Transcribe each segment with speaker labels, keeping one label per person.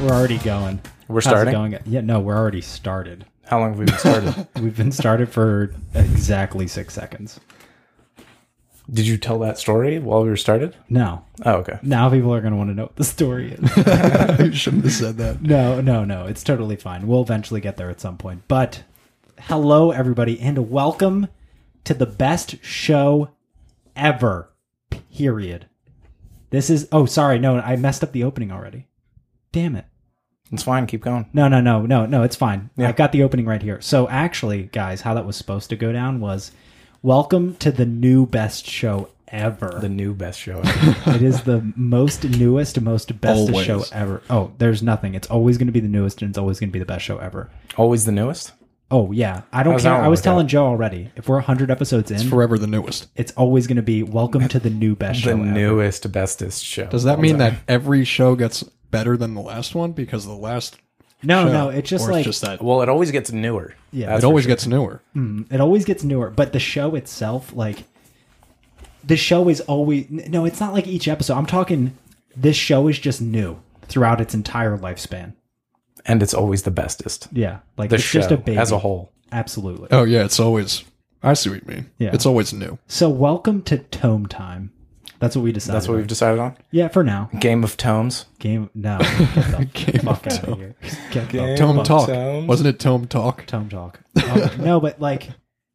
Speaker 1: We're already going.
Speaker 2: We're
Speaker 1: How's it
Speaker 2: starting?
Speaker 1: going? Yeah, no, we're already started.
Speaker 2: How long have we been started?
Speaker 1: We've been started for exactly six seconds.
Speaker 2: Did you tell that story while we were started?
Speaker 1: No,
Speaker 2: Oh, okay.
Speaker 1: now people are going to want to know what the story is.
Speaker 3: You shouldn't have said that.
Speaker 1: no, no, no. It's totally fine. We'll eventually get there at some point. But hello, everybody, and welcome to the best show ever. Period. This is. Oh, sorry. No, I messed up the opening already. Damn it.
Speaker 2: It's fine. Keep going.
Speaker 1: No, no, no, no, no. It's fine.
Speaker 2: Yeah.
Speaker 1: I've got the opening right here. So actually, guys, how that was supposed to go down was, welcome to the new best show
Speaker 2: The
Speaker 1: ever.
Speaker 2: new best show ever.
Speaker 1: it is the most newest, most bestest
Speaker 3: Always.
Speaker 1: show ever. Oh, there's nothing. It's always going to be the newest, and it's always going to be the best show ever.
Speaker 2: Always the newest?
Speaker 1: Oh yeah, I don't
Speaker 2: How's
Speaker 1: care.
Speaker 2: that one
Speaker 1: I was
Speaker 2: work
Speaker 1: telling
Speaker 2: out?
Speaker 1: Joe already. If we're 100 episodes in, it's,
Speaker 3: Mm-hmm. Forever the newest.
Speaker 1: always going to be welcome to the new best
Speaker 2: The
Speaker 1: show ever.
Speaker 2: newest, bestest show.
Speaker 3: Does that mean that every show gets better than the last one? Because the last
Speaker 1: No,
Speaker 3: show,
Speaker 1: Oh, no, it's just
Speaker 3: or
Speaker 1: like
Speaker 3: it's just that
Speaker 2: Well, it always gets newer.
Speaker 1: Yeah.
Speaker 2: That's
Speaker 3: it always gets newer.
Speaker 1: it always gets newer but the show itself like the show is always n- no it's not like each episode i'm talking this show is just new throughout its entire lifespan
Speaker 2: and it's always the bestest.
Speaker 1: yeah like
Speaker 2: The
Speaker 1: it's
Speaker 2: show
Speaker 1: just a baby
Speaker 2: as a whole.
Speaker 1: absolutely
Speaker 3: Oh yeah, it's always. I see what you mean.
Speaker 1: Yeah.
Speaker 3: it's always new.
Speaker 1: so welcome to tome time that's what we decided
Speaker 2: That's what we've decided on.
Speaker 1: yeah for now
Speaker 2: Game of Tomes.
Speaker 1: game no get the fuck out of here Get the
Speaker 2: Game-
Speaker 3: Tome
Speaker 2: Fuck
Speaker 3: talk,
Speaker 2: sounds.
Speaker 3: wasn't it? Tome talk.
Speaker 1: tome talk Um, no but like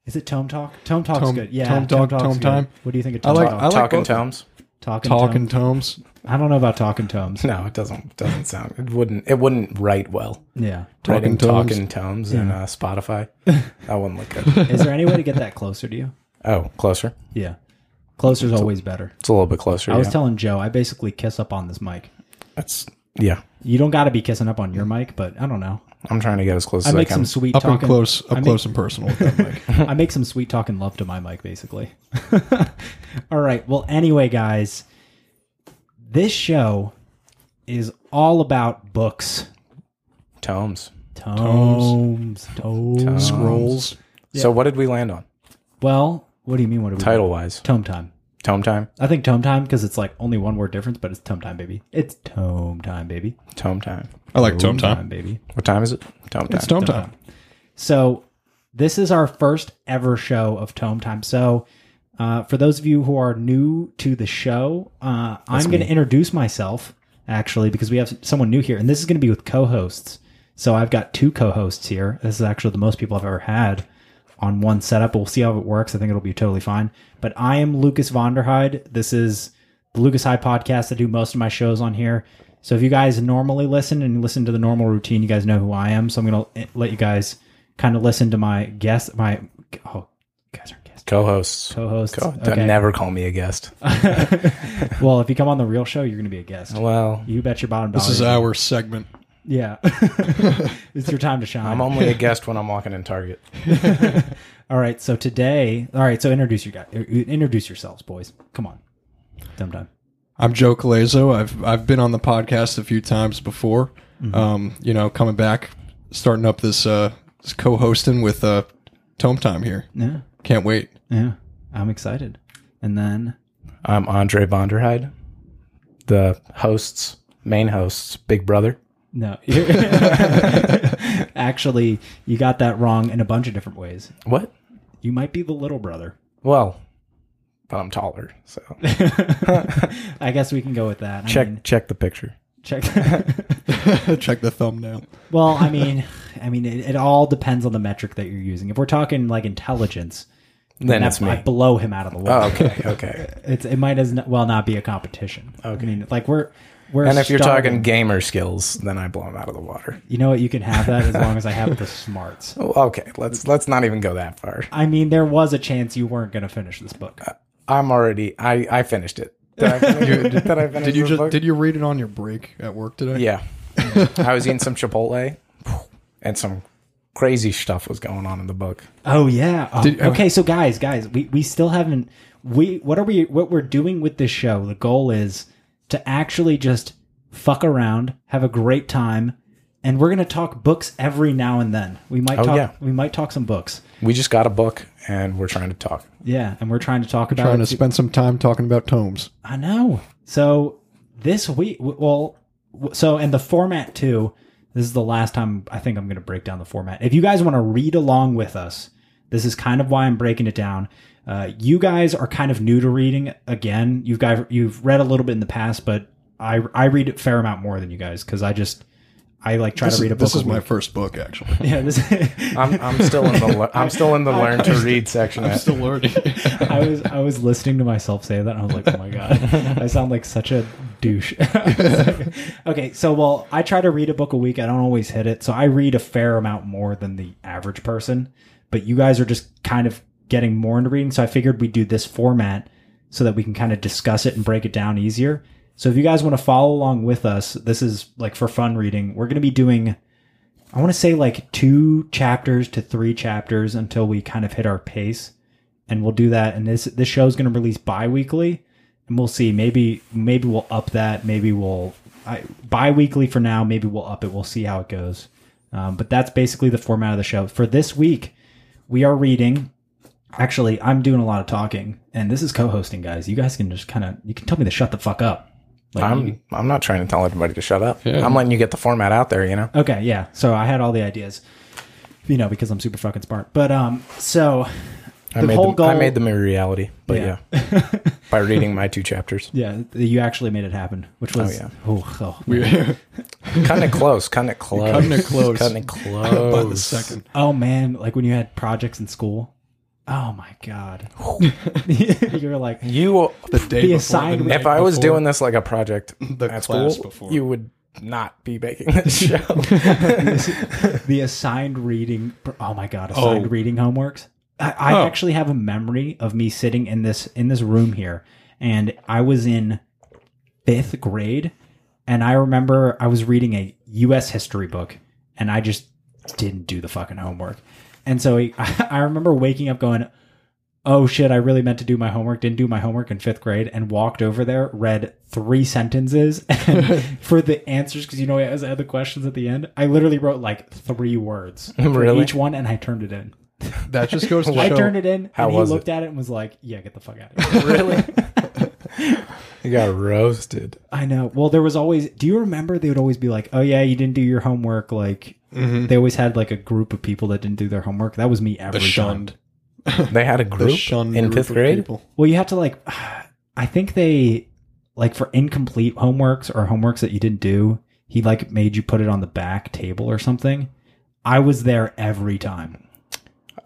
Speaker 1: is it tome talk tome talk's
Speaker 3: Tome-
Speaker 1: good yeah
Speaker 3: Tome Talk,
Speaker 1: Talk's
Speaker 3: Tome
Speaker 1: good.
Speaker 3: Time.
Speaker 1: what do you think of
Speaker 3: I
Speaker 1: tome
Speaker 3: like-
Speaker 1: talk
Speaker 3: I like
Speaker 2: Talking
Speaker 3: both.
Speaker 2: Tomes.
Speaker 1: talking
Speaker 3: Talking
Speaker 1: tome
Speaker 3: tomes.
Speaker 1: i don't know about talking tomes
Speaker 2: No, it doesn't. it Doesn't sound. It wouldn't. It wouldn't write well.
Speaker 1: yeah
Speaker 2: Writing
Speaker 3: Talking Tomes.
Speaker 2: Talking Tomes in uh, Spotify. that wouldn't look good.
Speaker 1: Is there any way to get that closer to you?
Speaker 2: Oh, closer.
Speaker 1: Yeah. Closer's always better.
Speaker 2: It's a little bit closer.
Speaker 1: I was
Speaker 2: yeah.
Speaker 1: telling Joe, I basically kiss up on this mic.
Speaker 2: That's yeah.
Speaker 1: You don't got to be kissing up on your mic, but I don't know.
Speaker 2: I'm trying to get as close
Speaker 1: I
Speaker 2: as I
Speaker 1: make
Speaker 2: can.
Speaker 1: some sweet
Speaker 3: Up
Speaker 1: talking
Speaker 3: and close, up
Speaker 1: I make,
Speaker 3: close and personal. With that mic.
Speaker 1: I make some sweet talking love to my mic basically. All right. Well, anyway, guys, this show is all about books.
Speaker 2: Tomes.
Speaker 1: Tomes, tomes.
Speaker 3: Scrolls.
Speaker 2: So what did we land on?
Speaker 1: Well, what do you mean what do we
Speaker 2: Title wise,
Speaker 1: Tome time.
Speaker 2: Tome Time,
Speaker 1: I think tome time because it's like only one word difference, but it's tome time, baby. It's tome time, baby.
Speaker 2: Tome Time.
Speaker 3: I like tome
Speaker 1: time
Speaker 3: time.
Speaker 1: baby.
Speaker 2: What time is it? Tome Time.
Speaker 3: It's tome time.
Speaker 1: So this is our first ever show of Tome Time. So uh, for those of you who are new to the show, uh, I'm going to introduce myself actually because we have someone new here, and this is going to be with co-hosts. So I've got two co-hosts here. This is actually the most people I've ever had on one setup. We'll see how it works. I think it'll be totally fine. But I am Lucas Vonderheide. This is the Lucas High podcast. I do most of my shows on here. So if you guys normally listen and listen to the normal routine, you guys know who I am. So I'm going to let you guys kind of listen to my guest. My oh, you guys are guest
Speaker 2: Co-hosts.
Speaker 1: co-hosts.
Speaker 2: Co-
Speaker 1: okay.
Speaker 2: Never call me a guest.
Speaker 1: well, if you come on the real show, you're going to be a guest.
Speaker 2: well,
Speaker 1: You bet your bottom dollar.
Speaker 3: This is uh, our segment.
Speaker 1: yeah. it's your time to shine.
Speaker 2: I'm only a guest when I'm walking in Target.
Speaker 1: All right. So today, all right. So introduce your guy. uh, Introduce yourselves, boys. Come on. Dumb time.
Speaker 3: I'm Joe Calazo. I've I've been on the podcast a few times before.
Speaker 1: Mm-hmm.
Speaker 3: Um, you know, coming back, starting up this uh this co-hosting with uh Tome Time here.
Speaker 1: Yeah.
Speaker 3: Can't wait.
Speaker 1: Yeah. I'm excited. And then
Speaker 2: I'm Andre Vonderheide, the hosts, main hosts, Big Brother.
Speaker 1: no, actually, you got that wrong in a bunch of different ways.
Speaker 2: What?
Speaker 1: You might be the little brother.
Speaker 2: Well, but I'm taller, so
Speaker 1: I guess we can go with that. I mean,
Speaker 2: check check the picture.
Speaker 1: check.
Speaker 3: Check the thumbnail.
Speaker 1: Well, I mean, I mean, it, it all depends on the metric that you're using. If we're talking like intelligence,
Speaker 2: Then
Speaker 1: that's
Speaker 2: it's me.
Speaker 1: I blow him out of the water.
Speaker 2: Oh, okay, okay.
Speaker 1: It's it might as n- well not be a competition. Okay. I mean, like we're we're
Speaker 2: and if you're
Speaker 1: starting-
Speaker 2: talking gamer skills, then I blow him out of the water.
Speaker 1: you know what, you can have that as long as I have the smarts.
Speaker 2: Oh, Okay, let's let's not even go that far.
Speaker 1: I mean, there was a chance you weren't going to finish this book.
Speaker 2: I'm already. I I finished it. Did I finish, did I finish
Speaker 3: Did you
Speaker 2: the
Speaker 3: just
Speaker 2: book?
Speaker 3: did you read it on your break at work today?
Speaker 2: Yeah. I was eating some Chipotle and some crazy stuff was going on in the book.
Speaker 1: Oh yeah. Oh,
Speaker 3: Did-
Speaker 1: okay, so guys, guys, we we still haven't we what are we what we're doing with this show? The goal is to actually just fuck around, have a great time, and we're going to talk books every now and then. We might talk
Speaker 2: yeah.
Speaker 1: we might talk some books.
Speaker 2: We just got a book and we're trying to talk.
Speaker 1: Yeah, and we're trying to talk about
Speaker 3: Trying
Speaker 1: it.
Speaker 3: to spend some time talking about tomes.
Speaker 1: I know. So this week well w- so and the format too. This is the last time I think I'm going to break down the format. If you guys want to read along with us, this is kind of why I'm breaking it down. Uh, you guys are kind of new to reading. Again, you've guys you've read a little bit in the past, but I I read a fair amount more than you guys because I just I like try
Speaker 3: This,
Speaker 1: to
Speaker 3: is,
Speaker 1: read a book.
Speaker 3: this
Speaker 1: a
Speaker 3: is my
Speaker 1: week.
Speaker 3: first book, actually.
Speaker 1: yeah. This,
Speaker 2: I'm, I'm still in the lear- I'm still in the learn to read section.
Speaker 3: I'm still learning.
Speaker 1: I was I was listening to myself say that and I was like, oh my god, I sound like such a douche. okay, so well, I try to read a book a week. I don't always hit it, so I read a fair amount more than the average person. But you guys are just kind of getting more into reading, so I figured we'd do this format so that we can kind of discuss it and break it down easier. So if you guys want to follow along with us, this is like for fun reading. We're going to be doing I want to say like two chapters to three chapters until we kind of hit our pace and we'll do that. And this this show is going to release bi-weekly, and we'll see. Maybe maybe we'll up that. Maybe we'll I, bi-weekly for now. Maybe we'll up it. We'll see how it goes. Um, but that's basically the format of the show for this week. We are reading. Actually, I'm doing a lot of talking, and this is co-hosting, guys. You guys can just kind of you can tell me to shut the fuck up. Like,
Speaker 2: I'm I'm not trying to tell everybody to shut up.
Speaker 3: Yeah.
Speaker 2: I'm letting you get the format out there. You know.
Speaker 1: Okay, yeah. So I had all the ideas, you know, because I'm super fucking smart. But um, so
Speaker 2: I
Speaker 1: The
Speaker 2: made
Speaker 1: whole
Speaker 2: them, I
Speaker 1: goal-
Speaker 2: made them a reality, but
Speaker 1: Yeah.
Speaker 2: yeah, by reading my two chapters,
Speaker 1: yeah, you actually made it happen, which was
Speaker 2: yeah.
Speaker 1: oh, oh,
Speaker 3: We're
Speaker 2: kind of close, kind of close,
Speaker 3: cutting it close.
Speaker 2: cutting it close.
Speaker 3: by the second.
Speaker 1: Oh man, like when you had projects in school. Oh my god. you were like
Speaker 2: You,
Speaker 3: The day
Speaker 1: Be
Speaker 3: before,
Speaker 1: assigned
Speaker 3: the
Speaker 1: with-
Speaker 3: night
Speaker 2: if I was
Speaker 3: before.
Speaker 2: doing this like a project
Speaker 3: The
Speaker 2: at
Speaker 3: class
Speaker 2: school,
Speaker 3: before.
Speaker 2: you would not be making this show.
Speaker 1: the assigned reading. Oh my god, assigned
Speaker 3: Oh.
Speaker 1: reading homeworks. I, I
Speaker 3: Oh.
Speaker 1: actually have a memory of me sitting in this in this room here, and I was in fifth grade, and I remember I was reading a U.S. history book, and I just didn't do the fucking homework, and so I, I remember waking up going. Oh shit, I really meant to do my homework. Didn't do my homework in fifth grade and walked over there, read three sentences and for the answers. Cause you know, I was at the questions at the end. I literally wrote like three words for
Speaker 2: Really?
Speaker 1: each one and I turned it in.
Speaker 3: that just goes to
Speaker 1: I
Speaker 3: show.
Speaker 1: turned it in
Speaker 2: How
Speaker 1: and he
Speaker 2: was
Speaker 1: looked at it and was like, yeah, get the fuck out of here.
Speaker 2: really, you got roasted.
Speaker 1: I know. Well, there was always, do you remember they would always be like, oh yeah, you didn't do your homework? Like they always had like a group of people that didn't do their homework. That was me every
Speaker 3: Mm-hmm. the
Speaker 1: time.
Speaker 3: shunned,
Speaker 2: They had a
Speaker 3: the
Speaker 2: group
Speaker 3: shunned
Speaker 2: in
Speaker 3: group
Speaker 2: fifth
Speaker 3: of
Speaker 2: grade.
Speaker 3: people.
Speaker 1: Well, you have to like, I think they like for incomplete homeworks or homeworks that you didn't do. He like made you put it on the back table or something. I was there every time.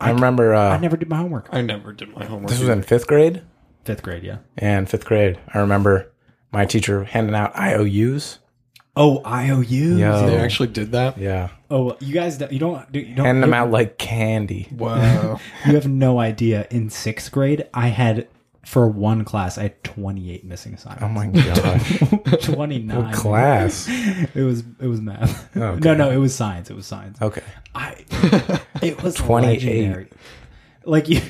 Speaker 2: I remember uh,
Speaker 1: I never did my homework.
Speaker 3: I never did my homework.
Speaker 2: this was in fifth grade.
Speaker 1: Fifth grade, yeah.
Speaker 2: and fifth grade. I remember my teacher handing out IOUs.
Speaker 1: Oh, IOUs.
Speaker 2: Yeah.
Speaker 3: they actually did that.
Speaker 2: Oh. Yeah.
Speaker 1: Oh, you guys, don't- you don't, you don't.
Speaker 2: Handing
Speaker 1: You,
Speaker 2: them out like candy.
Speaker 3: Wow.
Speaker 1: you have no idea. In sixth grade, I had for one class, I had twenty eight missing assignments.
Speaker 2: Oh my gosh.
Speaker 1: twenty nine
Speaker 2: Class. Oh,
Speaker 1: It was it was math.
Speaker 2: Okay. Oh.
Speaker 1: No, no, it was science. It was science.
Speaker 2: Okay.
Speaker 1: I it was
Speaker 2: 28.
Speaker 1: legendary. Like you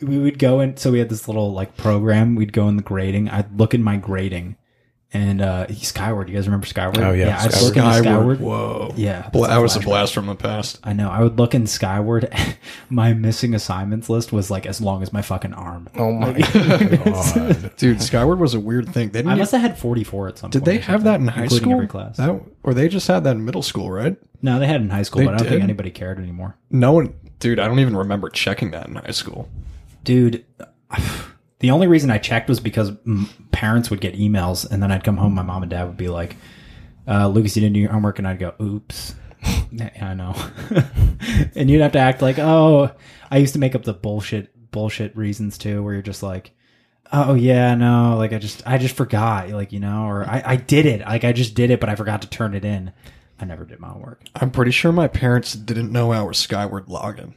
Speaker 1: we would go in so we had this little like program, we'd go in the grading. I'd look in my grading and uh Skyward. You guys remember Skyward?
Speaker 2: Oh, yeah,
Speaker 1: I'd
Speaker 2: Skyward.
Speaker 1: look in
Speaker 3: Skyward.
Speaker 1: Skyward.
Speaker 3: Whoa.
Speaker 1: Yeah.
Speaker 3: Bla- that was a
Speaker 1: flashback.
Speaker 3: blast from the past.
Speaker 1: I know. I would look in Skyward. my missing assignments list was like as long as my fucking arm.
Speaker 2: Oh my god.
Speaker 3: Dude, Skyward was a weird thing. They didn't
Speaker 1: I
Speaker 3: e-
Speaker 1: must have had 44 at some
Speaker 3: did
Speaker 1: point.
Speaker 3: they
Speaker 1: or
Speaker 3: have
Speaker 1: something,
Speaker 3: that in high
Speaker 1: including
Speaker 3: school?
Speaker 1: Every class.
Speaker 3: That, or they just had that in middle school, right?
Speaker 1: no, they had it in high school,
Speaker 3: They
Speaker 1: but I don't think
Speaker 3: did?
Speaker 1: anybody cared anymore.
Speaker 3: No one, dude. I don't even remember checking that in high school.
Speaker 1: dude the only reason i checked was because m- parents would get emails and then i'd come home my mom and dad would be like uh, lucas you didn't do your homework and i'd go oops Yeah, i know and you'd have to act like oh i used to make up the bullshit bullshit reasons too where you're just like oh yeah no like i just i just forgot like you know or i, I did it like i just did it but i forgot to turn it in i never did my homework
Speaker 3: I'm pretty sure my parents didn't know our Skyward login.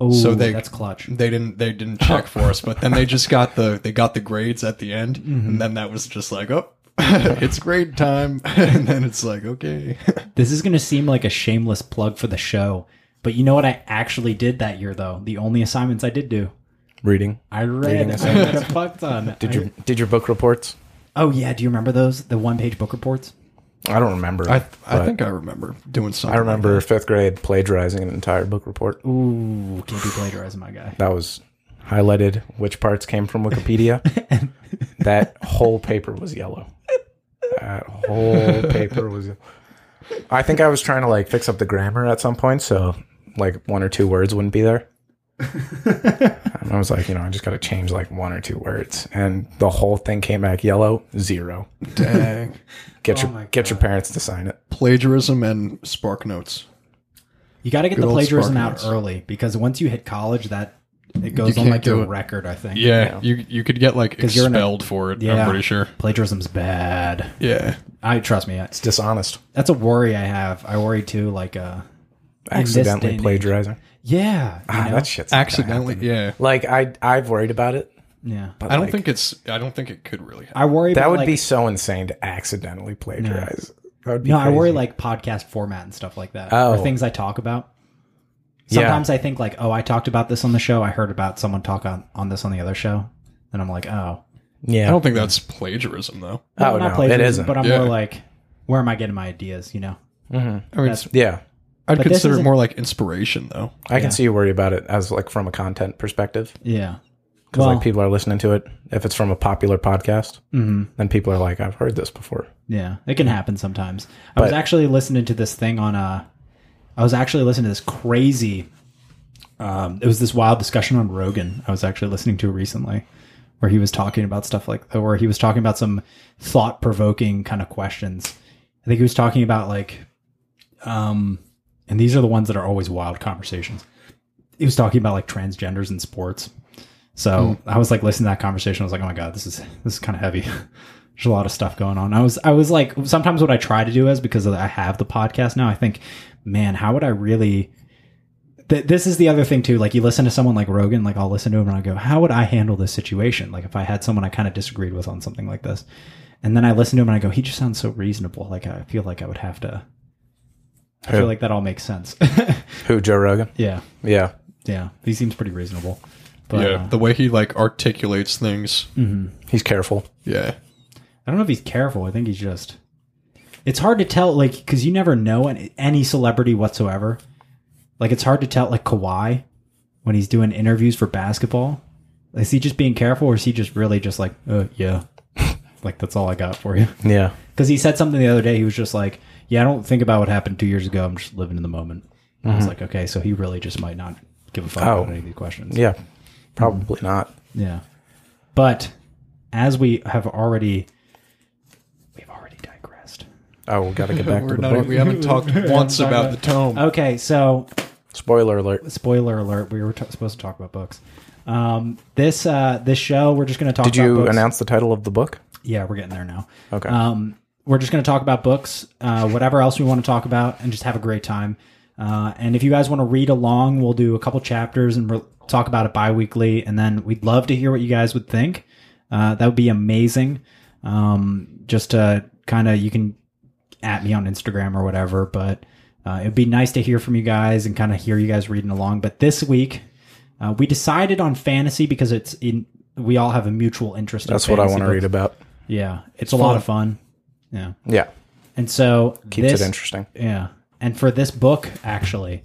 Speaker 1: oh
Speaker 3: So they-
Speaker 1: that's clutch
Speaker 3: They didn't. They didn't check for us. But then they just got the they got the grades at the end,
Speaker 1: Mm-hmm.
Speaker 3: and then that was just like, oh, it's grade time. and then it's like, okay,
Speaker 1: This is going to seem like a shameless plug for the show, but you know what I actually did that year though? The only assignments I did do.
Speaker 2: Reading.
Speaker 1: I read, I read a fuck ton.
Speaker 2: Did your did your book reports?
Speaker 1: Oh yeah, do you remember those? The one page book reports?
Speaker 2: I don't remember.
Speaker 3: I I
Speaker 2: but
Speaker 3: think I remember doing something.
Speaker 2: I remember fifth grade plagiarizing an entire book report.
Speaker 1: Ooh, can't be plagiarizing my guy.
Speaker 2: That was highlighted which parts came from Wikipedia. that whole paper was yellow. That whole paper was. I think I was trying to like fix up the grammar at some point, so like one or two words wouldn't be there. And I was like, you know, I just got to change like one or two words, and the whole thing came back yellow, zero.
Speaker 3: Dang.
Speaker 2: Get
Speaker 1: Oh my
Speaker 2: your get your parents to sign it.
Speaker 3: Plagiarism and spark notes.
Speaker 1: You got to get
Speaker 3: Good
Speaker 1: the
Speaker 3: old
Speaker 1: plagiarism
Speaker 3: Spark
Speaker 1: out
Speaker 3: notes.
Speaker 1: early because once you hit college, that it goes
Speaker 3: You
Speaker 1: on
Speaker 3: can't
Speaker 1: like
Speaker 3: do
Speaker 1: your
Speaker 3: it.
Speaker 1: record. I think.
Speaker 3: Yeah, you you could get like
Speaker 1: 'Cause you're in a-
Speaker 3: expelled for it.
Speaker 1: Yeah.
Speaker 3: I'm pretty sure.
Speaker 1: Plagiarism's bad.
Speaker 3: Yeah,
Speaker 1: I trust me. It's,
Speaker 2: Dishonest,
Speaker 1: that's a worry I have. I worry too. Like, uh, In this day and
Speaker 2: accidentally
Speaker 1: age.
Speaker 2: plagiarizing.
Speaker 1: yeah, you
Speaker 2: Ah,
Speaker 1: know?
Speaker 2: that shit's
Speaker 3: accidentally. Yeah,
Speaker 2: Like I I've worried about it.
Speaker 1: yeah.
Speaker 2: But
Speaker 3: I don't
Speaker 2: like,
Speaker 3: think it's. I don't think it could really. happen.
Speaker 1: I worry
Speaker 2: that
Speaker 1: about,
Speaker 2: would
Speaker 1: like-
Speaker 2: be so insane to accidentally plagiarize. That would be
Speaker 1: No, I
Speaker 2: crazy.
Speaker 1: worry like podcast format and stuff like that, or
Speaker 2: Oh.
Speaker 1: things I talk about.
Speaker 2: Yeah.
Speaker 1: Sometimes I think like, oh, I talked about this on the show. I heard about someone talk on on this on the other show, and I'm like, oh,
Speaker 2: yeah.
Speaker 3: I don't think that's plagiarism though.
Speaker 2: Oh,
Speaker 1: not
Speaker 2: no,
Speaker 1: plagiarism,
Speaker 2: it isn't.
Speaker 1: But I'm
Speaker 3: Yeah.
Speaker 1: more like, where am I getting my ideas? You know,
Speaker 3: I mean,
Speaker 1: That's-
Speaker 2: yeah.
Speaker 3: I'd
Speaker 1: but this
Speaker 3: consider it
Speaker 1: isn't-
Speaker 3: more like inspiration though.
Speaker 2: I can see you worry about it as like from a content perspective
Speaker 1: yeah.
Speaker 2: because
Speaker 1: Well,
Speaker 2: like people are listening to it. If it's from a popular podcast,
Speaker 1: mhm.
Speaker 2: then people are like, "I've heard this before."
Speaker 1: Yeah, it can happen sometimes. I was
Speaker 2: But-
Speaker 1: actually listening to this thing on uh I was actually listening to this crazy. Um, it was this wild discussion on Rogan. I was actually listening to recently, where he was talking about stuff like, where he was talking about some thought provoking kind of questions. I think he was talking about like, um, and these are the ones that are always wild conversations. He was talking about like transgenders in sports. So I was like listening to that conversation. I was like, oh my god, this is this is kind of heavy. There's a lot of stuff going on. I was I was like sometimes what I try to do is because I have the podcast now. I think, man, how would I really? Th- this is the other thing too. Like you listen to someone like Rogan, like I'll listen to him and I go, how would I handle this situation? Like if I had someone I kind of disagreed with on something like this, and then I listen to him and I go, he just sounds so reasonable. Like I feel like I would have to. I
Speaker 2: Who?
Speaker 1: feel like that all makes sense.
Speaker 2: Who Joe Rogan?
Speaker 1: yeah,
Speaker 2: Yeah,
Speaker 1: yeah. He seems pretty reasonable. But, uh,
Speaker 3: the way he like articulates things.
Speaker 2: he's careful.
Speaker 3: Yeah,
Speaker 1: I don't know if he's careful. I think he's just. It's hard to tell, like, because you never know any, any celebrity whatsoever. Like, it's hard to tell, like, Kawhi when he's doing interviews for basketball. Is he just being careful or is he just really just like, uh, yeah, like, that's all I got for you?
Speaker 2: Yeah,
Speaker 1: Because he said something the other day. He was just like, yeah, I don't think about what happened two years ago. I'm just living in the moment. I was like, okay, so he really just might not give a fuck
Speaker 2: Oh.
Speaker 1: about any of these questions.
Speaker 2: yeah, probably not.
Speaker 1: Yeah. But as we have already we've already digressed.
Speaker 2: Oh, we got to get back to
Speaker 3: we're
Speaker 2: the
Speaker 3: not.
Speaker 2: book.
Speaker 3: We haven't talked once about the tome.
Speaker 1: Okay, so
Speaker 2: Spoiler alert.
Speaker 1: spoiler alert, we were t- supposed to talk about books. Um this uh this show we're just going to talk
Speaker 2: Did
Speaker 1: about
Speaker 2: you
Speaker 1: books.
Speaker 2: announce the title of the book?
Speaker 1: Yeah, we're getting there now.
Speaker 2: Okay.
Speaker 1: Um we're just going to talk about books, uh, whatever else we want to talk about, and just have a great time. Uh, and if you guys want to read along, we'll do a couple chapters and we'll talk about it bi weekly. And then we'd love to hear what you guys would think. Uh, that would be amazing. Um, just to kind of, you can at me on Instagram or whatever, but uh, it'd be nice to hear from you guys and kind of hear you guys reading along. But this week, uh, we decided on fantasy because it's in, we all have a mutual interest.
Speaker 2: That's
Speaker 1: in
Speaker 2: what I
Speaker 1: fantasy
Speaker 2: want to read about.
Speaker 1: yeah, it's a lot of fun. Yeah,
Speaker 2: Yeah,
Speaker 1: and so
Speaker 2: keeps
Speaker 1: this,
Speaker 2: it interesting.
Speaker 1: Yeah, and for this book, actually,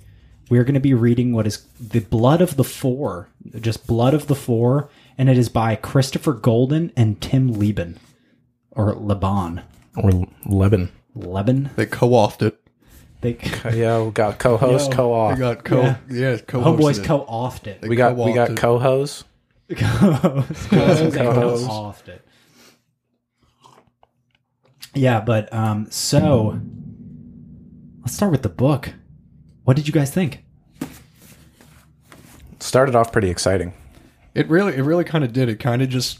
Speaker 1: we're going to be reading what is the Blood of the Four, just Blood of the Four, and it is by Christopher Golden and Tim Leben, or Leban,
Speaker 2: Or L- Lebanon.
Speaker 1: Leben.
Speaker 3: They co-opted it.
Speaker 1: They
Speaker 2: Yeah, we got co-host,
Speaker 1: Yo.
Speaker 3: We
Speaker 2: co-auth.
Speaker 3: got co. Oh, Yeah, co.
Speaker 1: homeboys co offed it.
Speaker 2: We got we got co-host.
Speaker 1: They co-offed it. Yeah, but um, so let's start with the book. What did you guys think?
Speaker 2: Started off pretty exciting.
Speaker 3: It really, it really kind of did. It kind of just.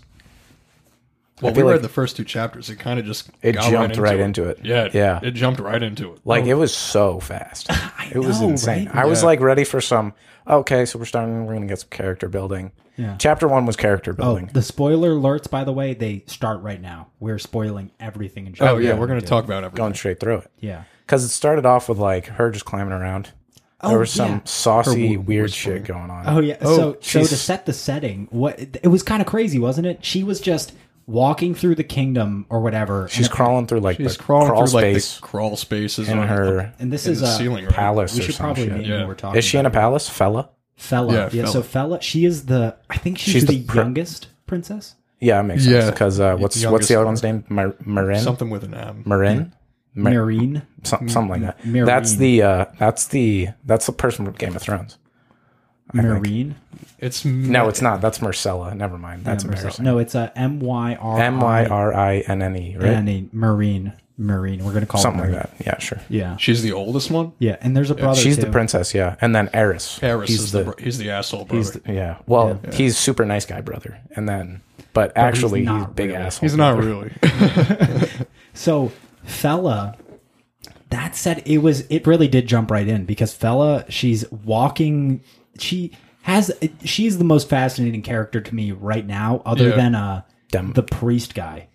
Speaker 3: Well, we
Speaker 2: feel
Speaker 3: read
Speaker 2: like-
Speaker 3: the first two chapters. It kind of just
Speaker 2: It
Speaker 3: got
Speaker 2: jumped right,
Speaker 3: it.
Speaker 2: into it.
Speaker 3: Yeah, it-
Speaker 2: yeah.
Speaker 3: It jumped right into it.
Speaker 2: Like it was so fast. it was
Speaker 1: know,
Speaker 2: insane.
Speaker 1: right?
Speaker 2: I was
Speaker 3: Yeah.
Speaker 2: like ready for some. Okay, so we're starting. We're gonna get some character building.
Speaker 1: Yeah.
Speaker 2: Chapter one was character
Speaker 1: Oh,
Speaker 2: building.
Speaker 1: the spoiler alerts, by the way, they start right now. We're spoiling everything in
Speaker 3: Oh
Speaker 1: chapter
Speaker 3: yeah,
Speaker 1: one,
Speaker 3: we're gonna
Speaker 1: dude.
Speaker 3: talk about everything.
Speaker 2: Going straight through it
Speaker 1: Yeah.
Speaker 2: because it started off with like her just climbing around.
Speaker 1: Oh,
Speaker 2: there was
Speaker 1: yeah.
Speaker 2: some saucy,
Speaker 3: Her wh-
Speaker 2: weird shit going on.
Speaker 1: Oh yeah. so so to
Speaker 2: she's-
Speaker 1: set the setting, what it was kind of crazy, wasn't it? She was just walking through the kingdom or whatever.
Speaker 2: she's
Speaker 1: and,
Speaker 2: crawling through like
Speaker 3: Just
Speaker 2: the
Speaker 3: crawling
Speaker 2: crawl
Speaker 3: through
Speaker 2: space
Speaker 3: like the crawl spaces
Speaker 2: in
Speaker 3: on
Speaker 2: her
Speaker 1: and this
Speaker 3: in
Speaker 1: is
Speaker 3: the
Speaker 1: a
Speaker 3: ceiling. Right?
Speaker 2: palace
Speaker 1: We
Speaker 2: or
Speaker 1: should
Speaker 2: some
Speaker 1: probably name
Speaker 2: shit.
Speaker 1: who
Speaker 3: Yeah.
Speaker 1: we're talking.
Speaker 2: Is she in a palace, fella?
Speaker 1: Fella.
Speaker 3: Yeah,
Speaker 1: Yeah, so Fella, she is the I think she's,
Speaker 2: She's
Speaker 1: the,
Speaker 2: the pr-
Speaker 1: youngest princess.
Speaker 2: Yeah, it makes
Speaker 3: Yeah.
Speaker 2: sense. Because uh, what's what's
Speaker 3: youngest
Speaker 2: the other one's name? Mar- Marin.
Speaker 3: Something with an M.
Speaker 2: Marin. Mar-
Speaker 1: Marine.
Speaker 2: some, something like that.
Speaker 1: Marine.
Speaker 2: That's the uh, that's the that's the person from Game of Thrones.
Speaker 1: Marine.
Speaker 3: It's
Speaker 2: No, it's not. That's Marcella. Never mind. That's embarrassing.
Speaker 1: No, it's a M Y R
Speaker 2: M Y R I N N E, right?
Speaker 1: and a Marine. Marine. We're gonna call
Speaker 2: Something
Speaker 1: it Marine.
Speaker 2: like that. Yeah, sure.
Speaker 1: Yeah.
Speaker 3: She's the oldest one.
Speaker 1: Yeah. And there's a brother.
Speaker 2: She's the
Speaker 1: too.
Speaker 2: princess, yeah. And then Eris.
Speaker 3: Harris
Speaker 2: He's
Speaker 3: is the,
Speaker 2: the-
Speaker 3: bro- he's the asshole brother.
Speaker 2: He's
Speaker 3: He's,
Speaker 2: the- yeah. Well, he's super nice guy brother. And then but actually he's,
Speaker 1: not
Speaker 2: big
Speaker 1: really.
Speaker 2: asshole.
Speaker 3: not really.
Speaker 1: So Fella, that said, it was it really did jump right in because Fella, she's walking. She has she's the most fascinating character to me right now, other
Speaker 3: Yeah.
Speaker 1: than uh
Speaker 2: Dumb.
Speaker 1: the priest guy,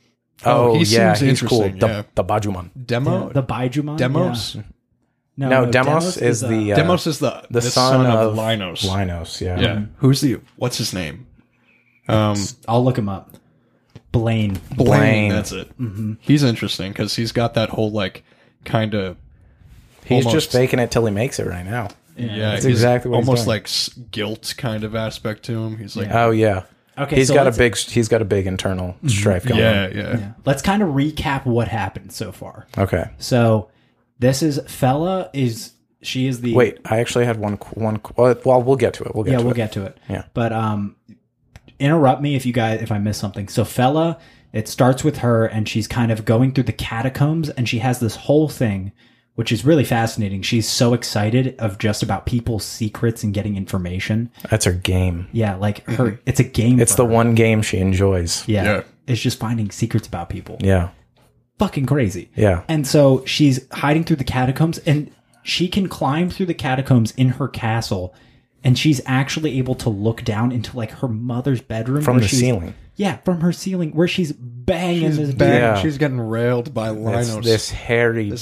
Speaker 2: oh,
Speaker 3: he
Speaker 2: yeah,
Speaker 3: seems
Speaker 2: he's cool.
Speaker 3: interesting, yeah.
Speaker 2: The, the Bajuman.
Speaker 3: Demo.
Speaker 1: the Baijumon.
Speaker 3: Oh, Demos.
Speaker 1: Yeah.
Speaker 2: No, Demos is
Speaker 1: uh,
Speaker 2: the uh,
Speaker 3: Demos is the
Speaker 2: the, son, of
Speaker 3: Linos.
Speaker 2: Linos, yeah.
Speaker 3: yeah.
Speaker 1: Mm-hmm.
Speaker 3: Who's the? What's his name? Um,
Speaker 1: uh, I'll look him up. Blaine.
Speaker 3: Blaine.
Speaker 2: Blaine.
Speaker 3: That's it.
Speaker 1: Mm-hmm.
Speaker 3: He's interesting because he's got that whole like kind of
Speaker 2: He's
Speaker 3: Almost.
Speaker 2: just faking it till he makes it right now.
Speaker 3: yeah.
Speaker 2: That's
Speaker 3: he's
Speaker 2: exactly what he's
Speaker 3: almost
Speaker 2: doing.
Speaker 3: like s- guilt kind of aspect to him. He's like, yeah,
Speaker 2: Oh yeah.
Speaker 1: Okay,
Speaker 2: He's
Speaker 1: so
Speaker 2: got a
Speaker 1: let's- Mm-hmm.
Speaker 2: big he's got a big internal strife going
Speaker 3: yeah,
Speaker 1: Yeah. Let's kind of recap what happened so far.
Speaker 2: on. Okay.
Speaker 1: So this is Fella is she is the
Speaker 2: Wait, I actually had one one well, we'll get to it. We'll get
Speaker 1: yeah
Speaker 2: to
Speaker 1: we'll
Speaker 2: it.
Speaker 1: get to it
Speaker 2: Yeah.
Speaker 1: but um interrupt me if you guys if i miss something so fella it starts with her and she's kind of going through the catacombs and she has this whole thing which is really fascinating she's so excited of just about people's secrets and getting information
Speaker 2: That's her game.
Speaker 1: yeah like her it's a game
Speaker 2: Mm-hmm. It's
Speaker 1: for
Speaker 2: the
Speaker 1: her.
Speaker 2: one game she enjoys.
Speaker 1: yeah,
Speaker 3: Yeah.
Speaker 1: it's just finding secrets about people
Speaker 2: Yeah.
Speaker 1: fucking crazy
Speaker 2: Yeah.
Speaker 1: and so she's hiding through the catacombs and she can climb through the catacombs in her castle and she's actually able to look down into like her mother's bedroom
Speaker 2: From
Speaker 1: where
Speaker 2: the
Speaker 1: she's-
Speaker 2: ceiling.
Speaker 1: Yeah, from her ceiling where she's banging
Speaker 3: She's,
Speaker 1: this
Speaker 3: bang-
Speaker 2: Yeah.
Speaker 3: she's getting railed by
Speaker 2: It's
Speaker 3: Linos.
Speaker 2: this hairy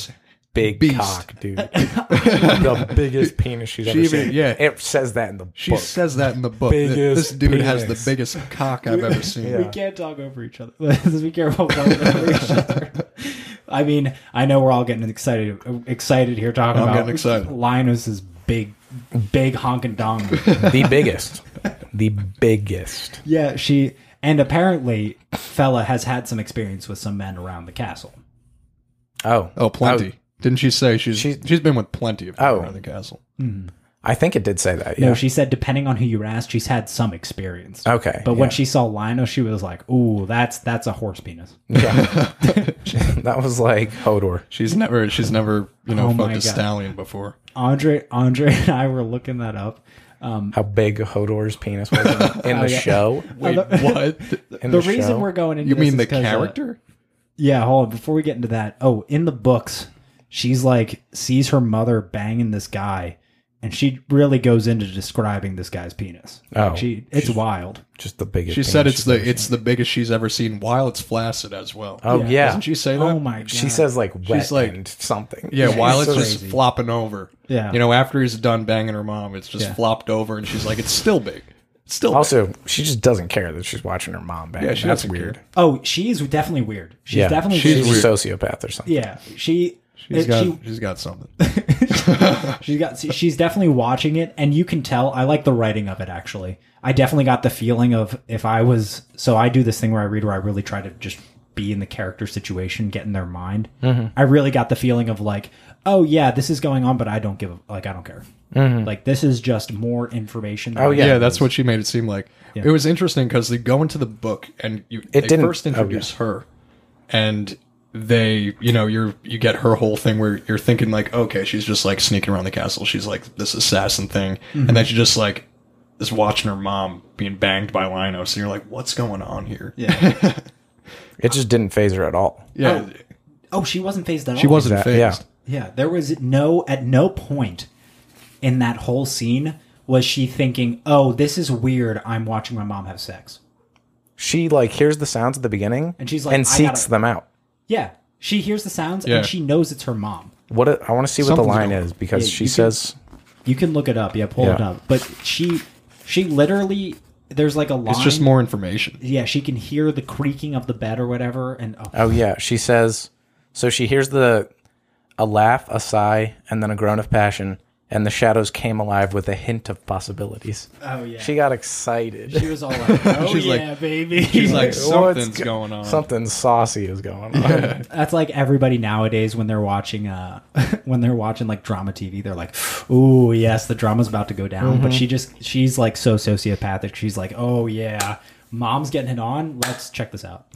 Speaker 2: big
Speaker 3: beast.
Speaker 2: cock, dude. the biggest penis she's ever
Speaker 3: even-
Speaker 2: seen.
Speaker 3: yeah.
Speaker 2: It says that in the
Speaker 3: she
Speaker 2: book.
Speaker 3: says that in the book. that
Speaker 2: Biggest
Speaker 3: This dude has the
Speaker 2: penis.
Speaker 3: biggest cock I've ever seen.
Speaker 1: We can't talk over each other. Let's be careful talking over each other. I mean, I know we're all getting excited excited here talking
Speaker 3: I'm
Speaker 1: about
Speaker 3: getting excited.
Speaker 1: Linus's big big honking dong.
Speaker 2: the biggest. The biggest.
Speaker 1: yeah, she and apparently Fella has had some experience with some men around the castle.
Speaker 2: Oh.
Speaker 3: Oh, plenty. Didn't she say she's
Speaker 2: She-
Speaker 3: she's been with plenty of people
Speaker 2: Oh.
Speaker 3: around the castle?
Speaker 2: I think it did say that. Yeah.
Speaker 1: No, she said depending on who you asked, she's had some experience.
Speaker 2: Okay,
Speaker 1: But when
Speaker 2: yeah.
Speaker 1: she saw Lionel, she was like, "Ooh, that's that's a horse penis."
Speaker 2: that was like Hodor.
Speaker 3: She's never she's never you know
Speaker 1: Oh my
Speaker 3: fucked a
Speaker 1: God.
Speaker 3: stallion before.
Speaker 1: Andre Andre and I were looking that up.
Speaker 2: How big Hodor's penis was in, in the show.
Speaker 3: Wait, what?
Speaker 2: In
Speaker 1: Oh, The,
Speaker 2: the
Speaker 1: reason
Speaker 2: show.
Speaker 1: we're going into
Speaker 3: You
Speaker 1: this
Speaker 3: mean
Speaker 1: is
Speaker 3: the
Speaker 1: 'cause, uh,
Speaker 3: character?
Speaker 1: yeah, hold on. Before we get into that, oh, in the books, she's like sees her mother banging this guy, and she really goes into describing this guy's penis. Like,
Speaker 2: Oh.
Speaker 1: she it's wild.
Speaker 2: Just the biggest.
Speaker 3: She
Speaker 2: penis
Speaker 3: said it's
Speaker 2: she's
Speaker 3: the
Speaker 2: ever seen.
Speaker 3: it's the biggest she's ever seen while it's flaccid as well.
Speaker 2: Oh yeah.
Speaker 3: Doesn't she say that?
Speaker 1: Oh my god,
Speaker 2: She says like wet
Speaker 3: like-
Speaker 2: and something.
Speaker 3: Yeah, while it's
Speaker 2: She's
Speaker 3: just flopping over.
Speaker 1: Yeah.
Speaker 3: You know, after he's done banging her mom, it's just flopped over and she's like, It's still big. It's still big.
Speaker 2: also she just doesn't care that she's watching her mom bang.
Speaker 3: Yeah, she
Speaker 2: That's
Speaker 3: doesn't
Speaker 2: weird.
Speaker 3: care.
Speaker 1: "Oh, she's definitely weird. She's
Speaker 2: yeah,
Speaker 1: definitely
Speaker 2: she's,
Speaker 1: weird.
Speaker 2: a sociopath or something.
Speaker 1: Yeah, she."
Speaker 3: She's
Speaker 1: it-
Speaker 3: got,
Speaker 1: she,
Speaker 3: she's got something.
Speaker 1: She's got. She's definitely watching it, and you can tell. I like the writing of it. Actually, I definitely got the feeling of if I was. So I do this thing where I read where I really try to just be in the character situation, get in their mind. I really got the feeling of like, oh yeah, this is going on, but I don't give. a Like I don't care. Like this is just more information.
Speaker 2: Oh,
Speaker 3: Yeah,
Speaker 2: Yeah,
Speaker 3: that's what she made it seem like. It was interesting because they go into the book and you they
Speaker 2: didn't-
Speaker 3: first
Speaker 2: oh, yeah.
Speaker 3: introduce her, and they you know you're you get her whole thing where you're thinking like okay she's just like sneaking around the castle she's like this assassin thing and then she just like is watching her mom being banged by Linos and you're like what's going on here
Speaker 1: Yeah.
Speaker 2: It just didn't phase her at all.
Speaker 3: yeah
Speaker 1: Oh, she wasn't phased at all.
Speaker 3: she wasn't
Speaker 2: That-
Speaker 3: phased
Speaker 2: yeah.
Speaker 1: Yeah, there was no at no point in that whole scene was she thinking, "Oh, this is weird. I'm watching my mom have sex."
Speaker 2: She like hears the sounds at the beginning
Speaker 1: And she's like, "I
Speaker 2: and seeks
Speaker 1: gotta-
Speaker 2: them out.
Speaker 1: Yeah. She hears the sounds
Speaker 3: Yeah.
Speaker 1: and she knows it's her mom.
Speaker 2: What it- I want to see what
Speaker 3: Something's
Speaker 2: the line
Speaker 3: going on.
Speaker 2: is because
Speaker 1: Yeah,
Speaker 2: she
Speaker 1: you can-
Speaker 2: says
Speaker 1: You can look it up. Yeah, pull it
Speaker 2: Yeah.
Speaker 1: up. But she she literally there's like a line.
Speaker 3: it's just more information
Speaker 1: yeah, she can hear the creaking of the bed or whatever and oh,
Speaker 3: Uh,
Speaker 2: Oh yeah, she says so she hears the a laugh, a sigh, and then a groan of passion and the shadows came alive with a hint of possibilities.
Speaker 1: Oh yeah.
Speaker 2: She
Speaker 1: She,
Speaker 2: got excited.
Speaker 1: was all like, "Oh
Speaker 3: She's like-
Speaker 1: yeah, baby."
Speaker 3: She's like,
Speaker 2: Like, what's
Speaker 3: something's
Speaker 2: go-
Speaker 3: going on.
Speaker 2: Something saucy is going on.
Speaker 1: That's like everybody nowadays when they're watching uh when they're watching like drama TV, they're like, "Oh yes, the drama's about to go down."
Speaker 3: Mm-hmm.
Speaker 1: But she just she's like so sociopathic. She's like, "Oh yeah, mom's getting it on. Let's check this out."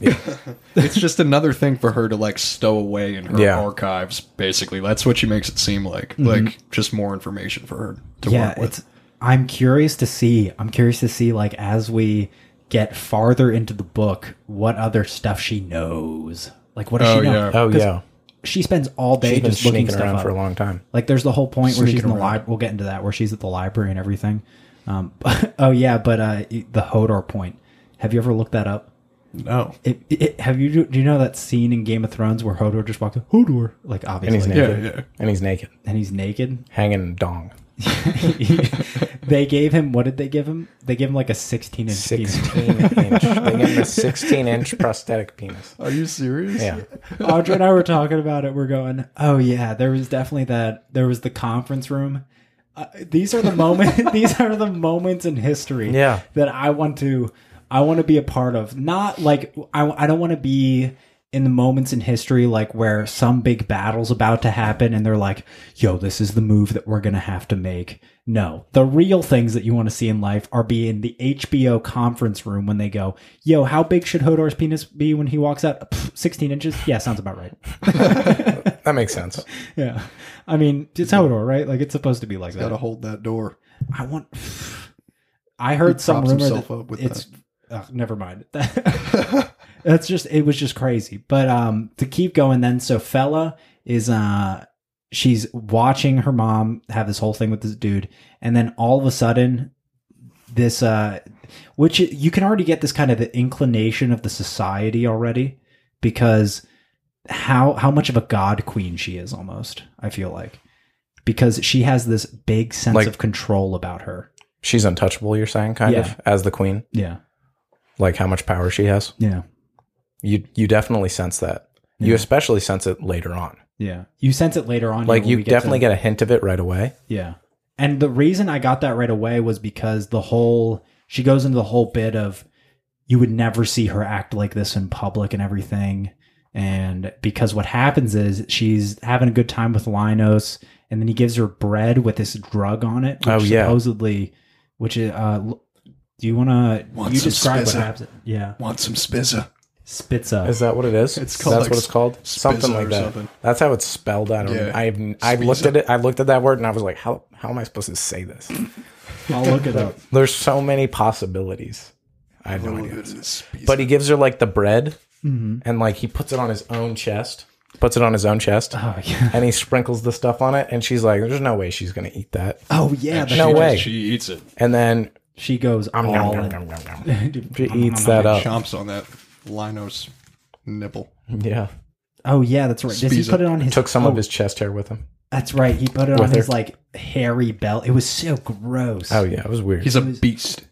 Speaker 3: it's just another thing for her to like stow away in her
Speaker 2: Yeah.
Speaker 3: archives. Basically, that's what she makes it seem like. Like just more information for her to
Speaker 1: yeah,
Speaker 3: work with.
Speaker 1: it's. I'm curious to see. I'm curious to see like as we get farther into the book, what other stuff she knows. Like what does
Speaker 3: Oh,
Speaker 1: she know?
Speaker 3: yeah.
Speaker 2: oh yeah,
Speaker 1: She spends all day
Speaker 2: she's been
Speaker 1: just looking
Speaker 2: sneaking
Speaker 1: stuff
Speaker 2: around
Speaker 1: up.
Speaker 2: for a long time.
Speaker 1: Like there's the whole point where she's in the
Speaker 3: Sneaking around.
Speaker 1: library. We'll get into that where she's at the library and everything. Um, oh yeah, but uh, the Hodor point. Have you ever looked that up?
Speaker 3: No,
Speaker 1: It, it, have you? Do you know that scene in Game of Thrones where Hodor just walks up, Hodor, like
Speaker 2: And
Speaker 1: obviously,
Speaker 2: he's
Speaker 3: Yeah,
Speaker 2: naked.
Speaker 3: yeah.
Speaker 2: And he's naked,
Speaker 1: and he's naked.
Speaker 2: hanging dong.
Speaker 1: they gave him what did they give him? They gave him like a 16 inch penis.
Speaker 2: Sixteen inch. They gave him a sixteen inch prosthetic penis.
Speaker 3: are you serious?
Speaker 2: Yeah.
Speaker 1: Audra and I were talking about it. We're going, oh yeah, there was definitely that. There was the conference room. Uh, these are the moment. these are the moments in history.
Speaker 2: Yeah.
Speaker 1: that I want to. I want to be a part of. Not like I. I don't want to be in the moments in history like where some big battle's about to happen and they're like, "Yo, this is the move that we're gonna have to make." No, the real things that you want to see in life are be in the HBO conference room when they go, "Yo, how big should Hodor's penis be when he walks out? Pff, Sixteen inches? Yeah, sounds about right."
Speaker 2: That makes sense.
Speaker 1: Yeah. I mean, it's Hodor, right? Like it's supposed to be like
Speaker 3: Gotta
Speaker 1: that.
Speaker 3: hold that door.
Speaker 1: I want I heard some
Speaker 3: props
Speaker 1: rumor
Speaker 3: himself
Speaker 1: that
Speaker 3: up with
Speaker 1: it's Ugh, never mind. That's just it was just crazy. But um to keep going then so Fella is uh she's watching her mom have this whole thing with this dude and then all of a sudden this uh which you can already get this kind of the inclination of the society already because how how much of a god queen she is almost i feel like because she has this big sense
Speaker 2: Like-
Speaker 1: of control about her
Speaker 2: She's untouchable. You're saying, kind
Speaker 1: Yeah.
Speaker 2: of, as the queen,
Speaker 1: yeah
Speaker 2: like how much power she has.
Speaker 1: yeah
Speaker 2: You you definitely sense that. You
Speaker 1: Yeah.
Speaker 2: especially sense it later on.
Speaker 1: yeah you sense it later on
Speaker 2: Like
Speaker 1: when
Speaker 2: you
Speaker 1: we
Speaker 2: definitely
Speaker 1: to-
Speaker 2: get a hint of it right away.
Speaker 1: Yeah. And the reason I got that right away was because the whole she goes into the whole bit of you would never see her act like this in public and everything. And because what happens is she's having a good time with Linos, and then he gives her bread with this drug on it, which
Speaker 2: Oh, yeah.
Speaker 1: supposedly, which is. Uh, l- do you want to?
Speaker 3: Want
Speaker 1: You
Speaker 3: some
Speaker 1: describe what
Speaker 3: spizza?
Speaker 1: happens. Yeah,
Speaker 3: Want some spizza?
Speaker 1: spitza.
Speaker 2: Is that what it is?
Speaker 3: It's called
Speaker 2: That's
Speaker 3: like
Speaker 2: what it's called.
Speaker 3: Spizza
Speaker 2: Something like
Speaker 3: or
Speaker 2: that.
Speaker 3: something.
Speaker 2: That's how it's spelled. I don't.
Speaker 3: Yeah.
Speaker 2: I've I've looked at it. I looked at that word and I was like, how how am I supposed to say this?
Speaker 1: I'll look it up.
Speaker 2: There's so many possibilities. I have no
Speaker 3: Little
Speaker 2: idea.
Speaker 3: bit of this spizza.
Speaker 2: But he gives her like the bread
Speaker 1: Mhm.
Speaker 2: and like he puts it on his own chest. Puts it on his own chest.
Speaker 1: Oh yeah.
Speaker 2: And he sprinkles the stuff on it, and she's like, "There's no way she's gonna eat that."
Speaker 1: Oh yeah.
Speaker 3: she
Speaker 1: That's,
Speaker 2: No
Speaker 3: just-
Speaker 2: way.
Speaker 3: She eats it.
Speaker 2: And then
Speaker 1: She goes
Speaker 2: um, nom,
Speaker 1: all
Speaker 2: nom,
Speaker 1: in.
Speaker 2: nom, nom, nom. she eats that up.
Speaker 3: Chomps on that Linos nipple.
Speaker 2: Yeah,
Speaker 1: Oh yeah, that's right. Does he
Speaker 3: Spizza.
Speaker 1: put it on his?
Speaker 2: took some
Speaker 1: oh,
Speaker 2: of his chest hair with him.
Speaker 1: That's right. He put it on
Speaker 2: With
Speaker 1: his
Speaker 2: her.
Speaker 1: like hairy belt. It was so gross.
Speaker 2: Oh yeah, it was weird.
Speaker 3: He's a beast.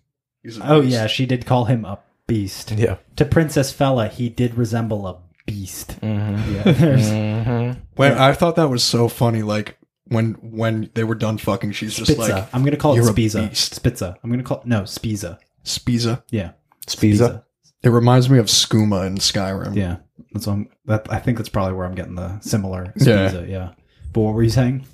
Speaker 3: He's a
Speaker 1: Oh,
Speaker 3: beast.
Speaker 1: yeah, she did call him a beast.
Speaker 2: yeah.
Speaker 1: To Princess Fella, he did resemble a beast.
Speaker 2: Mm-hmm.
Speaker 1: Yeah, there's
Speaker 2: Mm-hmm.
Speaker 3: When I thought that was so funny, like when when they were done fucking, she's just
Speaker 1: Spitza.
Speaker 3: like
Speaker 1: I'm gonna call it
Speaker 3: "You're a
Speaker 1: Spiza.
Speaker 3: beast."
Speaker 1: Spitza. I'm gonna call no Spiza.
Speaker 3: Spiza.
Speaker 1: Yeah,
Speaker 2: Spiza.
Speaker 3: It reminds me of Skooma in Skyrim.
Speaker 1: Yeah, that's what I'm, that. I think that's probably where I'm getting the similar
Speaker 3: Yeah.
Speaker 1: Spiza. Yeah. But what were you saying?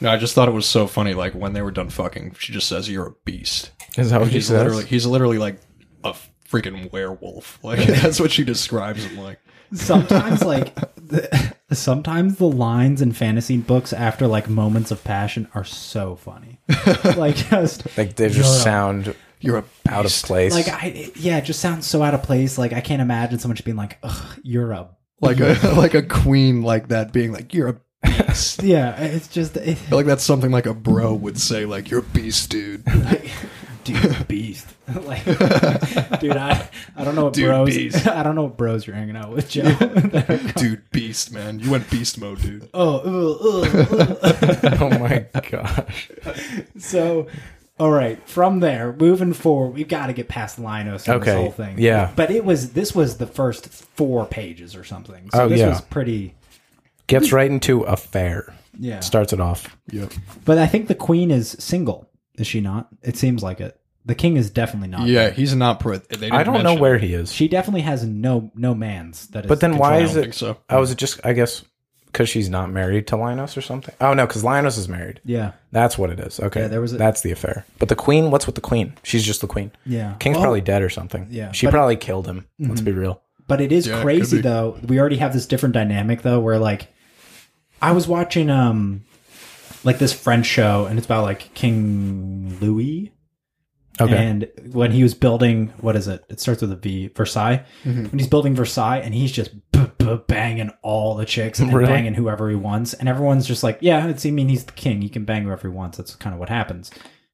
Speaker 3: No, I just thought it was so funny. Like when they were done fucking, she just says, "You're a beast."
Speaker 2: Is that what he
Speaker 3: He's
Speaker 2: says?
Speaker 3: literally he's literally like a freaking werewolf. Like that's what she describes him like.
Speaker 1: sometimes like the, sometimes the lines in fantasy books after like moments of passion are so funny like just
Speaker 2: Like they just sound
Speaker 3: You're a
Speaker 2: out of place.
Speaker 1: like i it- yeah it just sounds so out of place like i can't imagine someone just being like Ugh, you're a
Speaker 3: like a like a queen like that being like you're a beast.
Speaker 1: yeah it's just it,
Speaker 3: I feel like that's something like a bro would say like you're a beast, dude.
Speaker 1: like, dude beast like dude i i don't know what
Speaker 3: Dude,
Speaker 1: bros
Speaker 3: beast.
Speaker 1: i don't know what bros you're hanging out with joe
Speaker 3: dude, beast, man. You went beast mode, dude.
Speaker 1: oh ugh, ugh, ugh.
Speaker 2: oh my gosh.
Speaker 1: So, all right, from there, moving forward, we've got to get past Linos and this
Speaker 2: Okay,
Speaker 1: whole thing.
Speaker 2: yeah.
Speaker 1: But it was this was the first four pages or something. So
Speaker 2: Oh,
Speaker 1: this
Speaker 2: yeah.
Speaker 1: was pretty
Speaker 2: Gets right into affair.
Speaker 1: Yeah.
Speaker 2: Starts it off.
Speaker 3: Yep.
Speaker 1: But I think the queen is single, is she not? It seems like it. The king is definitely not.
Speaker 3: Yeah, he's not pro. They didn't
Speaker 2: I don't know
Speaker 3: mention-
Speaker 2: where he is.
Speaker 1: She definitely has no no mans. That is
Speaker 2: But then why
Speaker 3: I
Speaker 2: is
Speaker 3: don't
Speaker 2: it?
Speaker 3: think so.
Speaker 2: I was just, I guess, because she's not married to Linus or something. Oh no, because Linus is married.
Speaker 1: Yeah.
Speaker 2: That's what it is. Okay,
Speaker 1: Yeah, there was a-
Speaker 2: that's the affair. But the queen, what's with the queen? She's just the queen.
Speaker 1: Yeah.
Speaker 2: King's probably dead or something.
Speaker 1: Yeah,
Speaker 2: she
Speaker 1: but-
Speaker 2: probably killed him. Let's be real.
Speaker 1: But it is
Speaker 3: Yeah, it
Speaker 1: crazy
Speaker 3: could be.
Speaker 1: though. We already have this different dynamic though, where like I was watching um like this French show, and it's about like King Louis,
Speaker 2: Okay,
Speaker 1: and when he was building what is it? It starts with a V, Versailles.
Speaker 2: Mm-hmm.
Speaker 1: When he's building Versailles, and he's just b- b- banging all the chicks and
Speaker 2: Really?
Speaker 1: banging whoever he wants, and everyone's just like, yeah, it's I mean he's the king, he can bang whoever he wants. That's kind of what happens.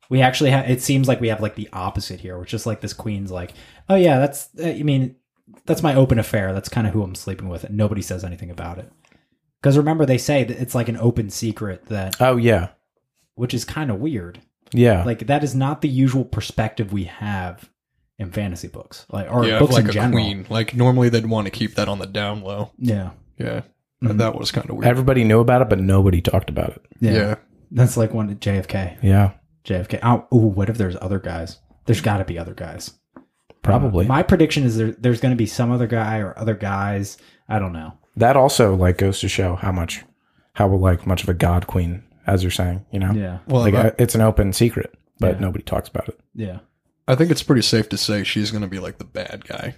Speaker 1: We actually have. It seems like we have like the opposite here, which is like this queen's like, oh yeah, that's. uh, I mean, that's my open affair. That's kind of who I'm sleeping with, and nobody says anything about it. Because remember, they say that it's like an open secret that,
Speaker 2: oh yeah,
Speaker 1: which is kind of weird.
Speaker 2: yeah.
Speaker 1: Like that is not the usual perspective we have in fantasy books, like or
Speaker 3: Yeah,
Speaker 1: books
Speaker 3: like
Speaker 1: in
Speaker 3: a
Speaker 1: general.
Speaker 3: queen. Like normally they'd want to keep that on the down low.
Speaker 1: Yeah. Mm-hmm.
Speaker 3: Yeah, But
Speaker 2: Mm-hmm.
Speaker 3: that was kind of weird.
Speaker 2: Everybody knew about it, but nobody talked about it.
Speaker 1: yeah,
Speaker 3: yeah,
Speaker 1: That's like one JFK.
Speaker 2: Yeah,
Speaker 1: JFK. Oh, ooh, what if there's other guys? There's got to be other guys.
Speaker 2: probably.
Speaker 1: Uh, My prediction is there, there's going to be some other guy or other guys. I don't know.
Speaker 2: that also like goes to show how much, how like much of a god queen, as you're saying. You know,
Speaker 1: Yeah.
Speaker 3: Well,
Speaker 2: like
Speaker 3: I-
Speaker 2: I- it's an open secret, but
Speaker 1: Yeah.
Speaker 2: nobody talks about it.
Speaker 1: Yeah.
Speaker 3: I think it's pretty safe to say she's going to be like the bad guy.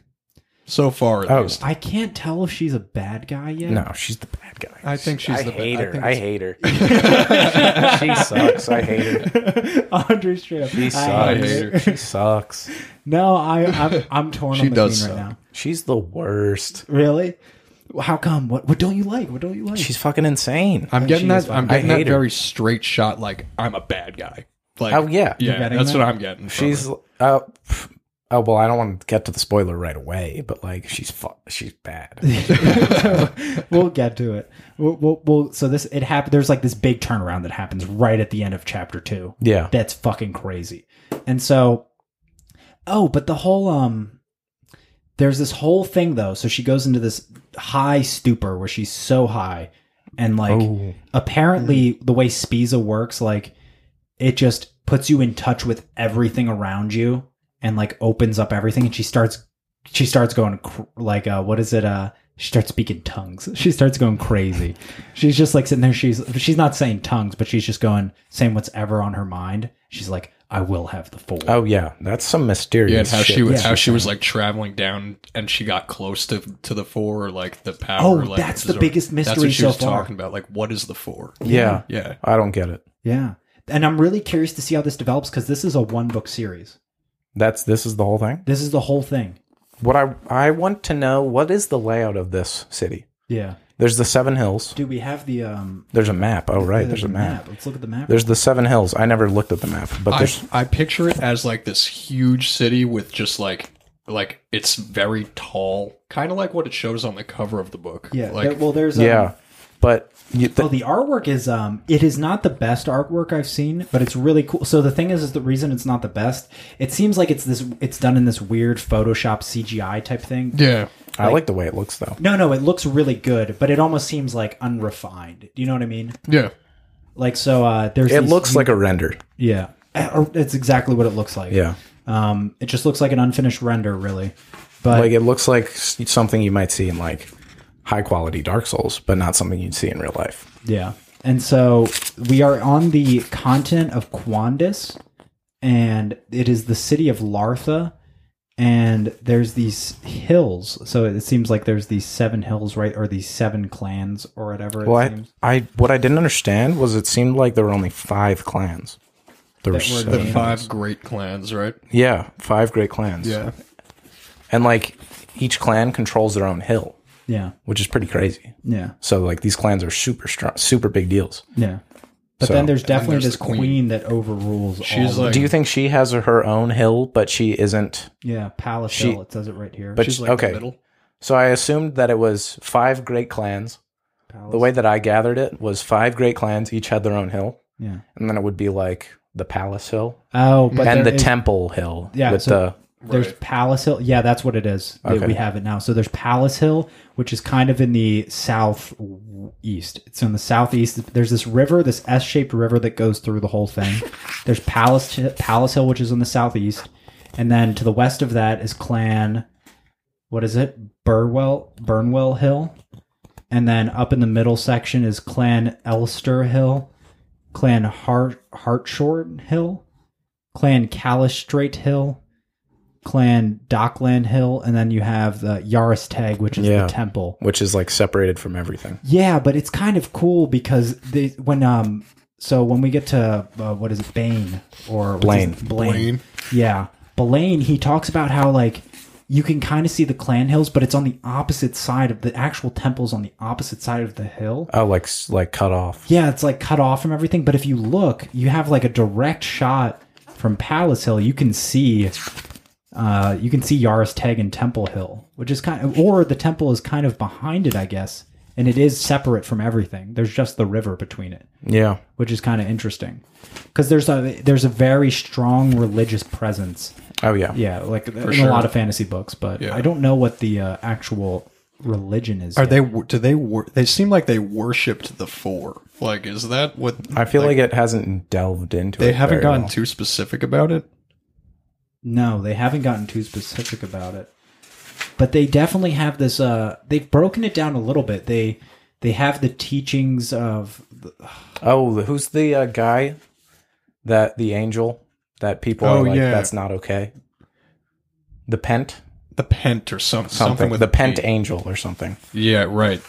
Speaker 3: So far, at
Speaker 2: Oh.
Speaker 3: least.
Speaker 1: I can't tell if she's a bad guy yet.
Speaker 2: No, she's the bad guy.
Speaker 3: I think she's the bad I think it's-
Speaker 2: hate her. she sucks. I hate her.
Speaker 1: Andre straight up.
Speaker 2: She sucks.
Speaker 1: I hate
Speaker 3: hate
Speaker 1: it.
Speaker 3: her.
Speaker 2: She sucks.
Speaker 1: No, I, I'm, I'm torn
Speaker 3: She
Speaker 1: on the
Speaker 3: does
Speaker 1: queen right
Speaker 3: suck.
Speaker 1: now.
Speaker 2: She's the worst.
Speaker 1: Really? How come? What what don't you like? What don't you like?
Speaker 2: She's fucking insane.
Speaker 3: I'm getting
Speaker 1: she is
Speaker 3: that. I'm
Speaker 1: fine.
Speaker 3: getting
Speaker 2: I
Speaker 3: that
Speaker 2: hate her.
Speaker 3: very straight shot. Like I'm a bad guy. Like
Speaker 2: Oh, yeah. You're
Speaker 3: yeah.
Speaker 1: getting
Speaker 3: That's
Speaker 1: that?
Speaker 3: what I'm getting. from
Speaker 2: she's
Speaker 3: it.
Speaker 2: oh, pff, oh well. I don't want to get to the spoiler right away, but like she's fu- she's bad.
Speaker 1: we'll get to it. We'll, we'll, we'll so this it happened. There's like this big turnaround that happens right at the end of chapter two.
Speaker 2: yeah,
Speaker 1: That's fucking crazy. And so, oh, but the whole um, there's this whole thing though. So she goes into this high stupor where she's so high, and like
Speaker 2: Oh.
Speaker 1: apparently the way Spiza works, like it just puts you in touch with everything around you, and like opens up everything. And she starts, she starts going cr- like, uh, what is it? Uh, she starts speaking tongues. She starts going crazy. she's just like sitting there. She's she's not saying tongues, but she's just going saying what's ever on her mind. She's like, I will have the four.
Speaker 2: Oh yeah, that's some
Speaker 3: yeah,
Speaker 2: mysterious.
Speaker 3: and how
Speaker 2: shit.
Speaker 3: she was
Speaker 1: Yeah.
Speaker 3: how she was like traveling down, and she got close to to the four, or like the power.
Speaker 1: Oh,
Speaker 3: like,
Speaker 1: that's the
Speaker 3: absorb-
Speaker 1: biggest
Speaker 3: That's
Speaker 1: mystery
Speaker 3: what she
Speaker 1: so
Speaker 3: was
Speaker 1: far.
Speaker 3: talking about. Like, what is the four?
Speaker 2: Yeah.
Speaker 3: Yeah,
Speaker 2: I don't get it.
Speaker 1: Yeah, and I'm really curious to see how this develops because this is a one book series.
Speaker 2: That's this is the whole thing.
Speaker 1: This is the whole thing.
Speaker 2: What I I want to know what is the layout of this city.
Speaker 1: Yeah.
Speaker 2: There's the seven hills.
Speaker 1: Do we have the um?
Speaker 2: There's a map. Oh right, there's a
Speaker 1: the
Speaker 2: map.
Speaker 1: Let's look at the map.
Speaker 2: There's the seven hills. I never looked at the map, but
Speaker 3: I,
Speaker 2: there's
Speaker 3: I picture it as like this huge city with just like like it's very tall, kind of like what it shows on the cover of the book.
Speaker 1: Yeah.
Speaker 3: like
Speaker 1: there- well, there's um,
Speaker 2: yeah, but you,
Speaker 1: Oh,
Speaker 2: the,
Speaker 1: the artwork is um, it is not the best artwork I've seen, but it's really cool. So the thing is, is the reason it's not the best. It seems like it's this. It's done in this weird Photoshop CGI type thing.
Speaker 3: yeah,
Speaker 2: I like the way it looks though.
Speaker 1: No, no, it looks really good, but it almost seems like unrefined. Do you know what I mean?
Speaker 3: yeah.
Speaker 1: Like so, uh, there's
Speaker 2: It
Speaker 1: these-
Speaker 2: looks like a render.
Speaker 1: yeah, Uh, it's exactly what it looks like.
Speaker 2: Yeah.
Speaker 1: um, it just looks like an unfinished render, really. But
Speaker 2: Like it looks like s- something you might see in like high quality Dark Souls, but not something you'd see in real life.
Speaker 1: Yeah. And so we are on the continent of Quandis, and it is the city of Lartha. And there's these hills. So it seems like there's these seven hills, right? Or these seven clans or whatever. It
Speaker 2: Well, I,
Speaker 1: seems.
Speaker 2: I what I didn't understand was it seemed like there were only five clans. There were
Speaker 1: That were
Speaker 2: so
Speaker 1: the
Speaker 3: The
Speaker 2: many.
Speaker 3: five great clans, right?
Speaker 2: yeah, five great clans. and like each clan controls their own hill,
Speaker 1: Yeah.
Speaker 2: which is pretty crazy.
Speaker 1: Yeah.
Speaker 2: So like these clans are super strong, super big deals.
Speaker 1: Yeah. But
Speaker 2: So-
Speaker 1: then there's definitely
Speaker 3: there's
Speaker 1: this
Speaker 3: the
Speaker 1: queen.
Speaker 3: queen.
Speaker 1: that overrules
Speaker 3: She's
Speaker 1: all.
Speaker 3: like,
Speaker 2: Do you think she has her own hill, but she isn't?
Speaker 1: yeah, Palace Hill. It says it right here.
Speaker 2: But
Speaker 3: she's like
Speaker 2: okay.
Speaker 3: the middle?
Speaker 2: So I assumed that it was five great clans.
Speaker 1: Palace.
Speaker 2: The way that I gathered it was five great clans each had their own hill.
Speaker 1: yeah.
Speaker 2: and then it would be like the palace hill
Speaker 1: Oh, but
Speaker 2: and the
Speaker 1: there is-
Speaker 2: temple hill
Speaker 1: Yeah,
Speaker 2: with
Speaker 1: so-
Speaker 2: the
Speaker 1: There's Palace Hill. Yeah, that's what it is. that
Speaker 2: Okay.
Speaker 1: We have it now. So there's Palace Hill, which is kind of in the south southeast. It's in the southeast. There's this river, this S-shaped river that goes through the whole thing. There's Palace Palace Hill, which is in the southeast, and then to the west of that is Clan. What is it? Burwell Burnwell Hill, and then up in the middle section is Clan Elster Hill, Clan Hart Hartshorn Hill, Clan Callistrate Hill, Clan Dockland Hill, and then you have the Yaristag, which is
Speaker 2: Yeah.
Speaker 1: the temple.
Speaker 2: which is like separated from everything.
Speaker 1: Yeah, but it's kind of cool because they when um so when we get to uh, what is it Bane or what's
Speaker 2: Blaine.
Speaker 1: his- Blaine yeah Blaine he talks about how like you can kind of see the clan hills but it's on the opposite side of the actual temples on the opposite side of the hill
Speaker 2: Oh, like s- like cut off.
Speaker 1: yeah it's like cut off from everything but if you look you have like a direct shot from Palace Hill you can see uh you can see Yaristag and Temple Hill which is kind of or the temple is kind of behind it I guess and it is separate from everything there's just the river between it
Speaker 2: Yeah.
Speaker 1: which is kind of interesting because there's a there's a very strong religious presence
Speaker 2: Oh yeah.
Speaker 1: yeah like in
Speaker 3: sure.
Speaker 1: a lot of fantasy books but i don't know what the uh, actual religion is
Speaker 3: Are
Speaker 1: yet.
Speaker 3: they? Do they? Wor- they seem like they worshipped the four. Like, is that what?
Speaker 2: I feel like, it hasn't delved into it.
Speaker 3: they haven't
Speaker 2: very
Speaker 3: gotten
Speaker 2: well.
Speaker 3: too specific about it.
Speaker 1: no they haven't gotten too specific about it but they definitely have this uh they've broken it down a little bit they they have the teachings of
Speaker 2: Oh, who's the uh, guy that the angel that people
Speaker 3: Oh,
Speaker 2: are like
Speaker 3: yeah.
Speaker 2: that's not okay. The pent
Speaker 3: The pent or some, something.
Speaker 2: something,
Speaker 3: with
Speaker 2: the
Speaker 3: a
Speaker 2: pent
Speaker 3: P.
Speaker 2: angel or something.
Speaker 3: Yeah, right.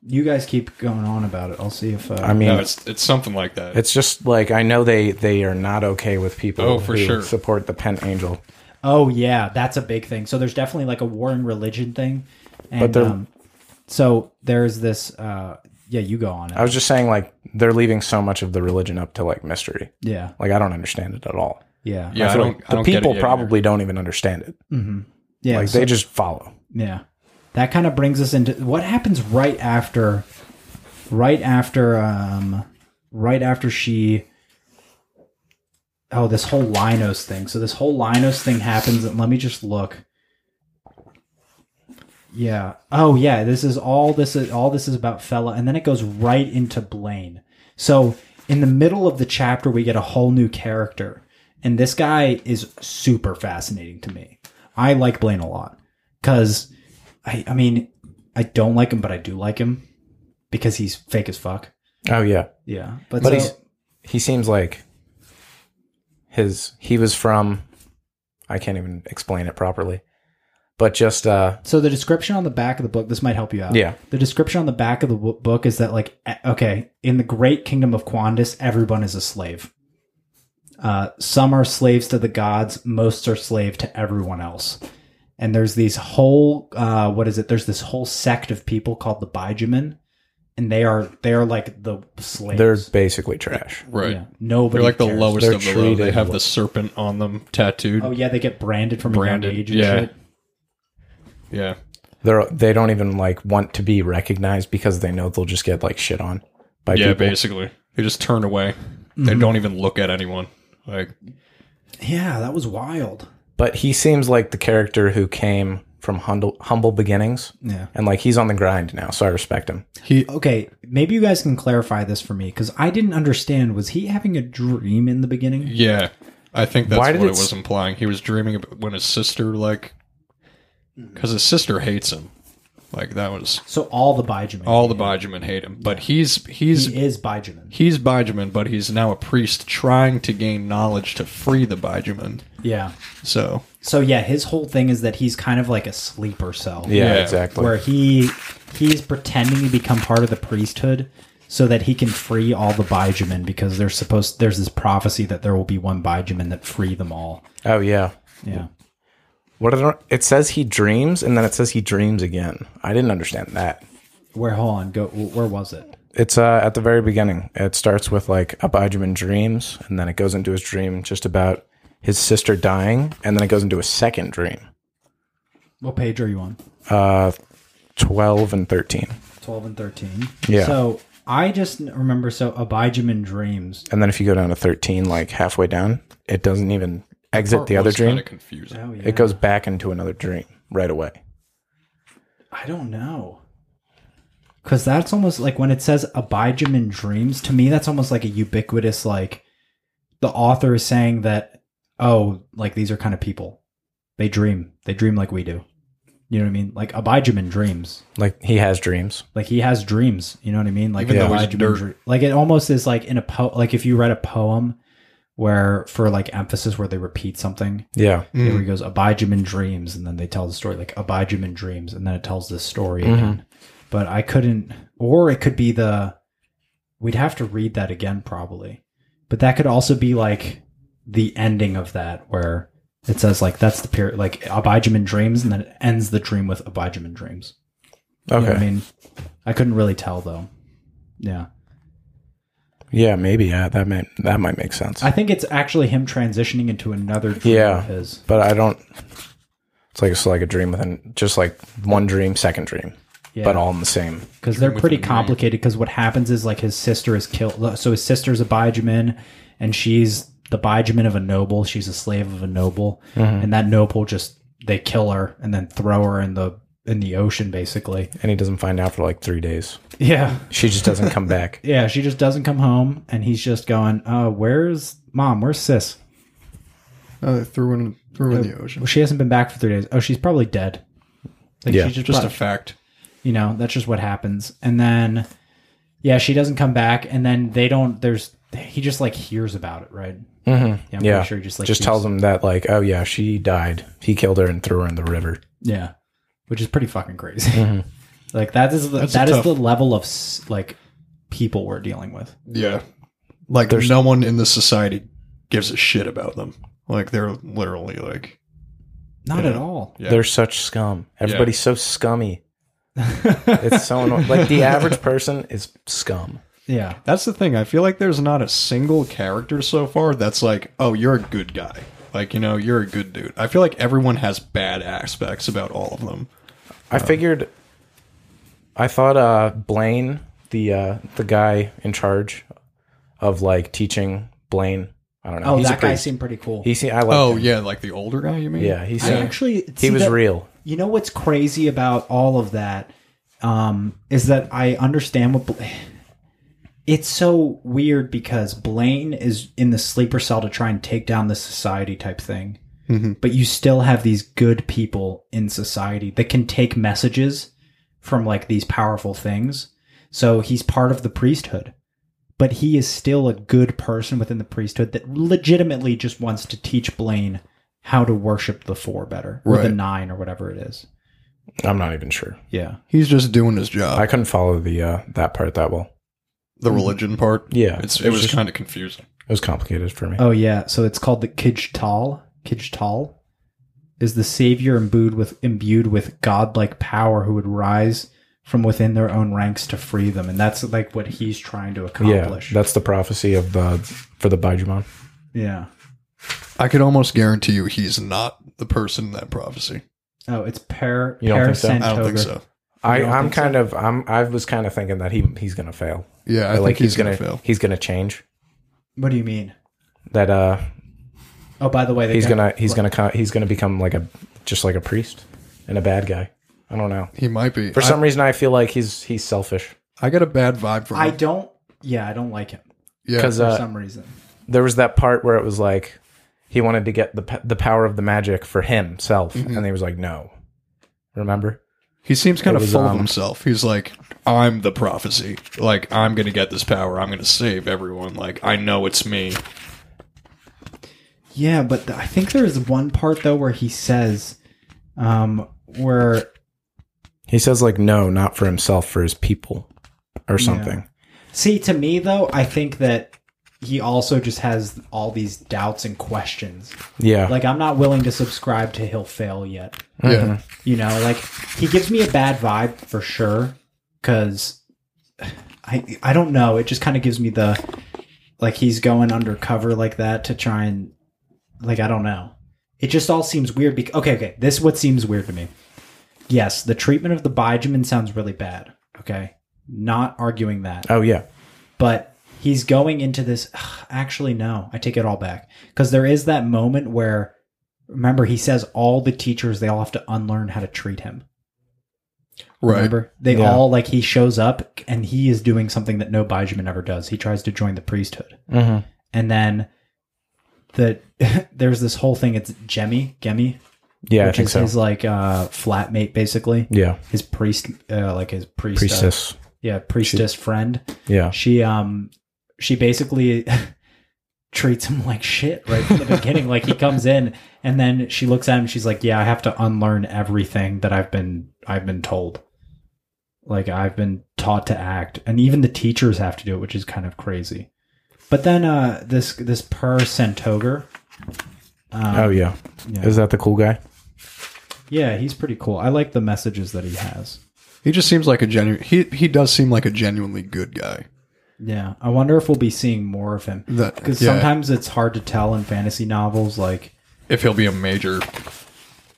Speaker 1: you guys keep going on about it i'll see if uh,
Speaker 2: I mean,
Speaker 3: No,
Speaker 2: it's,
Speaker 3: it's it's something like that.
Speaker 2: just like I know they they are not okay with people
Speaker 3: Oh, for
Speaker 2: who
Speaker 3: sure.
Speaker 2: support the pent angel,
Speaker 1: Oh yeah, that's a big thing. So there's definitely like a war and religion thing, and
Speaker 2: they're-
Speaker 1: um, so there's this. Uh, yeah, you go on it.
Speaker 2: I was just saying like they're leaving so much of the religion up to like mystery.
Speaker 1: yeah,
Speaker 2: Like I don't understand it at all.
Speaker 1: yeah,
Speaker 3: yeah, I,
Speaker 2: feel
Speaker 3: don't.
Speaker 2: like
Speaker 3: I don't
Speaker 2: the
Speaker 3: get it
Speaker 2: people
Speaker 3: yet
Speaker 2: probably don't even understand it.
Speaker 1: yeah.
Speaker 2: Like
Speaker 1: so-
Speaker 2: they just follow.
Speaker 1: yeah, that kind of brings us into what happens right after, right after, um, right after she. Oh, this whole Linos thing. So this whole Linos thing happens, and let me just look. Yeah. Oh, yeah. This is all this is all this is about fella, and then it goes right into Blaine. So in the middle of the chapter, we get a whole new character, and this guy is super fascinating to me. I like Blaine a lot because I, I mean, I don't like him, but I do like him because he's fake as fuck.
Speaker 2: Oh yeah.
Speaker 1: Yeah, but,
Speaker 2: But
Speaker 1: so-
Speaker 2: he's he seems like his he was from I can't even explain it properly. But just uh
Speaker 1: So the description on the back of the book, this might help you out.
Speaker 2: Yeah.
Speaker 1: The description on the back of the w- book is that, like, e- okay, in the great kingdom of Quandus, everyone is a slave. Uh, some are slaves to the gods, most are slave to everyone else. And there's these whole, uh, what is it? There's this whole sect of people called the Bijamin, and they are they are like the slaves.
Speaker 2: they're basically trash.
Speaker 3: Yet. Right.
Speaker 1: yeah, nobody.
Speaker 3: They're like the
Speaker 1: cares.
Speaker 3: lowest
Speaker 2: They're
Speaker 3: of the low. They
Speaker 2: treated
Speaker 3: have the
Speaker 2: like-
Speaker 3: serpent on them tattooed.
Speaker 1: Oh yeah, they get branded from a
Speaker 3: Branded,
Speaker 1: young age and
Speaker 3: yeah.
Speaker 1: shit.
Speaker 3: yeah.
Speaker 2: They're they don't even like want to be recognized because they know they'll just get like shit on by
Speaker 3: Yeah,
Speaker 2: people.
Speaker 3: basically. They just turn away. They don't even look at anyone. Like
Speaker 1: Yeah, that was wild.
Speaker 2: But he seems like the character who came from humble, humble beginnings
Speaker 1: Yeah.
Speaker 2: and like he's on the grind now, so I respect him.
Speaker 3: he
Speaker 1: Okay, maybe you guys can clarify this for me because I didn't understand. Was he having a dream in the beginning?
Speaker 3: Yeah. I think that's
Speaker 2: Why
Speaker 3: what
Speaker 2: did
Speaker 3: it,
Speaker 2: it s-
Speaker 3: was implying. He was dreaming about when his sister like
Speaker 4: Mm-hmm.
Speaker 3: cuz his sister hates him. Like that was
Speaker 1: So all the Bijamin.
Speaker 3: all the Bijamin hate him, but he's he's
Speaker 1: he is Bijamin.
Speaker 3: he's Bijamin, but he's now a priest trying to gain knowledge to free the Bijamin.
Speaker 1: Yeah.
Speaker 3: So,
Speaker 1: So yeah, his whole thing is that he's kind of like a sleeper cell.
Speaker 2: Yeah,
Speaker 3: Yeah.
Speaker 2: exactly.
Speaker 1: Where he he's pretending to become part of the priesthood so that he can free all the Bijamin because there's supposed there's this prophecy that there will be one Bijamin that free them all.
Speaker 2: oh yeah.
Speaker 1: Yeah.
Speaker 2: What I don't, it says he dreams and then it says he dreams again. I didn't understand that.
Speaker 1: Where hold on, go where was it?
Speaker 2: It's uh, at the very beginning. It starts with like Abijamin dreams, and then it goes into his dream just about his sister dying, and then it goes into a second dream.
Speaker 1: What page are you on?
Speaker 2: Uh, twelve and thirteen,
Speaker 1: 12 and 13.
Speaker 2: Yeah.
Speaker 1: So I just n- remember so Abijamin dreams.
Speaker 2: and then if you go down to thirteen, like halfway down, it doesn't even exit the other dream.
Speaker 3: Kind of confusing.
Speaker 1: Oh yeah.
Speaker 2: It goes back into another dream right away.
Speaker 1: I don't know. Because that's almost like when it says Abijam in dreams, to me, that's almost like a ubiquitous, like the author is saying that, oh, like these are kind of people. They dream. They dream like we do. You know what I mean? Like Abijam in dreams.
Speaker 2: Like he has dreams.
Speaker 1: Like he has dreams. You know what I mean? Like
Speaker 3: Even
Speaker 2: though
Speaker 1: Abijam
Speaker 3: he's
Speaker 1: in
Speaker 3: dirt.
Speaker 1: dre- like it almost is like in a po like if you read a poem where for like emphasis where they repeat something
Speaker 2: Yeah.
Speaker 1: yeah,
Speaker 3: Mm.
Speaker 1: where he goes Abijam in dreams, and then they tell the story like Abijam in dreams, and then it tells this story
Speaker 3: Mm-hmm.
Speaker 1: again. But I couldn't, or it could be the we'd have to read that again probably. But that could also be like the ending of that where it says like that's the period like Abijam in dreams, and then it ends the dream with Abijam in dreams. You know
Speaker 2: Okay.
Speaker 1: what I mean, I couldn't really tell though. Yeah,
Speaker 2: Yeah, maybe. Yeah, that might that might make sense.
Speaker 1: I think it's actually him transitioning into another dream
Speaker 2: Yeah.
Speaker 1: of his.
Speaker 2: but I don't. It's like it's like a dream within, just like one dream, second dream,
Speaker 1: Yeah.
Speaker 2: but all in the same.
Speaker 1: because they're pretty
Speaker 3: within the ring.
Speaker 1: complicated. Because what happens is like his sister is killed. uh, So his sister's a Bijamin, and she's the Bijamin of a noble. She's a slave of a noble,
Speaker 2: Mm-hmm.
Speaker 1: and that noble just they kill her and then throw her in the in the ocean, basically.
Speaker 2: And he doesn't find out for like three days.
Speaker 1: Yeah,
Speaker 2: She just doesn't come back.
Speaker 1: yeah. She just doesn't come home, and he's just going, "Uh, where's mom? Where's sis?
Speaker 4: Oh, they threw in threw in the ocean.
Speaker 1: Well, she hasn't been back for three days. Oh, she's probably dead. Like,
Speaker 2: Yeah.
Speaker 1: she just,
Speaker 3: Just
Speaker 1: prob-
Speaker 3: a fact.
Speaker 1: you know that's just what happens and then yeah she doesn't come back and then they don't there's he just like hears about it right mm-hmm. yeah I'm pretty
Speaker 2: Yeah.
Speaker 1: sure he just like
Speaker 2: just
Speaker 1: hears-
Speaker 2: tells him that like, oh yeah, she died. He killed her and threw her in the river.
Speaker 1: yeah which is pretty fucking crazy
Speaker 2: Mm-hmm.
Speaker 1: like that is the,
Speaker 3: That's
Speaker 1: that is
Speaker 3: tough.
Speaker 1: the level of s- like people we're dealing with
Speaker 3: Yeah. Like there's no one in this society gives a shit about them. Like they're literally like
Speaker 1: not
Speaker 3: Yeah.
Speaker 1: at all
Speaker 3: Yeah.
Speaker 2: They're such scum. Everybody's so scummy. it's so annoying. like the average person is scum.
Speaker 1: yeah
Speaker 3: that's the thing. I feel like there's not a single character so far that's like, oh, you're a good guy. Like, you know, you're a good dude. I feel like everyone has bad aspects about all of them.
Speaker 2: I figured. I thought uh, Blaine, the uh, the guy in charge of like teaching Blaine. I don't know.
Speaker 1: oh
Speaker 2: he's a
Speaker 1: that guy
Speaker 2: priest.
Speaker 1: seemed pretty cool
Speaker 2: He see. I like.
Speaker 3: Oh
Speaker 2: him.
Speaker 3: yeah, like the older guy, you mean?
Speaker 2: yeah. He
Speaker 1: I
Speaker 2: seemed,
Speaker 1: actually
Speaker 2: he
Speaker 1: see
Speaker 2: was
Speaker 1: that-
Speaker 2: real.
Speaker 1: you know what's crazy about all of that um, is that I understand what Bla- it's so weird because Blaine is in the sleeper cell to try and take down the society type thing, but you still have these good people in society that can take messages from like these powerful things. So he's part of the priesthood, but he is still a good person within the priesthood that legitimately just wants to teach Blaine how to worship the four better or the
Speaker 3: Right.
Speaker 1: nine or whatever it is.
Speaker 2: I'm not even sure.
Speaker 1: Yeah.
Speaker 3: He's just doing his job.
Speaker 2: I couldn't follow the uh, that part that well.
Speaker 3: the religion part.
Speaker 2: Yeah,
Speaker 3: It's,
Speaker 2: it
Speaker 3: it was
Speaker 2: was-
Speaker 3: kind of confusing.
Speaker 2: It was complicated for me.
Speaker 1: Oh yeah, so it's called the Kijtal. Kijtal is the savior imbued with imbued with godlike power who would rise from within their own ranks to free them, and that's like what he's trying to
Speaker 2: yeah,
Speaker 1: accomplish.
Speaker 2: that's the prophecy of the for the Bijumon.
Speaker 1: yeah.
Speaker 3: I could almost guarantee you he's not the person in that prophecy.
Speaker 1: Oh, it's Per
Speaker 2: You don't
Speaker 1: Per
Speaker 2: think so? I
Speaker 3: I don't think so.
Speaker 2: I,
Speaker 1: You don't
Speaker 2: I'm
Speaker 1: think so?
Speaker 2: kind of I'm I was kind of thinking that he he's gonna fail.
Speaker 3: Yeah, I think
Speaker 2: like
Speaker 3: he's, gonna, fail.
Speaker 2: he's gonna change.
Speaker 1: What do you mean?
Speaker 2: That uh
Speaker 1: Oh, by the way, they
Speaker 2: he's
Speaker 1: got-
Speaker 2: gonna he's gonna co- he's gonna become like a just like a priest and a bad guy. I don't know.
Speaker 3: He might be.
Speaker 2: For some reason, I feel like he's he's selfish
Speaker 3: I, I got a bad vibe from
Speaker 1: I
Speaker 3: him.
Speaker 1: don't. Yeah, I don't like him
Speaker 3: Yeah,
Speaker 2: because
Speaker 1: for
Speaker 2: uh,
Speaker 1: some reason.
Speaker 2: there was that part where it was like he wanted to get the p- the power of the magic for himself, and he was like, no. Remember?
Speaker 3: he seems kind
Speaker 2: it
Speaker 3: of
Speaker 2: was,
Speaker 3: full
Speaker 2: um,
Speaker 3: of himself. He's like, I'm the prophecy. Like, I'm gonna get this power. I'm gonna save everyone. Like, I know it's me.
Speaker 1: Yeah, but th- I think there is one part though where he says, um, where
Speaker 2: He says like, no, not for himself, for his people, or something.
Speaker 1: See, to me though, I think that he also just has all these doubts and questions.
Speaker 2: Yeah,
Speaker 1: Like I'm not willing to subscribe to he'll fail yet.
Speaker 3: Yeah,
Speaker 1: You know, like he gives me a bad vibe for sure cuz I I don't know, it just kind of gives me the like he's going undercover like that to try and like I don't know. It just all seems weird because okay, okay, this is what seems weird to me. Yes, the treatment of the bijamin sounds really bad. Okay. Not arguing that
Speaker 2: Oh yeah,
Speaker 1: but he's going into this actually no i take it all back because there is that moment where remember he says all the teachers they all have to unlearn how to treat him
Speaker 3: Right.
Speaker 1: Remember? They
Speaker 2: Yeah.
Speaker 1: all like he shows up and he is doing something that no Bijamin ever does. He tries to join the priesthood.
Speaker 2: Mm-hmm.
Speaker 1: And then the there's this whole thing, it's Jemmy, Gemi,
Speaker 2: Yeah, I
Speaker 1: which
Speaker 2: think
Speaker 1: is
Speaker 2: so.
Speaker 1: his like uh flatmate basically.
Speaker 2: Yeah,
Speaker 1: His priest uh, like his priest, uh,
Speaker 2: priestess.
Speaker 1: yeah, priestess friend.
Speaker 2: Yeah,
Speaker 1: She um she basically treats him like shit right from the beginning. Like he comes in and then she looks at him. She's like, "Yeah, I have to unlearn everything that I've been I've been told. Like I've been taught to act, and even the teachers have to do it, which is kind of crazy." But then uh, this this Per um, Sentoger,
Speaker 2: Oh yeah.
Speaker 1: yeah.
Speaker 2: Is that the cool guy?
Speaker 1: yeah, he's pretty cool. I like the messages that he has.
Speaker 3: He just seems like a genuine. He he does seem like a genuinely good guy.
Speaker 1: Yeah, I wonder if we'll be seeing more of him
Speaker 3: That-
Speaker 1: because
Speaker 3: yeah.
Speaker 1: sometimes it's hard to tell in fantasy novels. Like,
Speaker 3: If he'll be a major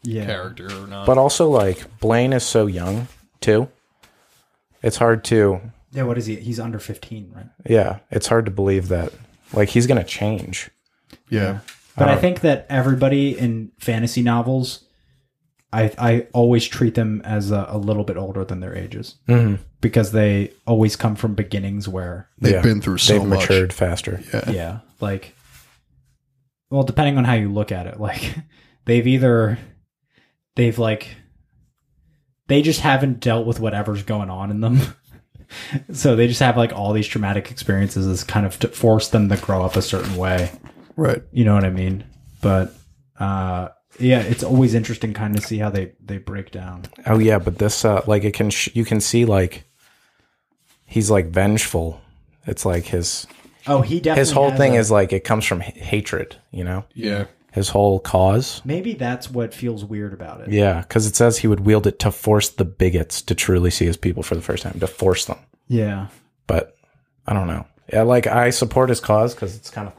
Speaker 1: yeah,
Speaker 3: character or not.
Speaker 2: But also, like Blaine is so young too. It's hard to.
Speaker 1: yeah. What is he? He's under fifteen, right?
Speaker 2: Yeah, it's hard to believe that. Like he's gonna change.
Speaker 3: yeah.
Speaker 1: But I think that everybody in fantasy novels, I I always treat them as a, a little bit older than their ages
Speaker 2: Mm-hmm.
Speaker 1: because they always come from beginnings where
Speaker 3: They've
Speaker 2: Yeah.
Speaker 3: been through so
Speaker 2: They've
Speaker 3: much.
Speaker 2: matured faster.
Speaker 3: Yeah.
Speaker 1: yeah, like, well, depending on how you look at it, like they've either they've like they just haven't dealt with whatever's going on in them. So they just have like all these traumatic experiences that's kind of to force them to grow up a certain way.
Speaker 3: Right.
Speaker 1: You know what I mean? But uh yeah, it's always interesting kind of see how they they break down.
Speaker 2: Oh yeah, but this uh, like it can sh- you can see like he's like vengeful. It's like his
Speaker 1: Oh, he definitely
Speaker 2: his whole
Speaker 1: has
Speaker 2: thing
Speaker 1: a-
Speaker 2: is like it comes from h- hatred. You know,
Speaker 3: Yeah.
Speaker 2: his whole cause.
Speaker 1: maybe that's what feels weird about it.
Speaker 2: Yeah, because it says he would wield it to force the bigots to truly see his people for the first time, to force them.
Speaker 1: Yeah.
Speaker 2: But I don't know. Yeah, like I support his cause because it's kind of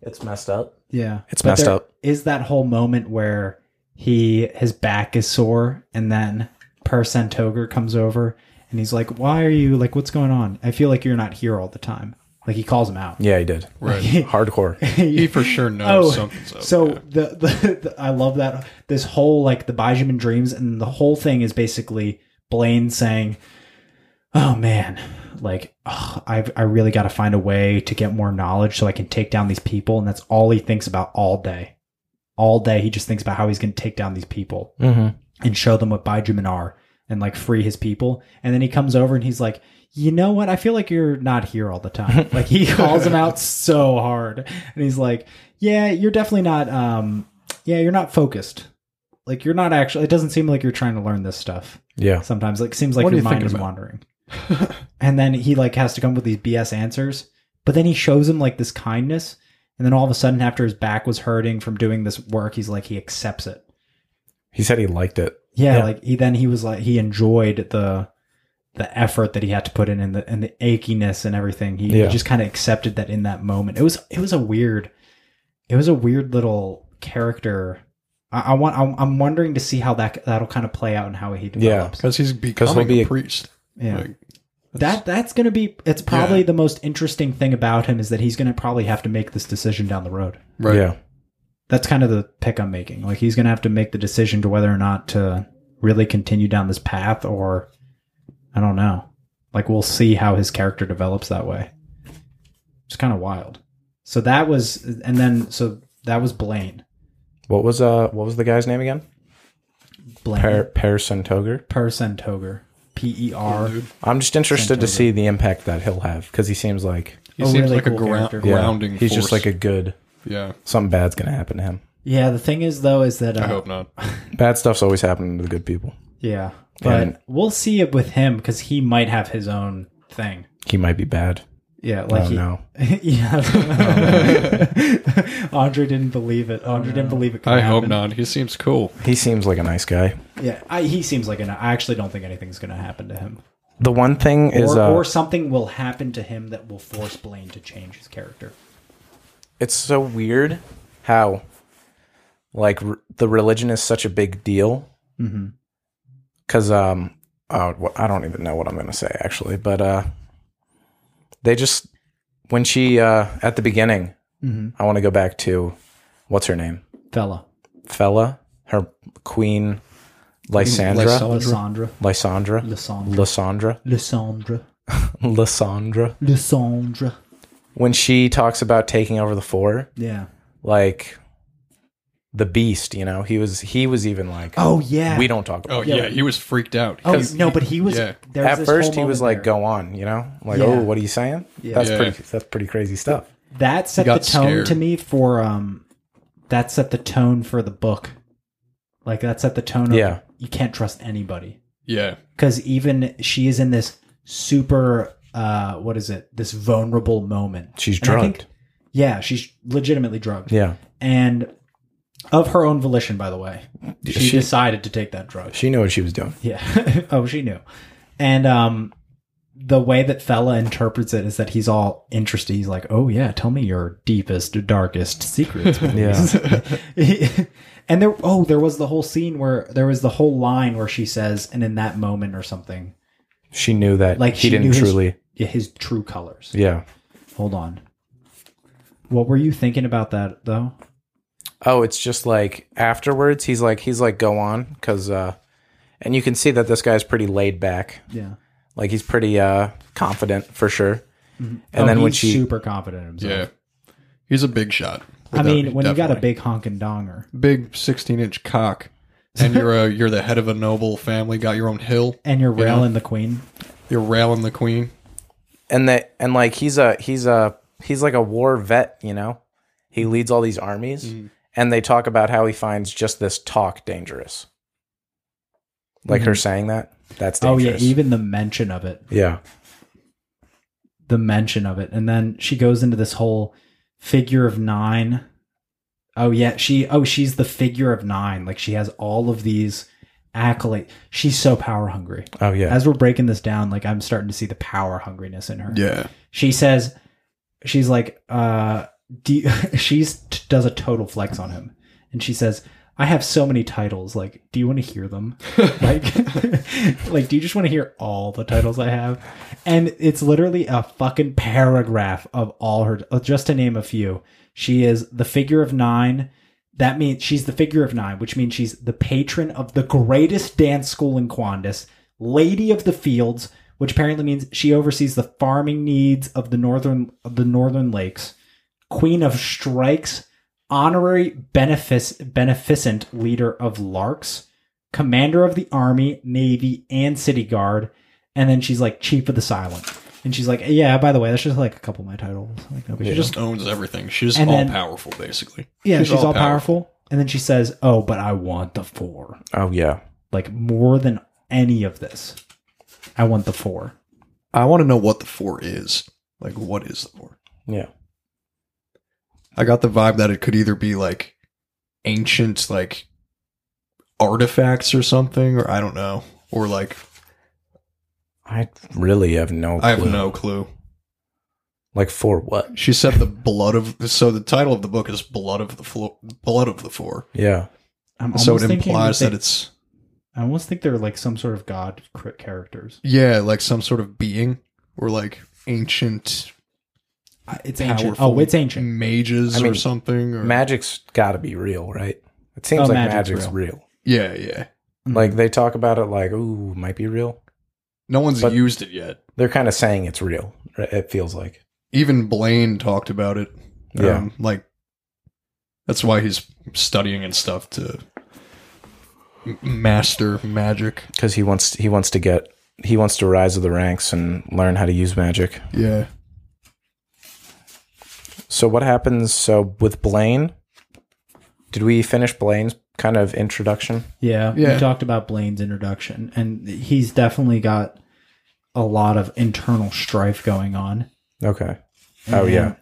Speaker 2: it's messed up.
Speaker 1: Yeah.
Speaker 2: It's messed
Speaker 1: there
Speaker 2: up.
Speaker 1: Is that whole moment where he his back is sore and then Per Toger comes over and he's like, Why are you like what's going on? I feel like you're not here all the time. Like he calls him out.
Speaker 2: Yeah, he did.
Speaker 3: Right.
Speaker 2: Hardcore.
Speaker 3: he for sure
Speaker 2: Oh,
Speaker 3: knows something's up.
Speaker 1: So the, the, the I love that this whole like the Benjamin dreams and the whole thing is basically Blaine saying, "Oh man, like ugh, I I really got to find a way to get more knowledge so I can take down these people." And that's all he thinks about all day. All day he just thinks about how he's going to take down these people
Speaker 2: mm-hmm.
Speaker 1: and show them what Benjamin are and like free his people. And then he comes over and he's like, you know what? I feel like you're not here all the time. like he calls him out so hard. And he's like, yeah, you're definitely not, um, yeah, you're not focused. Like you're not actually, it doesn't seem like you're trying to learn this stuff
Speaker 2: Yeah.
Speaker 1: sometimes. Like it seems like
Speaker 3: What are
Speaker 1: your
Speaker 3: you
Speaker 1: mind
Speaker 3: thinking
Speaker 1: is
Speaker 3: about?
Speaker 1: wandering. and then he like has to come with these BS answers. But then he shows him like this kindness. And then all of a sudden, after his back was hurting from doing this work, he's like, he accepts it.
Speaker 2: He said he liked it.
Speaker 1: Yeah,
Speaker 2: Yeah.
Speaker 1: like he then he was like he enjoyed the the effort that he had to put in and the and the achiness and everything. He, he
Speaker 2: Yeah.
Speaker 1: just kind of accepted that in that moment. It was it was a weird it was a weird little character. I, I want I'm, I'm wondering to see how that that'll kind of play out and how he develops.
Speaker 3: because he's becoming
Speaker 2: be
Speaker 3: a
Speaker 2: a-
Speaker 3: priest.
Speaker 1: Yeah.
Speaker 3: Like,
Speaker 1: that that's going to be it's probably the most interesting thing about him is that he's going to probably have to make this decision down the road.
Speaker 3: right.
Speaker 2: Yeah.
Speaker 1: That's kind of the pick I'm making. Like he's going to have to make the decision to whether or not to really continue down this path or I don't know. Like we'll see how his character develops that way. It's kind of wild. So that was and then so that was Blaine.
Speaker 2: What was uh what was the guy's name again?
Speaker 1: Blaine per,
Speaker 2: Per Per Toger.
Speaker 1: Sentoger. P E R.
Speaker 2: I'm just interested to see the impact that he'll have because he seems like
Speaker 3: He
Speaker 1: A
Speaker 3: seems
Speaker 1: really
Speaker 3: like
Speaker 1: cool
Speaker 3: a ground,
Speaker 1: character.
Speaker 2: yeah,
Speaker 3: grounding.
Speaker 2: He's just
Speaker 3: force.
Speaker 2: like a good.
Speaker 3: yeah.
Speaker 2: Something bad's gonna happen to him.
Speaker 1: Yeah, the thing is though is that uh,
Speaker 3: I hope not.
Speaker 2: Bad stuff's always happening to the good people.
Speaker 1: Yeah, but
Speaker 2: And-
Speaker 1: we'll see it with him because he might have his own thing.
Speaker 2: He might be bad.
Speaker 1: Yeah, like
Speaker 2: oh
Speaker 1: he,
Speaker 2: no.
Speaker 1: yeah. Andre didn't believe it. Andre didn't believe it. could
Speaker 3: I hope
Speaker 1: happen.
Speaker 3: not. He seems cool.
Speaker 2: He seems like a nice guy.
Speaker 1: Yeah, I, he seems like an. I actually don't think anything's going to happen to him,
Speaker 2: The one thing
Speaker 1: or,
Speaker 2: is uh,
Speaker 1: or something will happen to him that will force Blaine to change his character.
Speaker 2: it's so weird how like r- the religion is such a big deal
Speaker 1: Mm-hmm.
Speaker 2: because um uh, wh- i don't even know what i'm gonna say actually but uh they just when she uh at the beginning
Speaker 1: Mm-hmm.
Speaker 2: i want to go back to what's her name
Speaker 1: Fella,
Speaker 2: fella her queen Lysandra.
Speaker 1: Lysandra.
Speaker 2: Lysandra.
Speaker 1: Lysandra.
Speaker 2: Lysandra.
Speaker 1: Lysandra.
Speaker 2: Lysandra.
Speaker 1: Lysandra.
Speaker 2: When she talks about taking over the four,
Speaker 1: Yeah.
Speaker 2: like the beast, you know, he was he was even like
Speaker 1: Oh yeah.
Speaker 2: we don't talk about
Speaker 3: Oh
Speaker 2: it.
Speaker 3: yeah,
Speaker 1: Yeah.
Speaker 3: he was freaked out.
Speaker 1: Oh
Speaker 3: He-
Speaker 1: no, but he was.
Speaker 3: yeah.
Speaker 1: There was
Speaker 2: At
Speaker 1: this
Speaker 2: first
Speaker 1: whole
Speaker 2: he was
Speaker 1: moment
Speaker 2: like
Speaker 1: there.
Speaker 2: go on, you know? Like,
Speaker 1: Yeah.
Speaker 2: oh, what are you saying? That's
Speaker 3: Yeah.
Speaker 2: pretty that's pretty crazy stuff.
Speaker 1: That set the
Speaker 3: got
Speaker 1: tone
Speaker 3: scared.
Speaker 1: to me for um. That set the tone for the book. Like that set the tone. Of,
Speaker 2: Yeah.
Speaker 1: You can't trust anybody.
Speaker 3: Yeah,
Speaker 1: because even she is in this super uh what is it this vulnerable moment
Speaker 2: She's
Speaker 1: And I think-
Speaker 2: drugged.
Speaker 1: yeah she's legitimately drugged
Speaker 2: Yeah.
Speaker 1: and of her own volition by the way she,
Speaker 2: she-
Speaker 1: decided to take that drug
Speaker 2: She knew what she was doing.
Speaker 1: yeah oh she knew and um the way that fella interprets it is that he's all interested he's like oh yeah tell me your deepest darkest secrets
Speaker 2: Yeah.
Speaker 1: and there oh there was the whole scene where there was the whole line where she says and in that moment or something
Speaker 2: she knew that
Speaker 1: Like,
Speaker 2: like he
Speaker 1: she knew
Speaker 2: didn't
Speaker 1: his-
Speaker 2: truly
Speaker 1: yeah, his true colors.
Speaker 2: Yeah.
Speaker 1: Hold on. What were you thinking about that though?
Speaker 2: Oh, it's just like afterwards he's like he's like go on cuz uh and you can see that this guy's pretty laid back.
Speaker 1: Yeah.
Speaker 2: Like he's pretty uh confident for sure. And
Speaker 1: Oh,
Speaker 2: then when
Speaker 1: he's
Speaker 2: she
Speaker 1: super confident in himself.
Speaker 3: yeah. He's a big shot.
Speaker 1: I mean, when you got a
Speaker 3: Definitely.
Speaker 1: big honkin' donger
Speaker 3: big sixteen inch cock, and you're a, you're the head of a noble family, got your own hill,
Speaker 1: and you're railing the queen.
Speaker 3: you're railing the queen.
Speaker 2: and that and like he's a he's a he's like a war vet you know
Speaker 1: Mm-hmm.
Speaker 2: he leads all these armies and they talk about how he finds just this talk dangerous like her saying that that's
Speaker 1: Mm-hmm. Oh
Speaker 2: dangerous
Speaker 1: yeah, even the mention of it.
Speaker 2: yeah
Speaker 1: The mention of it. And then she goes into this whole figure of nine. Oh yeah, she oh she's the figure of nine. Like she has all of these accolades. She's so power hungry.
Speaker 2: oh yeah
Speaker 1: As we're breaking this down, like I'm starting to see the power hungriness in her.
Speaker 3: Yeah,
Speaker 1: she says she's like uh do you, she's t- does a total flex on him and she says i have so many titles like do you want to hear them like like do you just want to hear all the titles i have and it's literally a fucking paragraph of all her uh, just to name a few she is the figure of nine that means she's the figure of nine which means she's the patron of the greatest dance school in quandis lady of the fields which apparently means she oversees the farming needs of the northern of the northern lakes queen of strikes honorary benefic- beneficent leader of larks commander of the army navy and city guard and then she's like chief of the silent and she's like yeah by the way that's just like a couple of my titles like nobody
Speaker 3: she
Speaker 1: should
Speaker 3: just owns everything. She's
Speaker 1: And
Speaker 3: all
Speaker 1: then-
Speaker 3: powerful, basically.
Speaker 1: yeah she's, all powerful. and then she says oh but i want the four
Speaker 2: oh yeah
Speaker 1: like more than any of this i want the four
Speaker 3: I want to know what the four is. Like, what is the four?
Speaker 2: yeah
Speaker 3: I got the vibe that it could either be like ancient, like artifacts or something, or I don't know, or like
Speaker 2: i really have no clue.
Speaker 3: I have no clue.
Speaker 2: like for what
Speaker 3: She said the blood of so the title of the book is blood of the floor, blood of the four.
Speaker 2: yeah
Speaker 1: I'm
Speaker 3: So
Speaker 1: almost
Speaker 3: it
Speaker 1: thinking
Speaker 3: implies
Speaker 1: they-
Speaker 3: that it's
Speaker 1: I almost think they're like some sort of god cr- characters.
Speaker 3: yeah, like some sort of being or like ancient,
Speaker 1: It's ancient.
Speaker 3: Uh, powerful. Mm.
Speaker 1: Oh, it's ancient.
Speaker 3: mages
Speaker 2: I mean,
Speaker 3: or something. Or,
Speaker 2: magic's gotta be real right it seems
Speaker 1: Oh,
Speaker 2: like
Speaker 1: magic's
Speaker 2: magic's,
Speaker 1: real. Mm-hmm.
Speaker 2: real,
Speaker 3: yeah, yeah.
Speaker 1: Mhm.
Speaker 2: like they talk about it like ooh might be real
Speaker 3: No one's
Speaker 2: But-
Speaker 3: used it yet.
Speaker 2: they're kind of saying it's real right? it feels like
Speaker 3: Even Blaine talked about it. Um,
Speaker 2: Yeah.
Speaker 3: like that's why he's studying and stuff to m- master magic.
Speaker 2: because he wants he wants to get he wants to rise to the ranks and learn how to use magic.
Speaker 3: Yeah.
Speaker 2: So what happens? So with Blaine, did we finish Blaine's kind of introduction?
Speaker 1: Yeah,
Speaker 3: Yeah.
Speaker 1: we talked about Blaine's introduction, and he's definitely got a lot of internal strife going on.
Speaker 2: Okay. Oh yeah.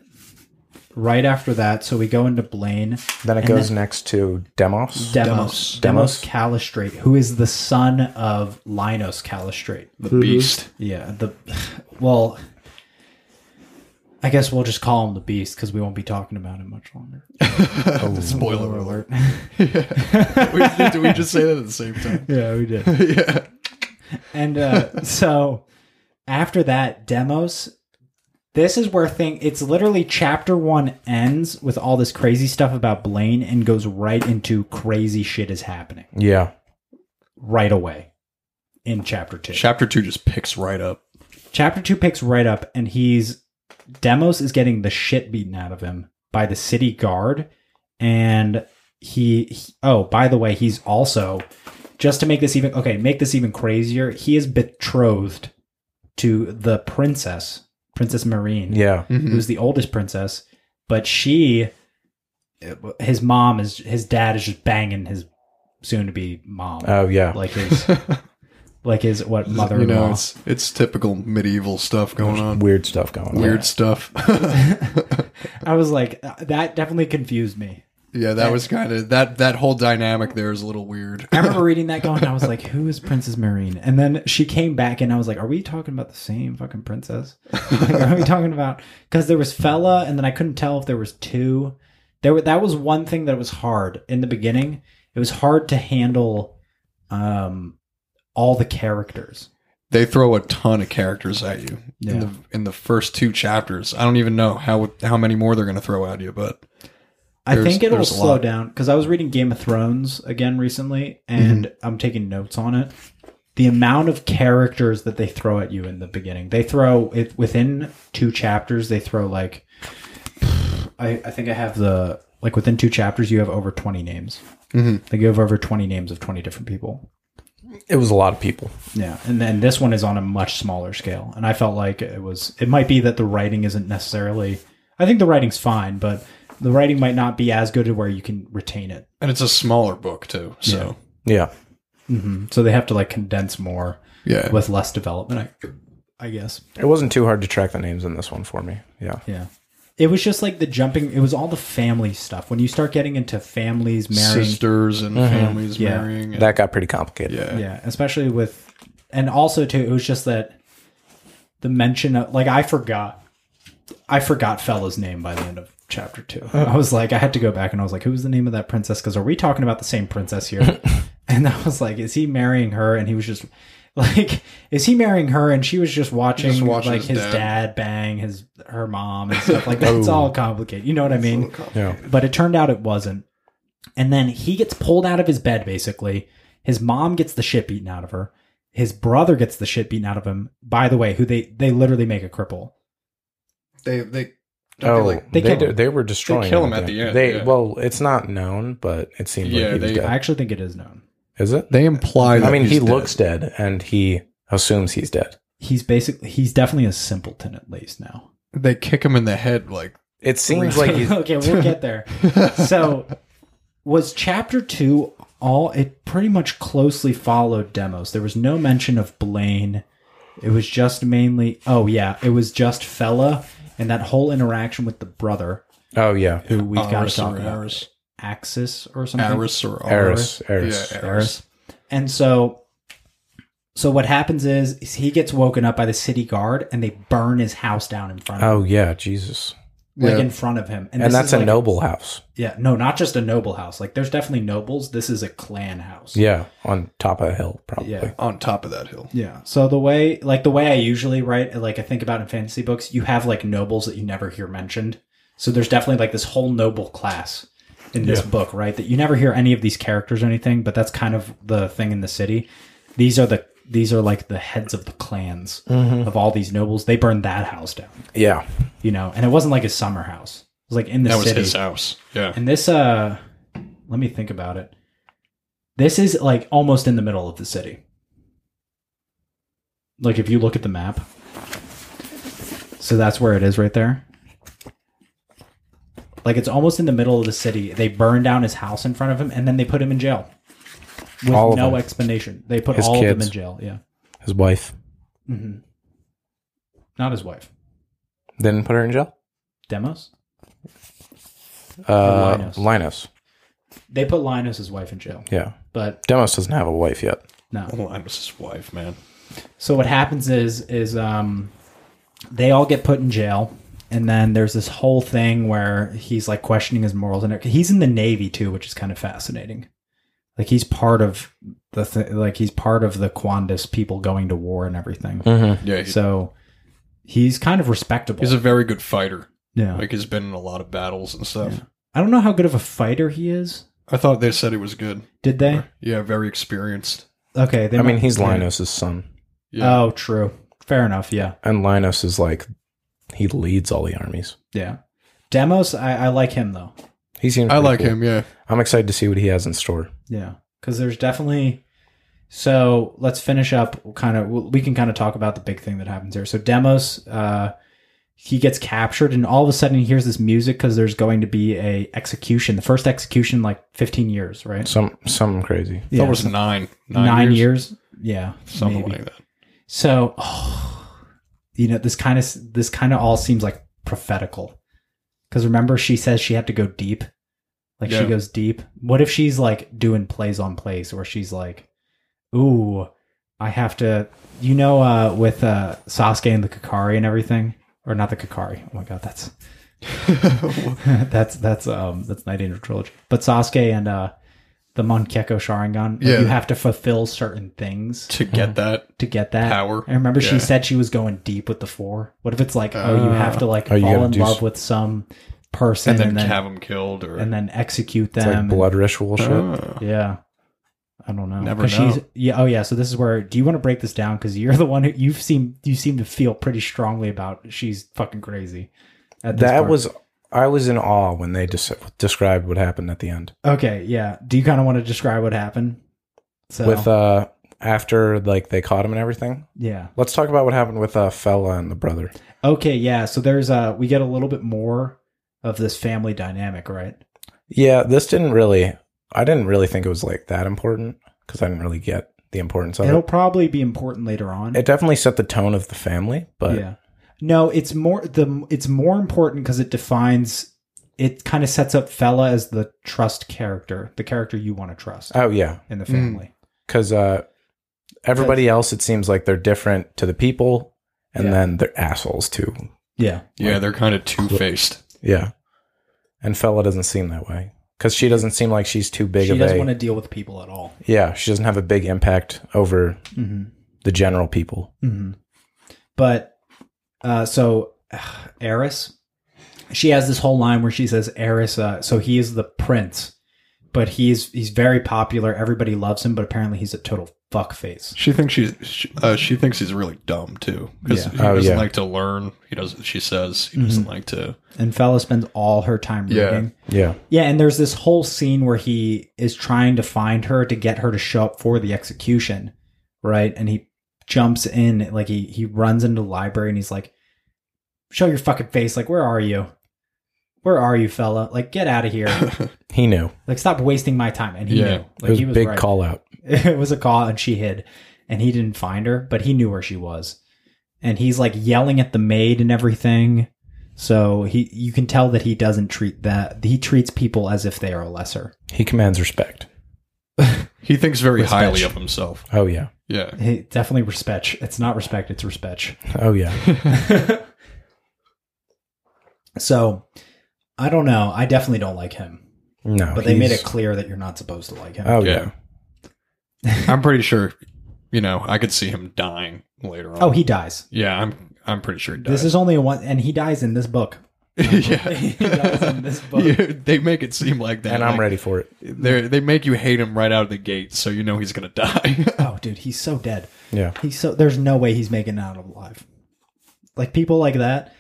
Speaker 1: Right after that, so we go into Blaine
Speaker 2: Then it goes next to Demos.
Speaker 1: Demos
Speaker 3: Demos.
Speaker 1: Demos Calistrate, who is the son of Linus Calistrate.
Speaker 3: The beast.
Speaker 1: Yeah, the well, I guess we'll just call him the Beast because we won't be talking about him much longer.
Speaker 3: Spoiler alert. yeah. Did we just say that at the same time?
Speaker 1: Yeah, we did. yeah. And uh, so after that, demos. This is where thing it's literally chapter one ends with all this crazy stuff about Blaine and goes right into crazy shit is happening.
Speaker 2: Yeah.
Speaker 1: right away in chapter two.
Speaker 3: Chapter two just picks right up.
Speaker 1: chapter two picks right up, and he's Demos is getting the shit beaten out of him by the city guard, and he, he- oh by the way, he's also just to make this even okay, make this even crazier. He is betrothed to the princess, Princess Marine,
Speaker 2: Yeah.
Speaker 3: Mm-hmm.
Speaker 1: who's the oldest princess, but she, his mom is his dad is just banging his soon to be mom,
Speaker 2: Oh yeah.
Speaker 1: like his like his what mother
Speaker 3: you
Speaker 1: in law.
Speaker 3: know, it's it's typical medieval stuff going on.
Speaker 2: Weird stuff going on.
Speaker 3: Weird stuff.
Speaker 1: I was like, uh, that definitely confused me.
Speaker 3: yeah, that was kind of that that whole dynamic there is a little weird.
Speaker 1: I remember reading that going, I was like, who is Princess Marine? And then she came back and I was like, are we talking about the same fucking princess? Like, are we talking about because there was Fella and then I couldn't tell if there was two. There were, that was one thing that was hard in the beginning. It was hard to handle um all the characters.
Speaker 3: they throw a ton of characters at you
Speaker 1: Yeah.
Speaker 3: in the in the first two chapters. I don't even know how how many more they're going to throw at you, but
Speaker 1: I
Speaker 3: There's-
Speaker 1: think it'll
Speaker 3: there's a
Speaker 1: slow
Speaker 3: lot.
Speaker 1: down because I was reading Game of Thrones again recently, and
Speaker 3: Mm-hmm.
Speaker 1: I'm taking notes on it. The amount of characters that they throw at you in the beginning, they throw it within two chapters. They throw like, I, I think I have the like within two chapters you have over 20 names.
Speaker 3: Mhm.
Speaker 1: They give over 20 names of 20 different people.
Speaker 2: It was a lot of people.
Speaker 1: Yeah, and then this one is on a much smaller scale, and I felt like it was. It might be that the writing isn't necessarily. I think the writing's fine, but the writing might not be as good to where you can retain it.
Speaker 3: and it's a smaller book too. So
Speaker 2: Yeah.
Speaker 1: So they have to like condense more
Speaker 3: yeah,
Speaker 1: with less development, I, I guess.
Speaker 2: It wasn't too hard to track the names in this one for me. Yeah.
Speaker 1: Yeah. It was just like the jumping, it was all the family stuff. When you start getting into families marrying, Mm-hmm.
Speaker 3: sisters and families
Speaker 1: Yeah.
Speaker 3: marrying. and-
Speaker 2: That got pretty complicated.
Speaker 3: yeah.
Speaker 1: yeah, especially with, and also too, it was just that the mention of, like, I forgot, I forgot Fella's name by the end of chapter two.
Speaker 3: Oh.
Speaker 1: I was like, I had to go back and I was like, who was the name of that princess? Because are we talking about the same princess here? and I was like, is he marrying her? And he was just like, is he marrying her? And she was just watching,
Speaker 3: Just watching
Speaker 1: like his,
Speaker 3: his dad. Oh.
Speaker 1: dad. bang his her mom and stuff like that's all complicated. You know what I mean?
Speaker 2: Yeah.
Speaker 1: But it turned out it wasn't. And then he gets pulled out of his bed. Basically, his mom gets the shit beaten out of her. His brother gets the shit beaten out of him. By the way, who they they literally make a cripple.
Speaker 4: They they
Speaker 2: Oh,
Speaker 4: like-
Speaker 1: They
Speaker 2: they they,
Speaker 1: kill
Speaker 2: do,
Speaker 1: him.
Speaker 2: they were destroying.
Speaker 3: kill him at the end,
Speaker 2: They
Speaker 3: yeah.
Speaker 2: well, it's not known, but it seemed
Speaker 3: Yeah,
Speaker 2: like he was
Speaker 3: they-
Speaker 1: I
Speaker 2: dead.
Speaker 1: actually think it is known.
Speaker 2: Is it?
Speaker 3: They imply. That
Speaker 2: I mean,
Speaker 3: he's
Speaker 2: he
Speaker 3: dead.
Speaker 2: looks dead, and he assumes he's dead.
Speaker 1: He's basically he's definitely a simpleton at least now.
Speaker 3: They kick him in the head like
Speaker 2: It seems like he's
Speaker 1: okay, we'll get there. So, was chapter two all? It pretty much closely followed demos. There was no mention of Blaine. It was just mainly. Oh yeah, it was just Fella and that whole interaction with the brother
Speaker 2: oh yeah,
Speaker 1: who we've got to
Speaker 3: Aris
Speaker 1: talk
Speaker 3: or
Speaker 1: about.
Speaker 3: Aris,
Speaker 1: Axis or something.
Speaker 3: Aris or
Speaker 2: Eris,
Speaker 3: Aris.
Speaker 2: Eris.
Speaker 3: Oh, Yeah, Aris.
Speaker 1: Aris. And so, so what happens is, is he gets woken up by the city guard and they burn his house down in front of him,
Speaker 2: Oh yeah, Jesus,
Speaker 1: like
Speaker 3: Oh, yeah.
Speaker 1: in front of him.
Speaker 2: and
Speaker 1: this
Speaker 2: that's
Speaker 1: is
Speaker 2: a
Speaker 1: like-
Speaker 2: noble house.
Speaker 1: Yeah, no, not just a noble house. Like there's definitely nobles. This is a clan house.
Speaker 2: Yeah, on top of a hill, probably.
Speaker 1: Yeah.
Speaker 3: On top of that hill,
Speaker 1: Yeah. So the way like the way I usually write like I think about in fantasy books, you have like nobles that you never hear mentioned. So there's definitely like this whole noble class in this book, right? That you never hear any of these characters or anything, but that's kind of the thing in the city. These are the these are like the heads of the clans of all these nobles. They burned that house down,
Speaker 2: Yeah,
Speaker 1: you know. And it wasn't like a summer house. It was like in the
Speaker 3: that was
Speaker 1: city.
Speaker 3: his house. Yeah,
Speaker 1: And this, uh, let me think about it. This is like almost in the middle of the city. Like if you look at the map. So that's where it is right there. Like it's almost in the middle of the city. They burn down his house in front of him and then they put him in jail. With
Speaker 2: All of
Speaker 1: no
Speaker 2: them.
Speaker 1: explanation. They put
Speaker 2: His
Speaker 1: all of them
Speaker 2: kids.
Speaker 1: in jail. Yeah.
Speaker 2: his wife
Speaker 1: hmm Not his wife.
Speaker 2: didn't put her in jail.
Speaker 1: Demos?
Speaker 2: Uh,
Speaker 1: Linus.
Speaker 2: Linus.
Speaker 1: They put Linus' wife in jail.
Speaker 2: Yeah,
Speaker 1: But
Speaker 2: Demos doesn't have a wife yet.
Speaker 1: no.
Speaker 3: Linus' Oh, his wife, man.
Speaker 1: So what happens is is um, they all get put in jail, and then there's this whole thing where he's like questioning his morals, and he's in the navy too, which is kind of fascinating. Like he's part of the th- like he's part of the Quandis people going to war and everything.
Speaker 3: Yeah, he-
Speaker 1: So he's kind of respectable.
Speaker 3: he's a very good fighter.
Speaker 1: yeah,
Speaker 3: Like he's been in a lot of battles and stuff.
Speaker 1: I don't know how good of a fighter he is.
Speaker 3: I thought they said it was good.
Speaker 1: Did they?
Speaker 3: Yeah, very experienced.
Speaker 1: Okay. They
Speaker 2: I mean,
Speaker 1: might-
Speaker 2: he's
Speaker 1: yeah.
Speaker 2: Linus's son,
Speaker 3: Yeah.
Speaker 1: Oh, true. Fair enough. Yeah.
Speaker 2: and Linus is like he leads all the armies.
Speaker 1: Yeah. Demos, I, I like him though.
Speaker 2: He seems.
Speaker 3: I
Speaker 2: pretty
Speaker 3: like
Speaker 2: cool.
Speaker 3: him. Yeah.
Speaker 2: I'm excited to see what he has in store.
Speaker 1: Yeah. Because there's definitely. So let's finish up. Kind of, we can kind of talk about the big thing that happens here. So Demos, uh, he gets captured, and all of a sudden he hears this music because there's going to be a execution, the first execution in like 15 years, right?
Speaker 2: Some something crazy.
Speaker 3: That was nine.
Speaker 1: nine,
Speaker 3: Nine, years,
Speaker 1: years. Yeah,
Speaker 3: Something
Speaker 1: maybe.
Speaker 3: like that.
Speaker 1: So, you know, this kind of this kind of all seems like prophetical. Because remember, she says she had to go deep. Like she
Speaker 3: Yeah.
Speaker 1: goes deep. What if she's like doing plays on plays, where she's like, "Ooh, I have to," you know, uh, with uh, Sasuke and the Kakari and everything, or not the Kakari. Oh my god, that's that's that's um that's Nightingale trilogy. But Sasuke and uh, the Monkeko Sharingan, like,
Speaker 3: Yeah.
Speaker 1: you have to fulfill certain things
Speaker 3: to get that.
Speaker 1: to get that
Speaker 3: Power.
Speaker 1: I remember she
Speaker 3: Yeah.
Speaker 1: said she was going deep with the four. What if it's like, oh, you have to like
Speaker 2: Oh, you
Speaker 1: fall
Speaker 2: gotta
Speaker 1: in
Speaker 2: do
Speaker 1: love
Speaker 2: s-
Speaker 1: with some person
Speaker 3: And then,
Speaker 1: and then
Speaker 3: have him killed or
Speaker 1: and then execute
Speaker 2: It's
Speaker 1: them?
Speaker 2: like
Speaker 1: and-
Speaker 2: blood ritual shit.
Speaker 3: Oh.
Speaker 1: yeah, I don't know.
Speaker 3: Never
Speaker 1: 'Cause
Speaker 3: know.
Speaker 1: yeah. Oh yeah. So this is where. Do you want to break this down? Because you're the one who you seem you seem to feel pretty strongly about. She's fucking crazy. At this
Speaker 2: That
Speaker 1: part.
Speaker 2: was. I was in awe when they des- described what happened at the end.
Speaker 1: okay. Yeah. Do you kind of want to describe what happened? So
Speaker 2: With uh, after like they caught him and everything.
Speaker 1: yeah.
Speaker 2: Let's talk about what happened with uh, Fella and the brother.
Speaker 1: Okay. Yeah. So there's uh we get a little bit more of this family dynamic, right?
Speaker 2: Yeah, this didn't really. I didn't really think it was like that important because I didn't really get the importance of
Speaker 1: It'll
Speaker 2: it.
Speaker 1: probably be important later on.
Speaker 2: It definitely set the tone of the family, but
Speaker 1: yeah. No, it's more the it's more important because it defines it kind of sets up fella as the trust character, the character you want to trust
Speaker 2: oh yeah,
Speaker 1: in the family.
Speaker 2: because uh, everybody else it seems like they're different to the people, and
Speaker 1: Yeah.
Speaker 2: then they're assholes too.
Speaker 1: Yeah.
Speaker 3: Yeah, they're kind of two faced.
Speaker 2: Yeah, and Fella doesn't seem that way because she doesn't seem like she's too big
Speaker 1: She
Speaker 2: of a.
Speaker 1: doesn't want to deal with people at all.
Speaker 2: yeah, she doesn't have a big impact over
Speaker 1: hmm
Speaker 2: the general people.
Speaker 1: hmm But uh, so uh, Eris, she has this whole line where she says Eris. Uh, so he is the prince, but he's he's very popular. Everybody loves him, but apparently he's a total fuckface.
Speaker 3: She thinks she's she, uh, she thinks he's really dumb too because
Speaker 1: Yeah.
Speaker 3: he
Speaker 2: Oh,
Speaker 3: doesn't
Speaker 2: yeah.
Speaker 3: like to learn. He doesn't. She says he doesn't like to.
Speaker 1: And fella spends all her time
Speaker 3: Yeah.
Speaker 1: reading.
Speaker 2: Yeah,
Speaker 1: Yeah, and there's this whole scene where he is trying to find her to get her to show up for the execution, right? And he jumps in, like he he runs into the library and he's like, "Show your fucking face! Like, where are you? Where are you, fella? Like, get out of here!
Speaker 2: he knew
Speaker 1: like, stop wasting my time." And he
Speaker 3: Yeah.
Speaker 1: knew,
Speaker 2: it
Speaker 1: like,
Speaker 2: was,
Speaker 1: he
Speaker 2: a
Speaker 1: was
Speaker 2: big
Speaker 1: right.
Speaker 2: call out.
Speaker 1: It was a call, and she hid, and he didn't find her, but he knew where she was, and he's like yelling at the maid and everything. So he, you can tell that he doesn't treat that. He treats people as if they are lesser.
Speaker 2: He commands respect.
Speaker 3: He thinks very
Speaker 2: Respect.
Speaker 3: highly of himself.
Speaker 2: Oh yeah,
Speaker 3: Yeah,
Speaker 1: Hey, definitely respect. It's not respect, it's respect.
Speaker 2: oh yeah.
Speaker 1: So I don't know. I definitely don't like him.
Speaker 2: No,
Speaker 1: But they made
Speaker 2: he's-
Speaker 1: it clear that you're not supposed to like him.
Speaker 2: Oh yeah.
Speaker 3: Yeah. I'm pretty sure. You know, I could see him dying later on.
Speaker 1: oh, he dies.
Speaker 3: Yeah, I'm. I'm pretty sure he dies.
Speaker 1: This is only a one and he dies in this book.
Speaker 3: yeah.
Speaker 1: He dies in this book.
Speaker 3: Yeah, they make it seem like that.
Speaker 2: and I'm
Speaker 3: like,
Speaker 2: ready for it.
Speaker 3: They they make you hate him right out of the gate, so you know he's gonna die.
Speaker 1: Oh dude, he's so dead.
Speaker 2: Yeah,
Speaker 1: He's so there's no way he's making it out alive. Like people like that.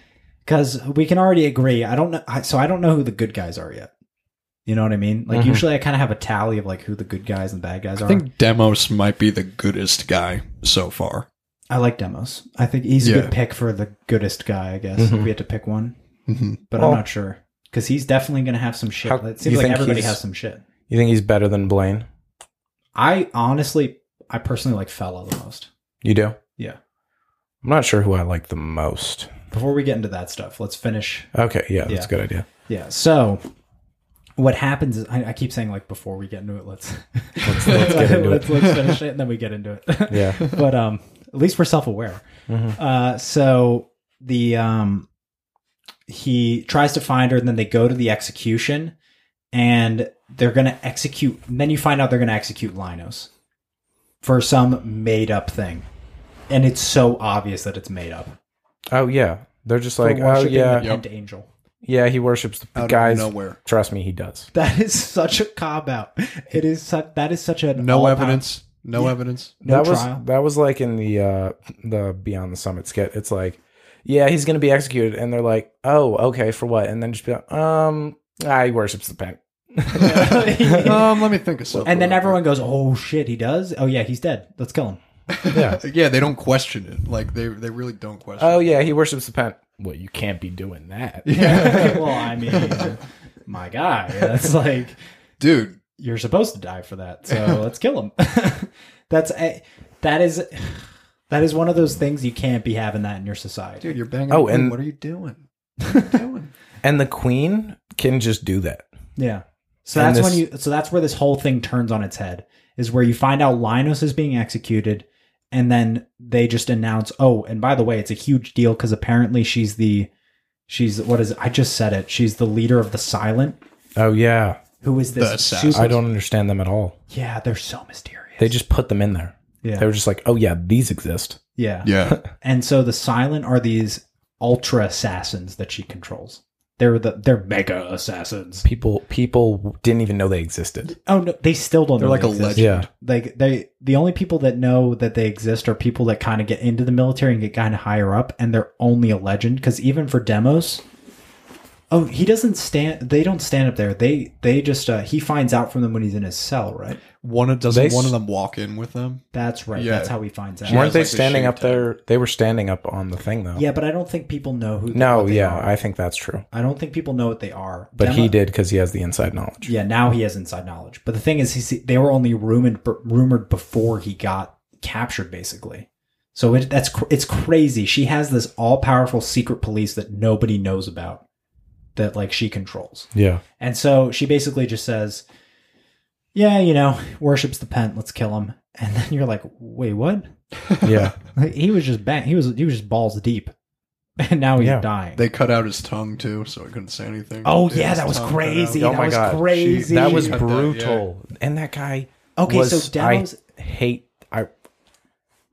Speaker 1: Cause we can already agree. I don't know I, so I don't know who the good guys are yet. You know what I mean? Like
Speaker 2: Mhm.
Speaker 1: usually I kinda have a tally of like who the good guys and bad guys are.
Speaker 3: I think Demos might be the goodest guy so far.
Speaker 1: I like Demos. I think he's a
Speaker 3: Yeah.
Speaker 1: good pick for the goodest guy, I guess. If
Speaker 2: Mhm.
Speaker 1: we had to pick one,
Speaker 3: Mm-hmm.
Speaker 1: but
Speaker 2: Well-
Speaker 1: I'm not sure because he's definitely going to have some shit.
Speaker 2: How-
Speaker 1: it
Speaker 2: you
Speaker 1: seems like
Speaker 2: think
Speaker 1: everybody
Speaker 2: he's-
Speaker 1: has some shit.
Speaker 2: you think he's better than Blaine?
Speaker 1: I honestly, I personally like Fella the most.
Speaker 2: You do?
Speaker 1: Yeah.
Speaker 2: I'm not sure who I like the most.
Speaker 1: Before we get into that stuff, let's finish.
Speaker 2: Okay, yeah, that's
Speaker 1: Yeah.
Speaker 2: a good idea.
Speaker 1: Yeah. So what happens is I, I keep saying like before we get into it, let's let's,
Speaker 2: get into it.
Speaker 1: let's, let's finish it and then we get into it.
Speaker 2: Yeah.
Speaker 1: but um at least we're self-aware
Speaker 2: Mhm.
Speaker 1: uh so the um he tries to find her and then they go to the execution and they're gonna execute and then you find out they're gonna execute linos for some made-up thing and it's so obvious that it's made up
Speaker 2: Oh yeah, they're just
Speaker 1: For
Speaker 2: like, oh
Speaker 1: worshiping
Speaker 2: yeah,
Speaker 1: the
Speaker 3: Yep.
Speaker 1: pent angel
Speaker 2: yeah. He worships the
Speaker 3: Out
Speaker 2: guys.
Speaker 3: of nowhere,
Speaker 2: Trust me, he does.
Speaker 1: that is such a cop out it is such that is such a
Speaker 3: no
Speaker 1: all-power-
Speaker 3: evidence, No evidence.
Speaker 1: No
Speaker 2: that
Speaker 1: trial?
Speaker 2: was that was like in the uh the Beyond the Summit skit. It's like, yeah, he's gonna be executed, and they're like, oh, okay, for what? And then just be like, um, ah, he worships the pen.
Speaker 3: um, let me think of something.
Speaker 1: And then everyone goes, "Oh shit, he does. Oh yeah, he's dead. Let's kill him."
Speaker 2: Yeah.
Speaker 3: Yeah, they don't question it. Like they they really don't question.
Speaker 2: oh
Speaker 3: it.
Speaker 2: yeah, he worships the pen. Well, you can't be doing that.
Speaker 1: well, I mean, my guy, that's like
Speaker 3: dude.
Speaker 1: you're supposed to die for that. So let's kill him. that's a, that is that is one of those things you can't be having that in your society.
Speaker 3: Dude, you're banging.
Speaker 2: Oh,
Speaker 3: Oh, and
Speaker 2: and-
Speaker 3: what are you doing? What are you doing?
Speaker 2: And the queen can just do that.
Speaker 1: Yeah. So
Speaker 2: And
Speaker 1: that's
Speaker 2: this-
Speaker 1: when you so that's where this whole thing turns on its head is where you find out Linus is being executed and then they just announce, "Oh, and by the way, it's a huge deal cuz apparently she's the she's what is it? I just said it. She's the leader of the silent
Speaker 2: Oh yeah,
Speaker 1: who is
Speaker 3: The
Speaker 1: this
Speaker 3: assassin.
Speaker 1: super-
Speaker 2: I don't understand them at all.
Speaker 1: Yeah, they're so mysterious.
Speaker 2: They just put them in there.
Speaker 1: Yeah.
Speaker 2: They were just like, oh yeah, these exist.
Speaker 1: yeah.
Speaker 3: Yeah,
Speaker 1: And so the silent are these ultra assassins that she controls. They're the they're mega assassins.
Speaker 2: People people didn't even know they existed.
Speaker 1: Oh no, they still don't
Speaker 3: they're
Speaker 1: know
Speaker 3: like a
Speaker 1: they exist.
Speaker 3: legend.
Speaker 2: Yeah.
Speaker 1: like they the only people that know that they exist are people that kind of get into the military and get kind of higher up and they're only a legend because even for demos oh he doesn't stand they don't stand up there they they just uh he finds out from them when he's in his cell right
Speaker 3: One of doesn't
Speaker 2: They
Speaker 3: one
Speaker 2: s-
Speaker 3: of them walk in with them.
Speaker 1: that's right
Speaker 3: Yeah.
Speaker 1: that's how he finds out
Speaker 3: Yeah,
Speaker 2: Weren't
Speaker 3: it's
Speaker 2: they
Speaker 3: like the
Speaker 2: standing
Speaker 3: shame
Speaker 2: up
Speaker 3: tag.
Speaker 2: there? They were standing up on the thing though.
Speaker 1: yeah but i don't think people know who
Speaker 2: No,
Speaker 1: what they
Speaker 2: yeah,
Speaker 1: are.
Speaker 2: I think that's true.
Speaker 1: I don't think people know what they are
Speaker 2: But
Speaker 1: Demo-
Speaker 2: he did because he has the inside knowledge.
Speaker 1: yeah now he has inside knowledge but the thing is he's, they were only rumored rumored before he got captured basically so it, that's cr- it's crazy she has this all-powerful secret police that nobody knows about that like she controls
Speaker 2: Yeah.
Speaker 1: and so she basically just says yeah you know worships the pent let's kill him and then you're like wait what
Speaker 2: Yeah.
Speaker 1: Like, he was just bang he was he was just balls deep and now he's
Speaker 2: Yeah.
Speaker 1: dying
Speaker 3: They cut out his tongue too, so he couldn't say anything.
Speaker 1: oh
Speaker 3: Dude,
Speaker 1: yeah
Speaker 3: his
Speaker 1: that was
Speaker 3: tongue cut out.
Speaker 1: crazy
Speaker 2: Oh
Speaker 1: that
Speaker 2: my
Speaker 1: was
Speaker 2: God. She-
Speaker 1: crazy
Speaker 2: that was
Speaker 3: Cut that, yeah.
Speaker 2: brutal. And that guy
Speaker 1: Okay,
Speaker 2: was,
Speaker 1: so Demos-
Speaker 2: I hate I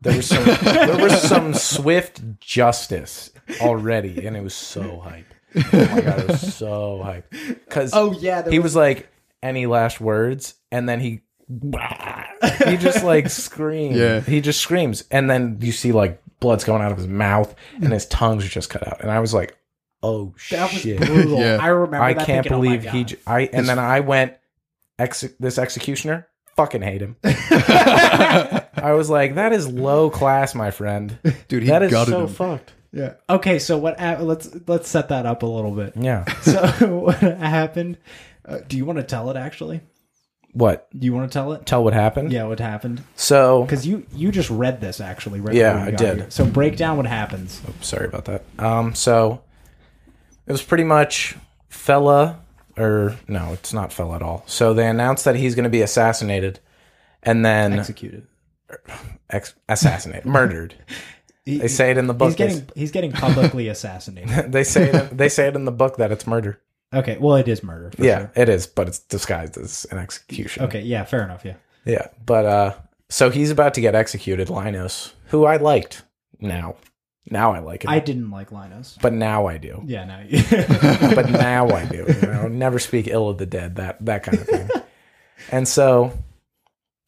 Speaker 2: there was some there was some swift justice already and it was so hype. Oh my god, it was so hype. Cuz
Speaker 1: Oh, yeah, there
Speaker 2: he was like any last words and then he he just like screams.
Speaker 3: Yeah.
Speaker 2: He just screams and then you see like blood's going out of his mouth and his tongues are just cut out and I was like, "Oh
Speaker 1: That was
Speaker 2: shit."
Speaker 1: brutal.
Speaker 3: Yeah.
Speaker 1: I remember.
Speaker 2: I
Speaker 1: that
Speaker 2: can't
Speaker 1: thinking, oh my
Speaker 2: believe he.
Speaker 1: God.
Speaker 2: j- I and then I went. Ex- this executioner fucking hate him. I was like, that is low class, my friend.
Speaker 3: Dude, he
Speaker 2: That is
Speaker 3: gutted
Speaker 2: so
Speaker 3: him.
Speaker 2: fucked.
Speaker 3: yeah.
Speaker 1: okay, so what? hap- Let's let's set that up a little bit.
Speaker 2: Yeah.
Speaker 1: So what happened? Uh, do you want to tell it? Actually,
Speaker 2: What?
Speaker 1: do you want to tell it?
Speaker 2: Tell what happened.
Speaker 1: Yeah, what happened?
Speaker 2: So
Speaker 1: Because you you just read this actually. Right
Speaker 2: Yeah,
Speaker 1: before we
Speaker 2: I
Speaker 1: got
Speaker 2: did.
Speaker 1: here. So break down what happens.
Speaker 2: sorry about that. Um. So it was pretty much fella, or no, it's not fella at all. So they announced that he's going to be assassinated, and then
Speaker 1: Executed.
Speaker 2: ex- assassinated, murdered.
Speaker 1: He-
Speaker 2: They say it in the book.
Speaker 1: He's getting he's getting publicly assassinated.
Speaker 2: they say it, they say it in the book that it's murder.
Speaker 1: Okay, well it is murder. for
Speaker 2: Yeah,
Speaker 1: sure.
Speaker 2: it is, but it's disguised as an execution.
Speaker 1: Okay, yeah, fair enough. Yeah.
Speaker 2: Yeah, but uh, so he's about to get executed, Linus, who I liked. Now, now I like him,
Speaker 1: I didn't like Linus.
Speaker 2: but now I do.
Speaker 1: Yeah, no.
Speaker 2: But now I do. You know, never speak ill of the dead. That that kind of thing. and so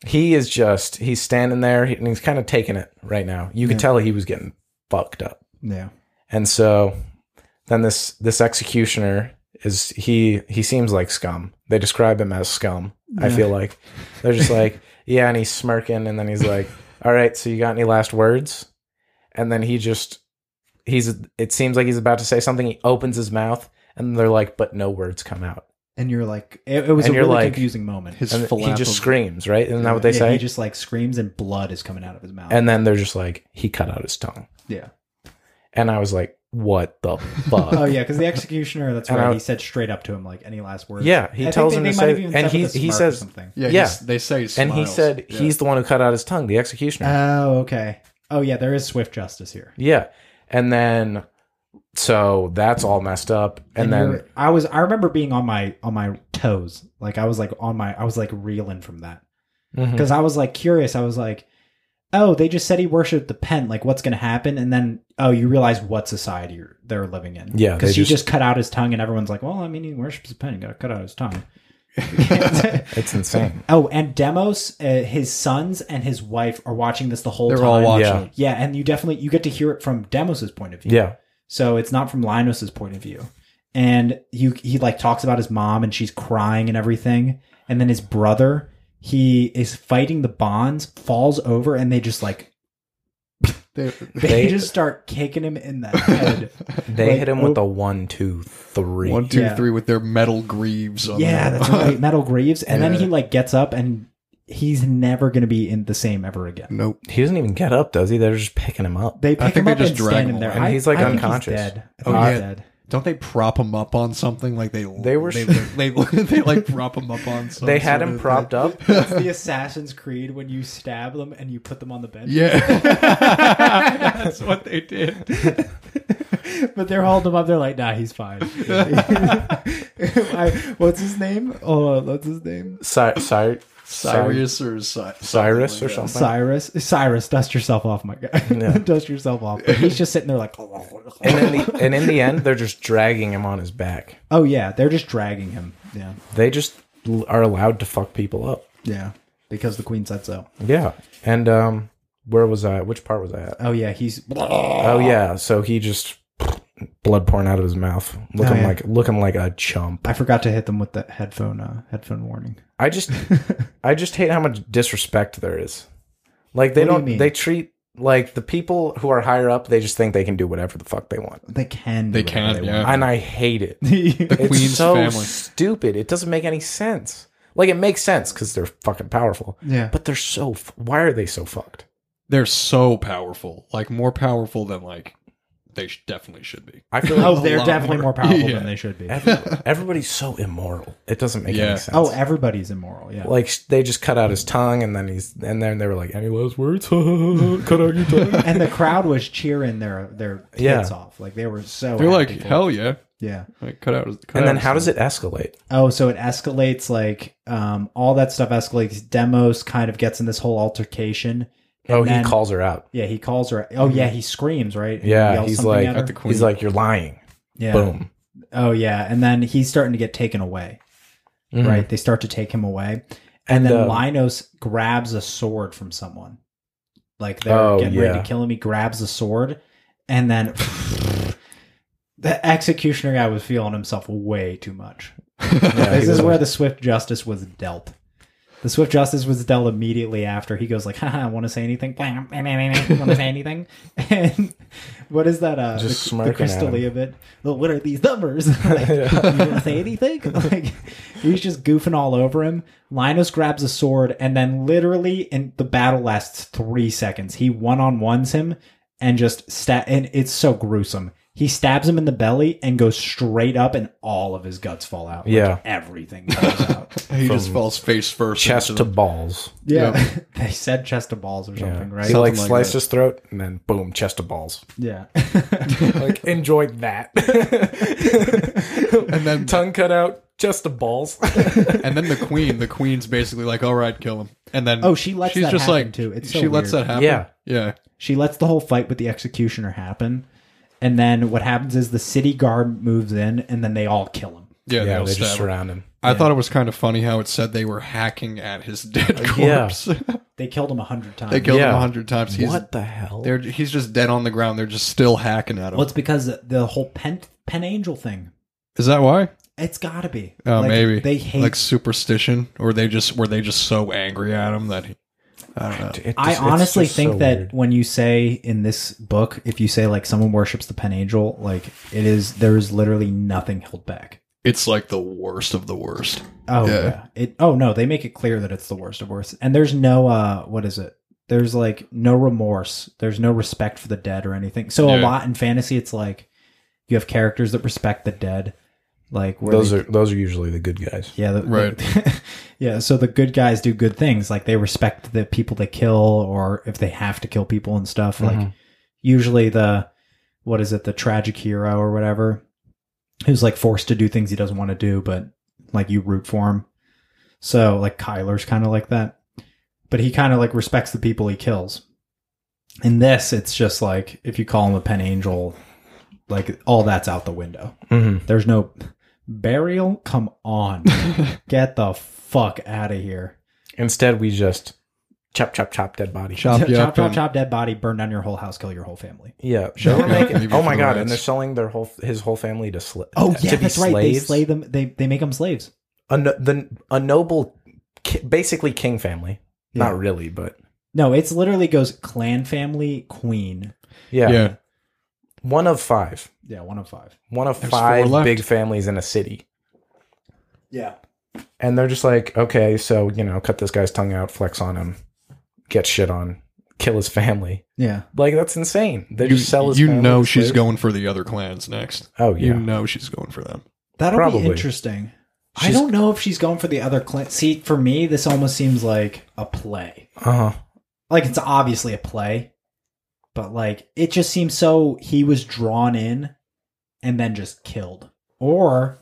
Speaker 2: he is just he's standing there and he's kind of taking it right now. You could tell he was getting fucked up.
Speaker 1: yeah.
Speaker 2: And so then this this executioner is he he seems like scum. They describe him as scum. I feel like they're just like yeah, and he's smirking, and then he's like, "All right, so you got any last words?" And then he just he's it seems like he's about to say something. He opens his mouth, and they're like, "But no words come out."
Speaker 1: And you're like, it, it was a
Speaker 2: And you're
Speaker 1: really
Speaker 2: like-
Speaker 1: confusing moment.
Speaker 3: His
Speaker 2: And he
Speaker 3: falafel-
Speaker 2: just screams, right? Isn't that what they
Speaker 1: yeah,
Speaker 2: say?
Speaker 1: he just like screams and blood is coming out of his mouth.
Speaker 2: and then they're just like, "He cut out his tongue,"
Speaker 1: yeah.
Speaker 2: and I was like, "What the fuck?"
Speaker 1: Oh yeah, because the executioner. That's
Speaker 2: And
Speaker 1: right.
Speaker 2: I-
Speaker 1: he said straight up to him like any last words.
Speaker 2: Yeah, he
Speaker 1: I think
Speaker 2: tells
Speaker 1: they-
Speaker 2: him
Speaker 1: they
Speaker 2: to
Speaker 1: might
Speaker 2: say-
Speaker 1: have even
Speaker 2: and
Speaker 1: said
Speaker 2: he-
Speaker 1: with a
Speaker 2: he
Speaker 1: smirk or
Speaker 2: says-
Speaker 1: something.
Speaker 3: Yeah,
Speaker 2: Yeah.
Speaker 3: he's- they say
Speaker 2: and he
Speaker 3: smiles.
Speaker 2: said
Speaker 3: Yeah.
Speaker 2: he's the one who cut out his tongue, the executioner.
Speaker 1: Oh okay. Oh yeah, there is swift justice here.
Speaker 2: Yeah. And then so that's all messed up. And, then
Speaker 1: you're- I was I remember being on my on my toes. Like I was like on my I was like reeling from that
Speaker 2: Mhm.
Speaker 1: because I was like curious. I was like, oh, they just said he worshipped the pen. Like what's gonna happen? And then oh, you realize what society you're, they're living in.
Speaker 2: Yeah,
Speaker 1: because
Speaker 2: they
Speaker 1: she
Speaker 2: just-
Speaker 1: just cut out his tongue, and everyone's like, well, I mean, he worships the pen. He got to cut out his tongue.
Speaker 2: It's insane.
Speaker 1: oh, and Demos, uh, his sons and his wife are watching this the whole
Speaker 3: They're
Speaker 1: time.
Speaker 3: all watching.
Speaker 2: Yeah.
Speaker 1: Yeah, and you definitely you get to hear it from Demos's point of view.
Speaker 2: Yeah.
Speaker 1: So it's not from Linus's point of view. And you he like talks about his mom and she's crying and everything. And then his brother, he is fighting the bonds, falls over, and they just like
Speaker 4: They,
Speaker 1: they,
Speaker 2: They-
Speaker 1: just start kicking him in the head.
Speaker 2: They
Speaker 1: Like,
Speaker 2: hit him with
Speaker 1: oh-
Speaker 2: a one, two, three.
Speaker 3: One, two,
Speaker 1: Yeah.
Speaker 3: three with their metal greaves on.
Speaker 1: yeah,
Speaker 3: them.
Speaker 1: that's right. Metal Greaves. And
Speaker 3: Yeah.
Speaker 1: then he like gets up and he's never gonna be in the same ever again.
Speaker 3: nope.
Speaker 2: He doesn't even get up, does he? They're just picking him up.
Speaker 1: They pick
Speaker 3: think
Speaker 1: him
Speaker 3: they
Speaker 1: up
Speaker 3: just
Speaker 1: and
Speaker 3: drag
Speaker 1: stand
Speaker 3: him
Speaker 1: him there.
Speaker 3: along.
Speaker 2: And
Speaker 1: I-
Speaker 2: he's, like,
Speaker 1: I think
Speaker 2: unconscious.
Speaker 1: dead. I
Speaker 3: Oh,
Speaker 1: think he's
Speaker 3: yeah.
Speaker 1: dead.
Speaker 3: Don't they prop him up on something like they
Speaker 2: They were-
Speaker 3: they, they, they, like prop him up on something.
Speaker 2: They had him propped up.
Speaker 1: It's the Assassin's Creed when you stab them and you put them on the bench.
Speaker 3: Yeah, that's what they did.
Speaker 1: But they're holding him up. They're like, nah, he's fine. I- what's his name? Oh, what's his name?
Speaker 2: Cy- Cy-
Speaker 3: Cyrus or Cy-
Speaker 2: Cyrus or
Speaker 3: like that.
Speaker 2: something.
Speaker 1: Cyrus. Cyrus, dust yourself off, my guy.
Speaker 2: Yeah.
Speaker 1: dust yourself off. But he's just sitting there like,
Speaker 2: And in, the, and in the end, they're just dragging him on his back.
Speaker 1: oh yeah, they're just dragging him. Yeah,
Speaker 2: They just l- are allowed to fuck people up.
Speaker 1: yeah, because the queen said so.
Speaker 2: Yeah. And um, where was I? Which part was I at?
Speaker 1: Oh yeah, he's Uh,
Speaker 2: Oh yeah. So he just blood pouring out of his mouth, looking
Speaker 1: Oh, yeah.
Speaker 2: like looking like a chump.
Speaker 1: I forgot to hit them with the headphone uh, headphone warning.
Speaker 2: I just I just hate how much disrespect there is. Like they
Speaker 1: What do you
Speaker 2: don't
Speaker 1: mean?
Speaker 2: they treat like the people who are higher up, they just think they can do whatever the fuck they want.
Speaker 1: They can.
Speaker 3: They
Speaker 1: do
Speaker 3: can, yeah.
Speaker 2: And I hate it.
Speaker 1: it.
Speaker 2: It's
Speaker 3: Queen's
Speaker 2: so
Speaker 3: family.
Speaker 2: stupid. It doesn't make any sense. Like it makes sense cuz they're fucking powerful.
Speaker 1: yeah.
Speaker 2: But they're so f- why are they so fucked?
Speaker 3: They're so powerful, like more powerful than like they sh- definitely should be.
Speaker 2: I feel
Speaker 1: Oh,
Speaker 2: like
Speaker 1: they're
Speaker 3: lot
Speaker 1: definitely more,
Speaker 3: more.
Speaker 1: powerful
Speaker 3: Yeah.
Speaker 1: than they should be.
Speaker 2: every- everybody's so immoral. It doesn't make
Speaker 3: Yeah.
Speaker 2: any sense.
Speaker 1: Oh, everybody's immoral. Yeah.
Speaker 2: like sh- they just cut out his tongue and then he's and then they were like any last words cut out your tongue
Speaker 1: and the crowd was cheering their their
Speaker 2: Yeah.
Speaker 1: tits off. Like they were so.
Speaker 3: They're like
Speaker 1: happy for-
Speaker 3: hell yeah.
Speaker 1: yeah.
Speaker 3: Like, cut out. Cut
Speaker 2: Oh, and then
Speaker 3: out
Speaker 2: how
Speaker 3: his-
Speaker 2: does it escalate
Speaker 1: Oh, so it escalates. Like um, all that stuff escalates. Demos kind of gets in this whole altercation. and
Speaker 2: oh
Speaker 1: then-
Speaker 2: he calls her out
Speaker 1: Yeah, he calls her. Oh yeah, he screams right. He
Speaker 2: yeah
Speaker 1: yells
Speaker 2: he's
Speaker 1: something
Speaker 2: like
Speaker 1: at her.
Speaker 3: At the queen.
Speaker 2: he's like you're lying
Speaker 1: yeah.
Speaker 2: boom
Speaker 1: Oh yeah, and then he's starting to get taken away.
Speaker 2: Mhm.
Speaker 1: Right, they start to take him away, and,
Speaker 2: And,
Speaker 1: then
Speaker 2: um,
Speaker 1: Linos grabs a sword from someone. Like they're
Speaker 2: Oh,
Speaker 1: getting ready
Speaker 2: yeah.
Speaker 1: to kill him. He grabs a sword, and then the executioner guy was feeling himself way too much.
Speaker 2: Mm-hmm. Yeah,
Speaker 1: this
Speaker 2: he
Speaker 1: is
Speaker 2: was
Speaker 1: where
Speaker 2: like-
Speaker 1: the swift justice was dealt. The swift justice was dealt immediately after. He goes like, Haha, "Want to say anything? Want to say anything?" And what is that? Uh,
Speaker 2: Just
Speaker 1: the, the
Speaker 2: smirking at
Speaker 1: Crystal
Speaker 2: him.
Speaker 1: Lee of it. Well, what are these numbers? like,
Speaker 2: Yeah.
Speaker 1: You want to say anything? Like he's just goofing all over him. Linus grabs a sword, and then literally, and the battle lasts three seconds. He one on ones him, and just stab. And it's so gruesome. He stabs him in the belly and goes straight up, and all of his guts fall out. Like,
Speaker 2: Yeah.
Speaker 1: everything comes out.
Speaker 3: he just falls face first
Speaker 2: chest
Speaker 3: into
Speaker 2: to
Speaker 3: the-
Speaker 2: balls
Speaker 1: Yeah, they said chest of balls or
Speaker 2: yeah.
Speaker 1: something,
Speaker 2: he
Speaker 1: right?
Speaker 2: like
Speaker 3: Something like
Speaker 2: sliced
Speaker 3: that.
Speaker 2: his throat and then boom chest to balls
Speaker 1: Yeah,
Speaker 2: like enjoy that and then tongue cut out chest to balls
Speaker 3: and then the queen. The queen's basically like, all right, kill him. And then
Speaker 1: Oh, she lets
Speaker 3: she's
Speaker 1: that
Speaker 3: just
Speaker 1: happen,
Speaker 3: like
Speaker 1: too. It's so
Speaker 3: she lets
Speaker 1: weird.
Speaker 3: that happen.
Speaker 2: Yeah.
Speaker 3: yeah.
Speaker 1: she lets the whole fight with the executioner happen, and then what happens is the city guard moves in, and then they all kill him.
Speaker 3: Yeah,
Speaker 2: yeah
Speaker 3: they'll
Speaker 2: they just
Speaker 3: stab him.
Speaker 2: surround him
Speaker 3: I thought it was kind of funny how it said they were hacking at his dead
Speaker 2: Uh, yeah. Uh,
Speaker 3: corpse.
Speaker 1: They killed him a hundred times.
Speaker 3: they killed him
Speaker 2: Yeah.
Speaker 3: a hundred times. He's
Speaker 2: what the hell
Speaker 3: they're he's just dead on the ground. They're just still hacking at him.
Speaker 1: well, it's because the whole pen pen angel thing.
Speaker 3: Is that why?
Speaker 1: It's got to be.
Speaker 3: Oh,
Speaker 1: Like,
Speaker 3: maybe
Speaker 1: they hate.
Speaker 3: like superstition, or they just were they just so angry at him that he. I don't know.
Speaker 2: It
Speaker 1: I
Speaker 2: just- it's
Speaker 1: honestly
Speaker 2: just
Speaker 1: think
Speaker 2: so
Speaker 1: that
Speaker 2: weird.
Speaker 1: when you say in this book, if you say like someone worships the pen angel, like it is there is literally nothing held back.
Speaker 3: It's like the worst of the worst.
Speaker 1: Oh yeah.
Speaker 3: Yeah.
Speaker 1: It oh no, they make it clear that it's the worst of worst. And there's no uh what is it? There's like no remorse. There's no respect for the dead or anything. So a
Speaker 3: Yeah.
Speaker 1: lot in fantasy it's like you have characters that respect the dead. Like where
Speaker 2: those
Speaker 1: they-
Speaker 2: are those are usually the good guys
Speaker 1: yeah, the,
Speaker 3: Right.
Speaker 1: the- yeah, so the good guys do good things, like they respect the people they kill, or if they have to kill people and stuff. Like
Speaker 2: Mhm.
Speaker 1: usually the what is it, the tragic hero or whatever, who's like forced to do things he doesn't want to do, but like you root for him. So like Kyler's kind of like that, but he kind of like respects the people he kills. In this, it's just like if you call him a pen angel, like all that's out the window.
Speaker 2: mm-hmm.
Speaker 1: There's no Burial? Come on. Get the fuck out of here.
Speaker 2: Instead, we just chop, chop, chop, dead body.
Speaker 3: Chop you
Speaker 1: chop,
Speaker 3: up.
Speaker 1: chop,
Speaker 3: and-
Speaker 1: chop, dead body, burn down your whole house, kill your whole family.
Speaker 2: Yeah.
Speaker 3: Sure.
Speaker 2: They were making-
Speaker 3: Leave you
Speaker 2: oh
Speaker 3: for
Speaker 2: my
Speaker 3: the
Speaker 2: god!
Speaker 3: rats.
Speaker 2: And they're selling their whole his whole family to sl-
Speaker 1: Oh yeah,
Speaker 2: to be
Speaker 1: that's
Speaker 2: slaves.
Speaker 1: right. They slay them. They they make them slaves.
Speaker 2: a no- the a noble, ki- basically king family.
Speaker 1: Yeah.
Speaker 2: Not really, but
Speaker 1: No, it's literally goes clan family queen.
Speaker 2: yeah,
Speaker 3: Yeah.
Speaker 2: one of five,
Speaker 1: Yeah, one of five.
Speaker 2: one of
Speaker 3: There's four
Speaker 2: five
Speaker 3: left.
Speaker 2: big families in a city,
Speaker 1: Yeah.
Speaker 2: and they're just like, okay, so you know, cut this guy's tongue out, flex on him, get shit on, kill his family.
Speaker 1: Yeah.
Speaker 2: Like that's insane. They
Speaker 3: You,
Speaker 2: just sell his.
Speaker 3: you
Speaker 2: family
Speaker 3: know
Speaker 2: as
Speaker 3: she's
Speaker 2: slaves.
Speaker 3: going for the other clans next.
Speaker 2: Oh yeah,
Speaker 3: You know she's going for them.
Speaker 1: That'll
Speaker 2: Probably.
Speaker 1: be interesting. I
Speaker 2: She's-
Speaker 1: don't know if she's going for the other clan. See, for me, this almost seems like a play.
Speaker 2: uh huh.
Speaker 1: Like it's obviously a play, but like it just seems so he was drawn in and then just killed. Or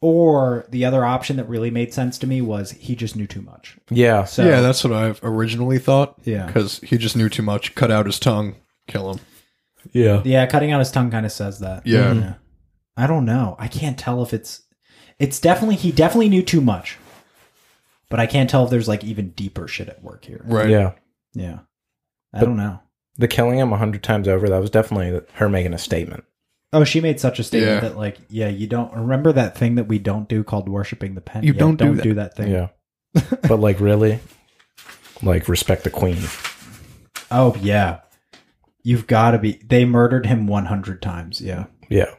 Speaker 1: or the other option that really made sense to me was he just knew too much.
Speaker 2: Yeah,
Speaker 1: So
Speaker 3: yeah, that's what I originally thought.
Speaker 1: Yeah.
Speaker 3: Because he just knew too much. Cut out his tongue, kill him.
Speaker 2: yeah.
Speaker 1: Yeah, cutting out his tongue kind of says that.
Speaker 3: Yeah. Mhm.
Speaker 1: I don't know. I can't tell if it's it's definitely he definitely knew too much. But I can't tell if there's like even deeper shit at work here.
Speaker 3: Right.
Speaker 2: Mm-hmm. Yeah,
Speaker 1: Yeah. I
Speaker 2: But-
Speaker 1: don't know.
Speaker 2: the killing him a hundred times over. That was definitely her making a statement.
Speaker 1: Oh, she made such a statement
Speaker 3: Yeah.
Speaker 1: that like, yeah, you don't remember that thing that we don't do called worshiping the pen.
Speaker 3: You
Speaker 1: Yeah,
Speaker 3: don't do that.
Speaker 1: thing.
Speaker 2: Yeah, but like really, like respect the queen.
Speaker 1: Oh yeah. You've got to be they murdered him 100 times. Yeah.
Speaker 2: Yeah.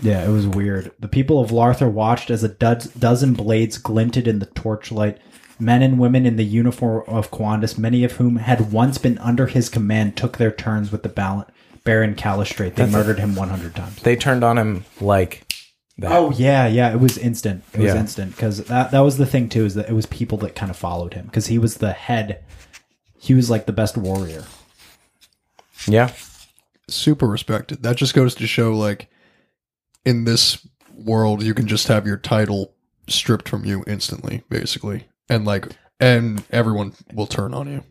Speaker 1: Yeah, it was weird. The people of Larther watched as a do- dozen blades glinted in the torchlight. Men and women in the uniform of Quandus, many of whom had once been under his command, took their turns with the bal- Baron Calistrate. They murdered him 100 times.
Speaker 2: they turned on him like that.
Speaker 1: Oh yeah, yeah. It was instant. It was
Speaker 2: Yeah.
Speaker 1: instant because that that was the thing too is that it was people that kind of followed him because he was the head. He was like the best warrior.
Speaker 2: yeah,
Speaker 3: Super respected. That just goes to show like in this world you can just have your title stripped from you instantly, basically. And like and everyone will turn on you.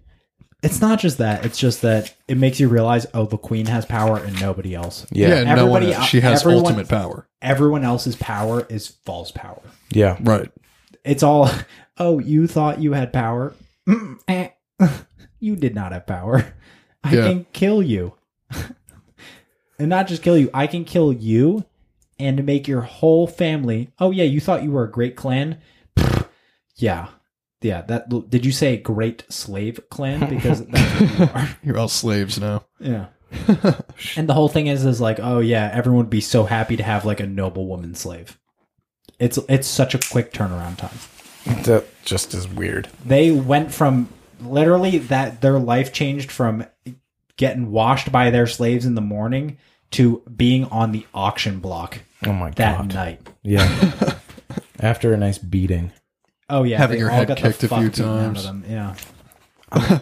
Speaker 1: It's not just that. It's just that it makes you realize, oh, the queen has power and nobody else.
Speaker 2: yeah, yeah,
Speaker 3: no one
Speaker 1: Everybody-
Speaker 3: else- she has
Speaker 1: everyone-
Speaker 3: ultimate power.
Speaker 1: Everyone else's power is false power.
Speaker 2: yeah.
Speaker 3: Right.
Speaker 1: it's all oh you thought you had power Mm, eh. you did not have power i
Speaker 3: Yeah.
Speaker 1: can kill you and not just kill you i can kill you and make your whole family oh yeah you thought you were a great clan Pfft, yeah yeah that did you say great slave clan because that's what you are
Speaker 3: You're all slaves now.
Speaker 1: yeah and the whole thing is is like oh yeah everyone would be so happy to have like a noble woman slave it's it's such a quick turnaround time
Speaker 2: That just is weird.
Speaker 1: they went from literally that their life changed from getting washed by their slaves in the morning to being on the auction block
Speaker 2: Oh my
Speaker 1: that
Speaker 2: god.
Speaker 1: night.
Speaker 2: Yeah. After a nice beating,
Speaker 1: Oh yeah,
Speaker 3: Having
Speaker 1: they
Speaker 3: your
Speaker 1: all
Speaker 3: head
Speaker 1: got the
Speaker 3: kicked a
Speaker 1: fuck
Speaker 3: few
Speaker 1: beaten out of
Speaker 3: times.
Speaker 1: them, Yeah,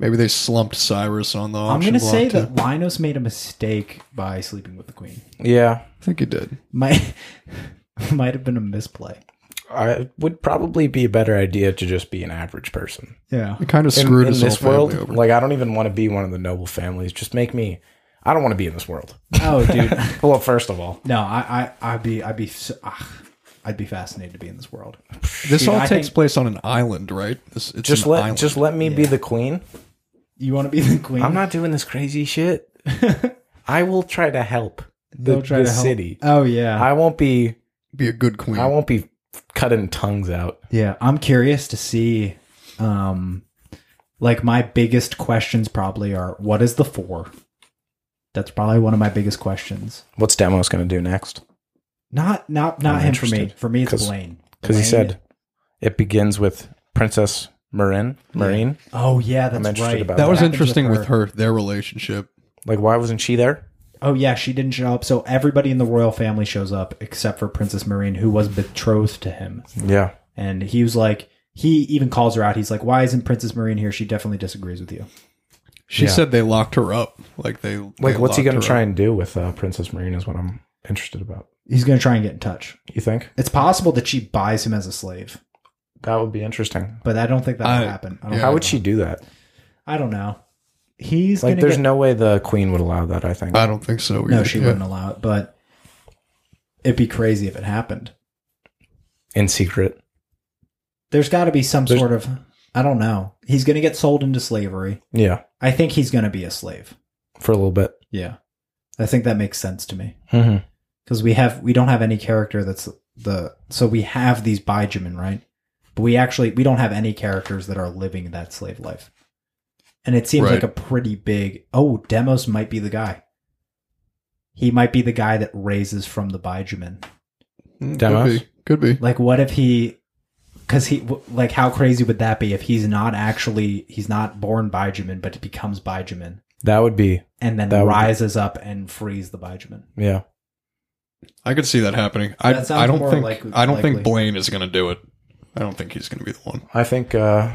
Speaker 3: Maybe they slumped Cyrus on the auction
Speaker 1: I'm gonna
Speaker 3: block
Speaker 1: say
Speaker 3: too.
Speaker 1: that Linus made a mistake by sleeping with the queen.
Speaker 2: yeah,
Speaker 3: I think he did.
Speaker 1: Might might have been a misplay.
Speaker 2: I would probably be a better idea to just be an average person
Speaker 1: Yeah,
Speaker 3: It kind of
Speaker 2: in,
Speaker 3: screwed
Speaker 2: in
Speaker 3: his whole
Speaker 2: this
Speaker 3: family
Speaker 2: world.
Speaker 3: over.
Speaker 2: Like, I don't even want to be one of the noble families. Just make me. I don't want to be in this world.
Speaker 1: Oh dude,
Speaker 2: well, first of all,
Speaker 1: no, I I I'd be I'd be so- ah, I'd be fascinated to be in this world.
Speaker 3: this all
Speaker 1: I
Speaker 3: takes
Speaker 1: think-
Speaker 3: place on an island, right? This, it's
Speaker 2: just
Speaker 3: an
Speaker 2: let
Speaker 3: island.
Speaker 2: just let me be the queen.
Speaker 1: You want to be the queen?
Speaker 2: I'm not doing this crazy shit. I will try to help the,
Speaker 1: They'll try
Speaker 2: the
Speaker 1: to help.
Speaker 2: city.
Speaker 1: Oh yeah,
Speaker 2: I won't be
Speaker 3: be a good queen.
Speaker 2: I won't be cutting tongues out.
Speaker 1: Yeah, I'm curious to see um like my biggest questions probably are what is the four? That's probably one of my biggest questions.
Speaker 2: What's Demos going to do next?
Speaker 1: Not not not
Speaker 2: I'm
Speaker 1: him for me.
Speaker 2: interested,
Speaker 1: For me it's
Speaker 2: 'cause-
Speaker 1: Blaine.
Speaker 2: Because he
Speaker 1: Blaine-
Speaker 2: said it begins with Princess Marin. Marine.
Speaker 1: Oh yeah, that's
Speaker 2: I'm interested
Speaker 1: right.
Speaker 2: about
Speaker 3: that
Speaker 2: that.
Speaker 3: was
Speaker 1: happens
Speaker 3: interesting
Speaker 1: with
Speaker 3: with her. their relationship.
Speaker 2: Like, why wasn't she there?
Speaker 1: Oh yeah, she didn't show up. So everybody in the royal family shows up except for Princess Marine who was betrothed to him.
Speaker 2: Yeah.
Speaker 1: And he was like he even calls her out. He's like, "Why isn't Princess Marine here? She definitely disagrees with you."
Speaker 3: She
Speaker 2: Yeah.
Speaker 3: said they locked her up. Like they
Speaker 2: Like, what's he going
Speaker 3: to
Speaker 2: to try and do with uh, Princess Marine is what I'm interested about.
Speaker 1: He's going to try and get in touch.
Speaker 2: You think?
Speaker 1: It's possible that she buys him as a slave.
Speaker 2: That would be interesting.
Speaker 1: but I don't think that will
Speaker 3: I-
Speaker 1: happen. I don't
Speaker 3: yeah.
Speaker 2: How
Speaker 1: think
Speaker 2: would
Speaker 1: that-
Speaker 2: she do that?
Speaker 1: I don't know. He's
Speaker 2: Like,
Speaker 1: gonna
Speaker 2: there's
Speaker 1: get-
Speaker 3: Uh,
Speaker 2: no way the queen would allow that, I think.
Speaker 3: I don't think so. Either.
Speaker 1: no, she
Speaker 3: Yeah.
Speaker 1: wouldn't allow it. But it'd be crazy if it happened.
Speaker 2: in secret.
Speaker 1: There's got to be some
Speaker 2: There's-
Speaker 1: sort of I don't know. He's going to get sold into slavery.
Speaker 2: Yeah,
Speaker 1: I think he's going to be a slave.
Speaker 2: for a little bit.
Speaker 1: Yeah. I think that makes sense to me
Speaker 2: Mm-hmm.
Speaker 1: cuz we have we don't have any character that's the so we have these bijemen, right? But we actually we don't have any characters that are living that slave life. And it seems
Speaker 3: Right.
Speaker 1: like a pretty big oh, Demos might be the guy. He might be the guy that raises from the bijemen.
Speaker 3: Mm,
Speaker 2: Demos?
Speaker 3: Could be. Could be.
Speaker 1: Like, what if he? Because he, w- like, how crazy would that be if he's not actually he's not born Bijamin, but he becomes Bijamin
Speaker 2: That would be
Speaker 1: and then
Speaker 2: That would be-
Speaker 1: rises up and frees the Bijamin?
Speaker 2: yeah.
Speaker 3: I could see that happening. I
Speaker 1: That sounds
Speaker 3: I don't
Speaker 1: more
Speaker 3: think
Speaker 1: like-
Speaker 3: I don't think
Speaker 1: likely.
Speaker 3: Blaine is going to do it. I don't think he's going to be the one.
Speaker 2: I think uh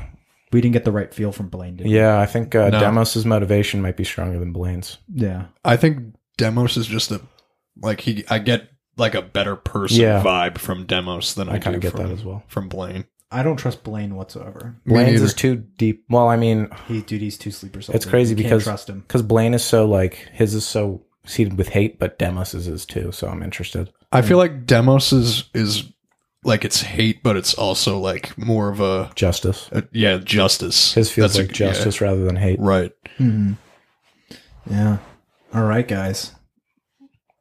Speaker 1: We didn't get the right feel from Blaine, did we?
Speaker 2: yeah, I think uh,
Speaker 3: No.
Speaker 2: Demos's motivation might be stronger than Blaine's.
Speaker 1: Yeah.
Speaker 3: I think Demos is just a like he. I get like a better person
Speaker 2: Yeah.
Speaker 3: vibe from Demos than I,
Speaker 2: I kind
Speaker 3: do
Speaker 2: of get
Speaker 3: from,
Speaker 2: that as well.
Speaker 3: from Blaine.
Speaker 1: I don't trust Blaine whatsoever.
Speaker 3: Me
Speaker 2: Blaine's
Speaker 3: neither.
Speaker 2: is too deep. Well, I mean,
Speaker 1: He, dude, he's too sleeper soldier.
Speaker 2: It's crazy
Speaker 1: You can't
Speaker 2: because-
Speaker 1: trust him.
Speaker 2: because Blaine is so like his is so seeded with hate, but Demos's is too. So I'm interested.
Speaker 3: I feel like Demos is is like it's hate, but it's also like more of a,
Speaker 2: Justice.
Speaker 3: a yeah justice.
Speaker 2: His feels
Speaker 3: That's a-
Speaker 2: like justice rather than hate.
Speaker 3: yeah, right.
Speaker 1: Mhm. Yeah. All right, guys.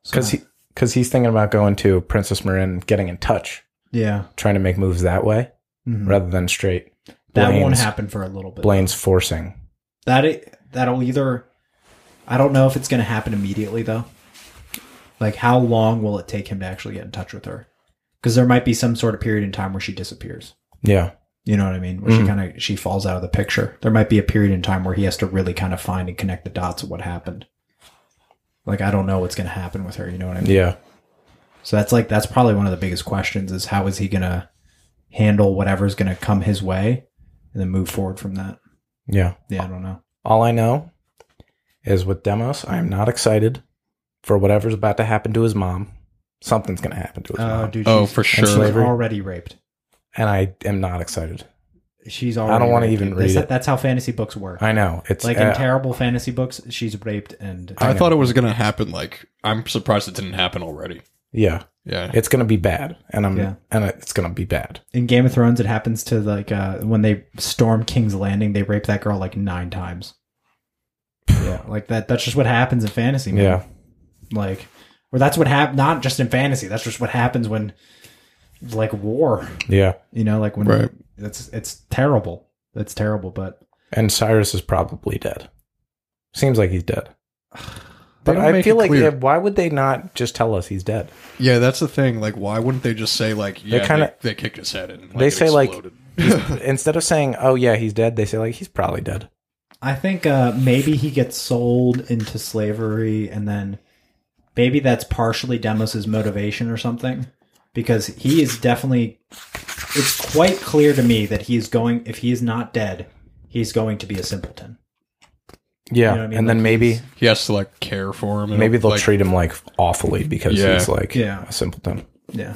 Speaker 1: So-
Speaker 2: Because he because he's thinking about going to Princess Marin, getting in touch,
Speaker 1: yeah,
Speaker 2: trying to make moves that way
Speaker 3: Mm.
Speaker 1: Mhm.
Speaker 2: rather than straight.
Speaker 1: that won't
Speaker 2: Blaine's-
Speaker 1: happen for a little bit.
Speaker 2: Blaine's forcing.
Speaker 1: That it, that'll either. I don't know if it's going to happen immediately though. Like, how long will it take him to actually get in touch with her? Because there might be some sort of period in time where she disappears.
Speaker 2: Yeah,
Speaker 1: You know what I mean? Where
Speaker 2: Mhm.
Speaker 1: she kind of she falls out of the picture. There might be a period in time where he has to really kind of find and connect the dots of what happened. Like, I don't know what's going to happen with her. You know what I mean?
Speaker 2: yeah.
Speaker 1: So that's like that's probably one of the biggest questions is how is he going to handle whatever's going to come his way, and then move forward from that.
Speaker 2: Yeah.
Speaker 1: Yeah, I don't know.
Speaker 2: All I know is with Demos, I am not excited for whatever's about to happen to his mom. Something's going to happen to his mom.
Speaker 1: Uh, dude,
Speaker 3: Oh,
Speaker 1: she's-
Speaker 3: for
Speaker 1: she's
Speaker 3: sure.
Speaker 2: slavery.
Speaker 1: already raped.
Speaker 2: And I am not excited.
Speaker 1: She's already.
Speaker 2: wanna
Speaker 1: raped.
Speaker 2: even
Speaker 1: That's-
Speaker 2: read it.
Speaker 1: That's how fantasy books work.
Speaker 2: I know. It's
Speaker 1: like
Speaker 2: uh,
Speaker 1: in terrible fantasy books, she's raped and
Speaker 3: I, thought it was going to happen. Like I'm surprised it didn't happen already.
Speaker 2: Yeah.
Speaker 3: Yeah.
Speaker 2: It's going to be bad. And I'm
Speaker 1: Yeah.
Speaker 2: and it's going to be bad.
Speaker 1: in Game of Thrones, it happens to like uh, when they storm King's Landing, they rape that girl like nine times. yeah, like that. That's just what happens in fantasy. Man.
Speaker 2: Yeah.
Speaker 1: like or that's what hap Not just in fantasy. That's just what happens when like war.
Speaker 2: Yeah.
Speaker 1: You know, like when
Speaker 3: Right.
Speaker 1: it's it's terrible. It's terrible, but
Speaker 2: And Cyrus is probably dead. Seems like he's dead.
Speaker 3: They
Speaker 2: But
Speaker 3: don't
Speaker 2: I
Speaker 3: make
Speaker 2: feel
Speaker 3: it
Speaker 2: like
Speaker 3: clear.
Speaker 2: yeah, why would they not just tell us he's dead?
Speaker 3: Yeah, that's the thing. Like, why wouldn't they just say like, yeah,
Speaker 2: kinda-
Speaker 3: they, they kicked his head in. Like,
Speaker 2: they
Speaker 3: it
Speaker 2: say, like,
Speaker 3: exploded.
Speaker 2: Instead of saying, "Oh yeah, he's dead," they say like he's probably dead.
Speaker 1: I think uh, maybe he gets sold into slavery, and then maybe that's partially Demos's motivation or something, because he is definitely. It's quite clear to me that he is going. If he is not dead, he's going to be a simpleton.
Speaker 2: Yeah.
Speaker 1: You know what I mean?
Speaker 2: And then
Speaker 1: Like,
Speaker 2: maybe
Speaker 1: he's-
Speaker 3: he has to like care for him. and,
Speaker 2: maybe they'll
Speaker 3: like,
Speaker 2: treat him like awfully because
Speaker 3: Yeah.
Speaker 2: he's like
Speaker 1: Yeah.
Speaker 2: a simpleton.
Speaker 1: Yeah,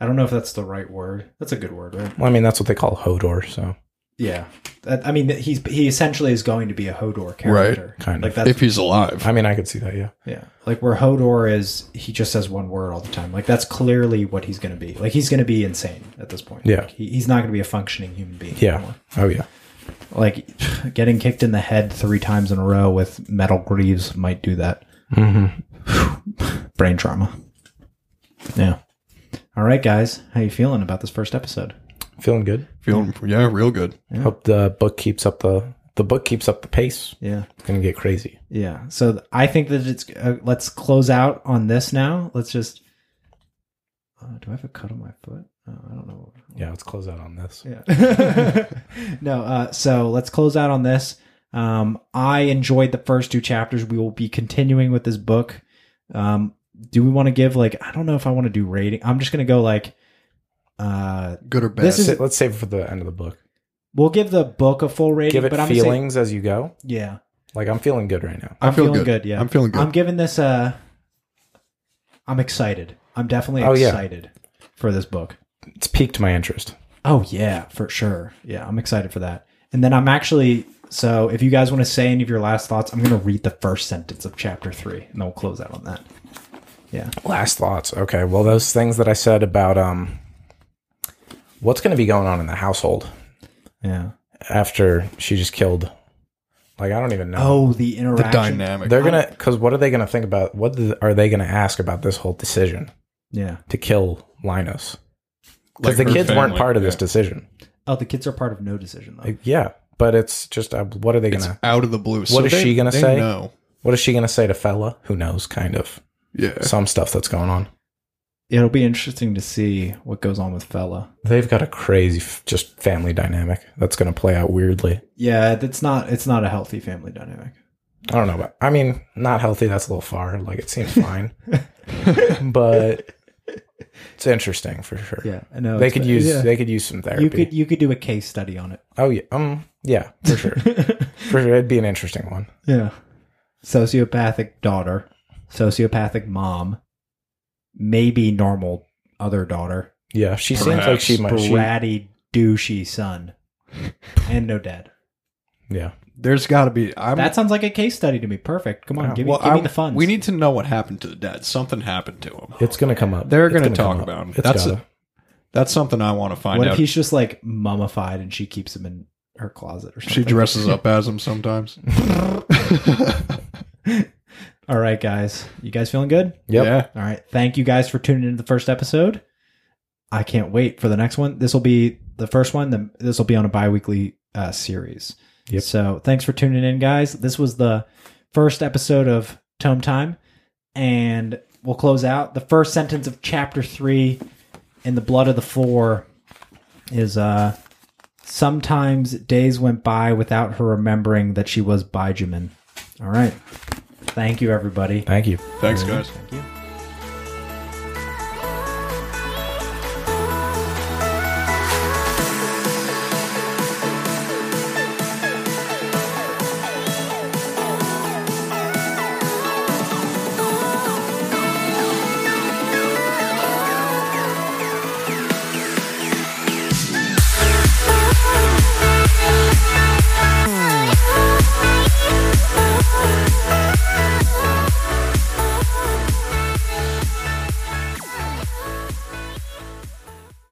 Speaker 1: I don't know if that's the right word. That's a good word, right?
Speaker 2: Well, I mean, that's what they call Hodor, so
Speaker 1: Yeah, that, I mean he's he essentially is going to be a Hodor character,
Speaker 2: Kind of.
Speaker 1: Like that's
Speaker 3: if he's alive.
Speaker 2: I mean, I could see that, yeah.
Speaker 1: Yeah. Like where Hodor is, he just says one word all the time. Like that's clearly what he's going to be. Like he's going to be insane at this point.
Speaker 2: Yeah.
Speaker 1: Like, he, he's not going to be a functioning human being.
Speaker 2: Yeah.
Speaker 1: anymore.
Speaker 2: Oh, yeah.
Speaker 1: Like getting kicked in the head three times in a row with metal greaves might do that.
Speaker 2: Mm-hmm.
Speaker 1: Brain trauma. Yeah. All right, guys. How you feeling about this first episode?
Speaker 2: Feeling good.
Speaker 3: Feeling yeah, real good.
Speaker 2: Hope the book keeps up the the book keeps up the pace.
Speaker 1: Yeah.
Speaker 2: It's gonna get crazy.
Speaker 1: Yeah. So th- I think that it's. Uh, let's close out on this now. Let's just. Uh, do I have a cut on my foot? Oh, I don't know.
Speaker 2: Yeah, let's close out on this.
Speaker 1: Yeah. no, uh, so let's close out on this. Um, I enjoyed the first two chapters. We will be continuing with this book. Um, do we want to give like I don't know if I want to do rating. I'm just gonna go like uh
Speaker 3: Good or bad.
Speaker 1: This is-
Speaker 2: Sa- Let's save it for the end of the book.
Speaker 1: we'll give the book a full rating,
Speaker 2: Give it
Speaker 1: but I'm gonna say-
Speaker 2: feelings as you go.
Speaker 1: yeah.
Speaker 2: Like I'm feeling good right now.
Speaker 3: I
Speaker 1: I'm
Speaker 3: feel
Speaker 1: feeling
Speaker 3: good.
Speaker 1: good, yeah.
Speaker 3: I'm feeling good.
Speaker 1: I'm giving this uh I'm excited. I'm definitely
Speaker 2: Oh, yeah.
Speaker 1: excited for this book.
Speaker 2: It's piqued my interest.
Speaker 1: Oh yeah, for sure. Yeah, I'm excited for that. And then I'm actually so if you guys want to say any of your last thoughts, I'm going to read the first sentence of chapter 3 and then we'll close out on that. Yeah.
Speaker 2: Last thoughts. Okay. Well, those things that I said about um, what's going to be going on in the household
Speaker 1: Yeah.
Speaker 2: after she just killed? Like, I don't even know.
Speaker 1: Oh, the interaction.
Speaker 3: Dynamic.
Speaker 2: They're gonna, because what are they gonna think about? What th- are they gonna ask about this whole decision
Speaker 1: Yeah.
Speaker 2: to kill Linus? Because
Speaker 3: Like
Speaker 2: the
Speaker 3: her
Speaker 2: kids weren't
Speaker 3: family,
Speaker 2: part of this
Speaker 3: yeah.
Speaker 2: decision.
Speaker 1: Oh, the kids are part of no decision though.
Speaker 2: Like, yeah, but it's just uh, what are they
Speaker 3: It's
Speaker 2: gonna?
Speaker 3: out of the blue. What is
Speaker 2: is she gonna say?
Speaker 3: No.
Speaker 2: What is she gonna say to Fella? Who knows? Kind of
Speaker 3: Yeah.
Speaker 2: some stuff that's going on.
Speaker 1: It'll be interesting to see what goes on with Fella.
Speaker 2: They've got a crazy, f- just family dynamic that's gonna play out weirdly.
Speaker 1: Yeah, that's not it's not a healthy family dynamic.
Speaker 2: I don't know, but I mean, not healthy. That's a little far. Like it seems fine, but it's interesting for sure.
Speaker 1: Yeah, I know.
Speaker 2: they
Speaker 1: it's-
Speaker 2: could use
Speaker 1: yeah.
Speaker 2: they could use some therapy.
Speaker 1: you could you could do a case study on it.
Speaker 2: oh yeah, um, yeah, for sure, for sure. It'd be an interesting one.
Speaker 1: Yeah. Sociopathic daughter, sociopathic mom, maybe normal other daughter,
Speaker 2: Yeah, she seems like she might. She,
Speaker 1: bratty douchey son, and no dad.
Speaker 2: yeah,
Speaker 3: There's got to be. I'm,
Speaker 1: That sounds like a case study to me. Perfect. Come on, give me,
Speaker 3: well,
Speaker 1: give me
Speaker 3: I'm-
Speaker 1: the funds.
Speaker 3: We need to know what happened to the dad. Something happened to him.
Speaker 2: it's gonna come up.
Speaker 3: They're
Speaker 2: It's
Speaker 3: gonna
Speaker 2: gonna come
Speaker 3: talk
Speaker 2: up.
Speaker 3: about him.
Speaker 2: It's
Speaker 3: That's
Speaker 2: gotta.
Speaker 3: That's something I want to find
Speaker 1: What if
Speaker 3: out.
Speaker 1: he's just like mummified and she keeps him in her closet or something?
Speaker 3: she dresses up as him sometimes.
Speaker 1: All right, guys. You guys feeling good?
Speaker 2: Yep.
Speaker 3: Yeah.
Speaker 1: All right. Thank you guys for tuning into the first episode. I can't wait for the next one. This will be the first one. The- This will be on a bi weekly uh, series.
Speaker 2: Yep.
Speaker 1: So thanks for tuning in, guys. This was the first episode of Tome Time. And we'll close out. The first sentence of chapter three in The Blood of the Four is uh, Sometimes days went by without her remembering that she was Bijuman. All right. Thank you, everybody.
Speaker 2: Thank you.
Speaker 3: Thanks, guys.
Speaker 1: Thank you.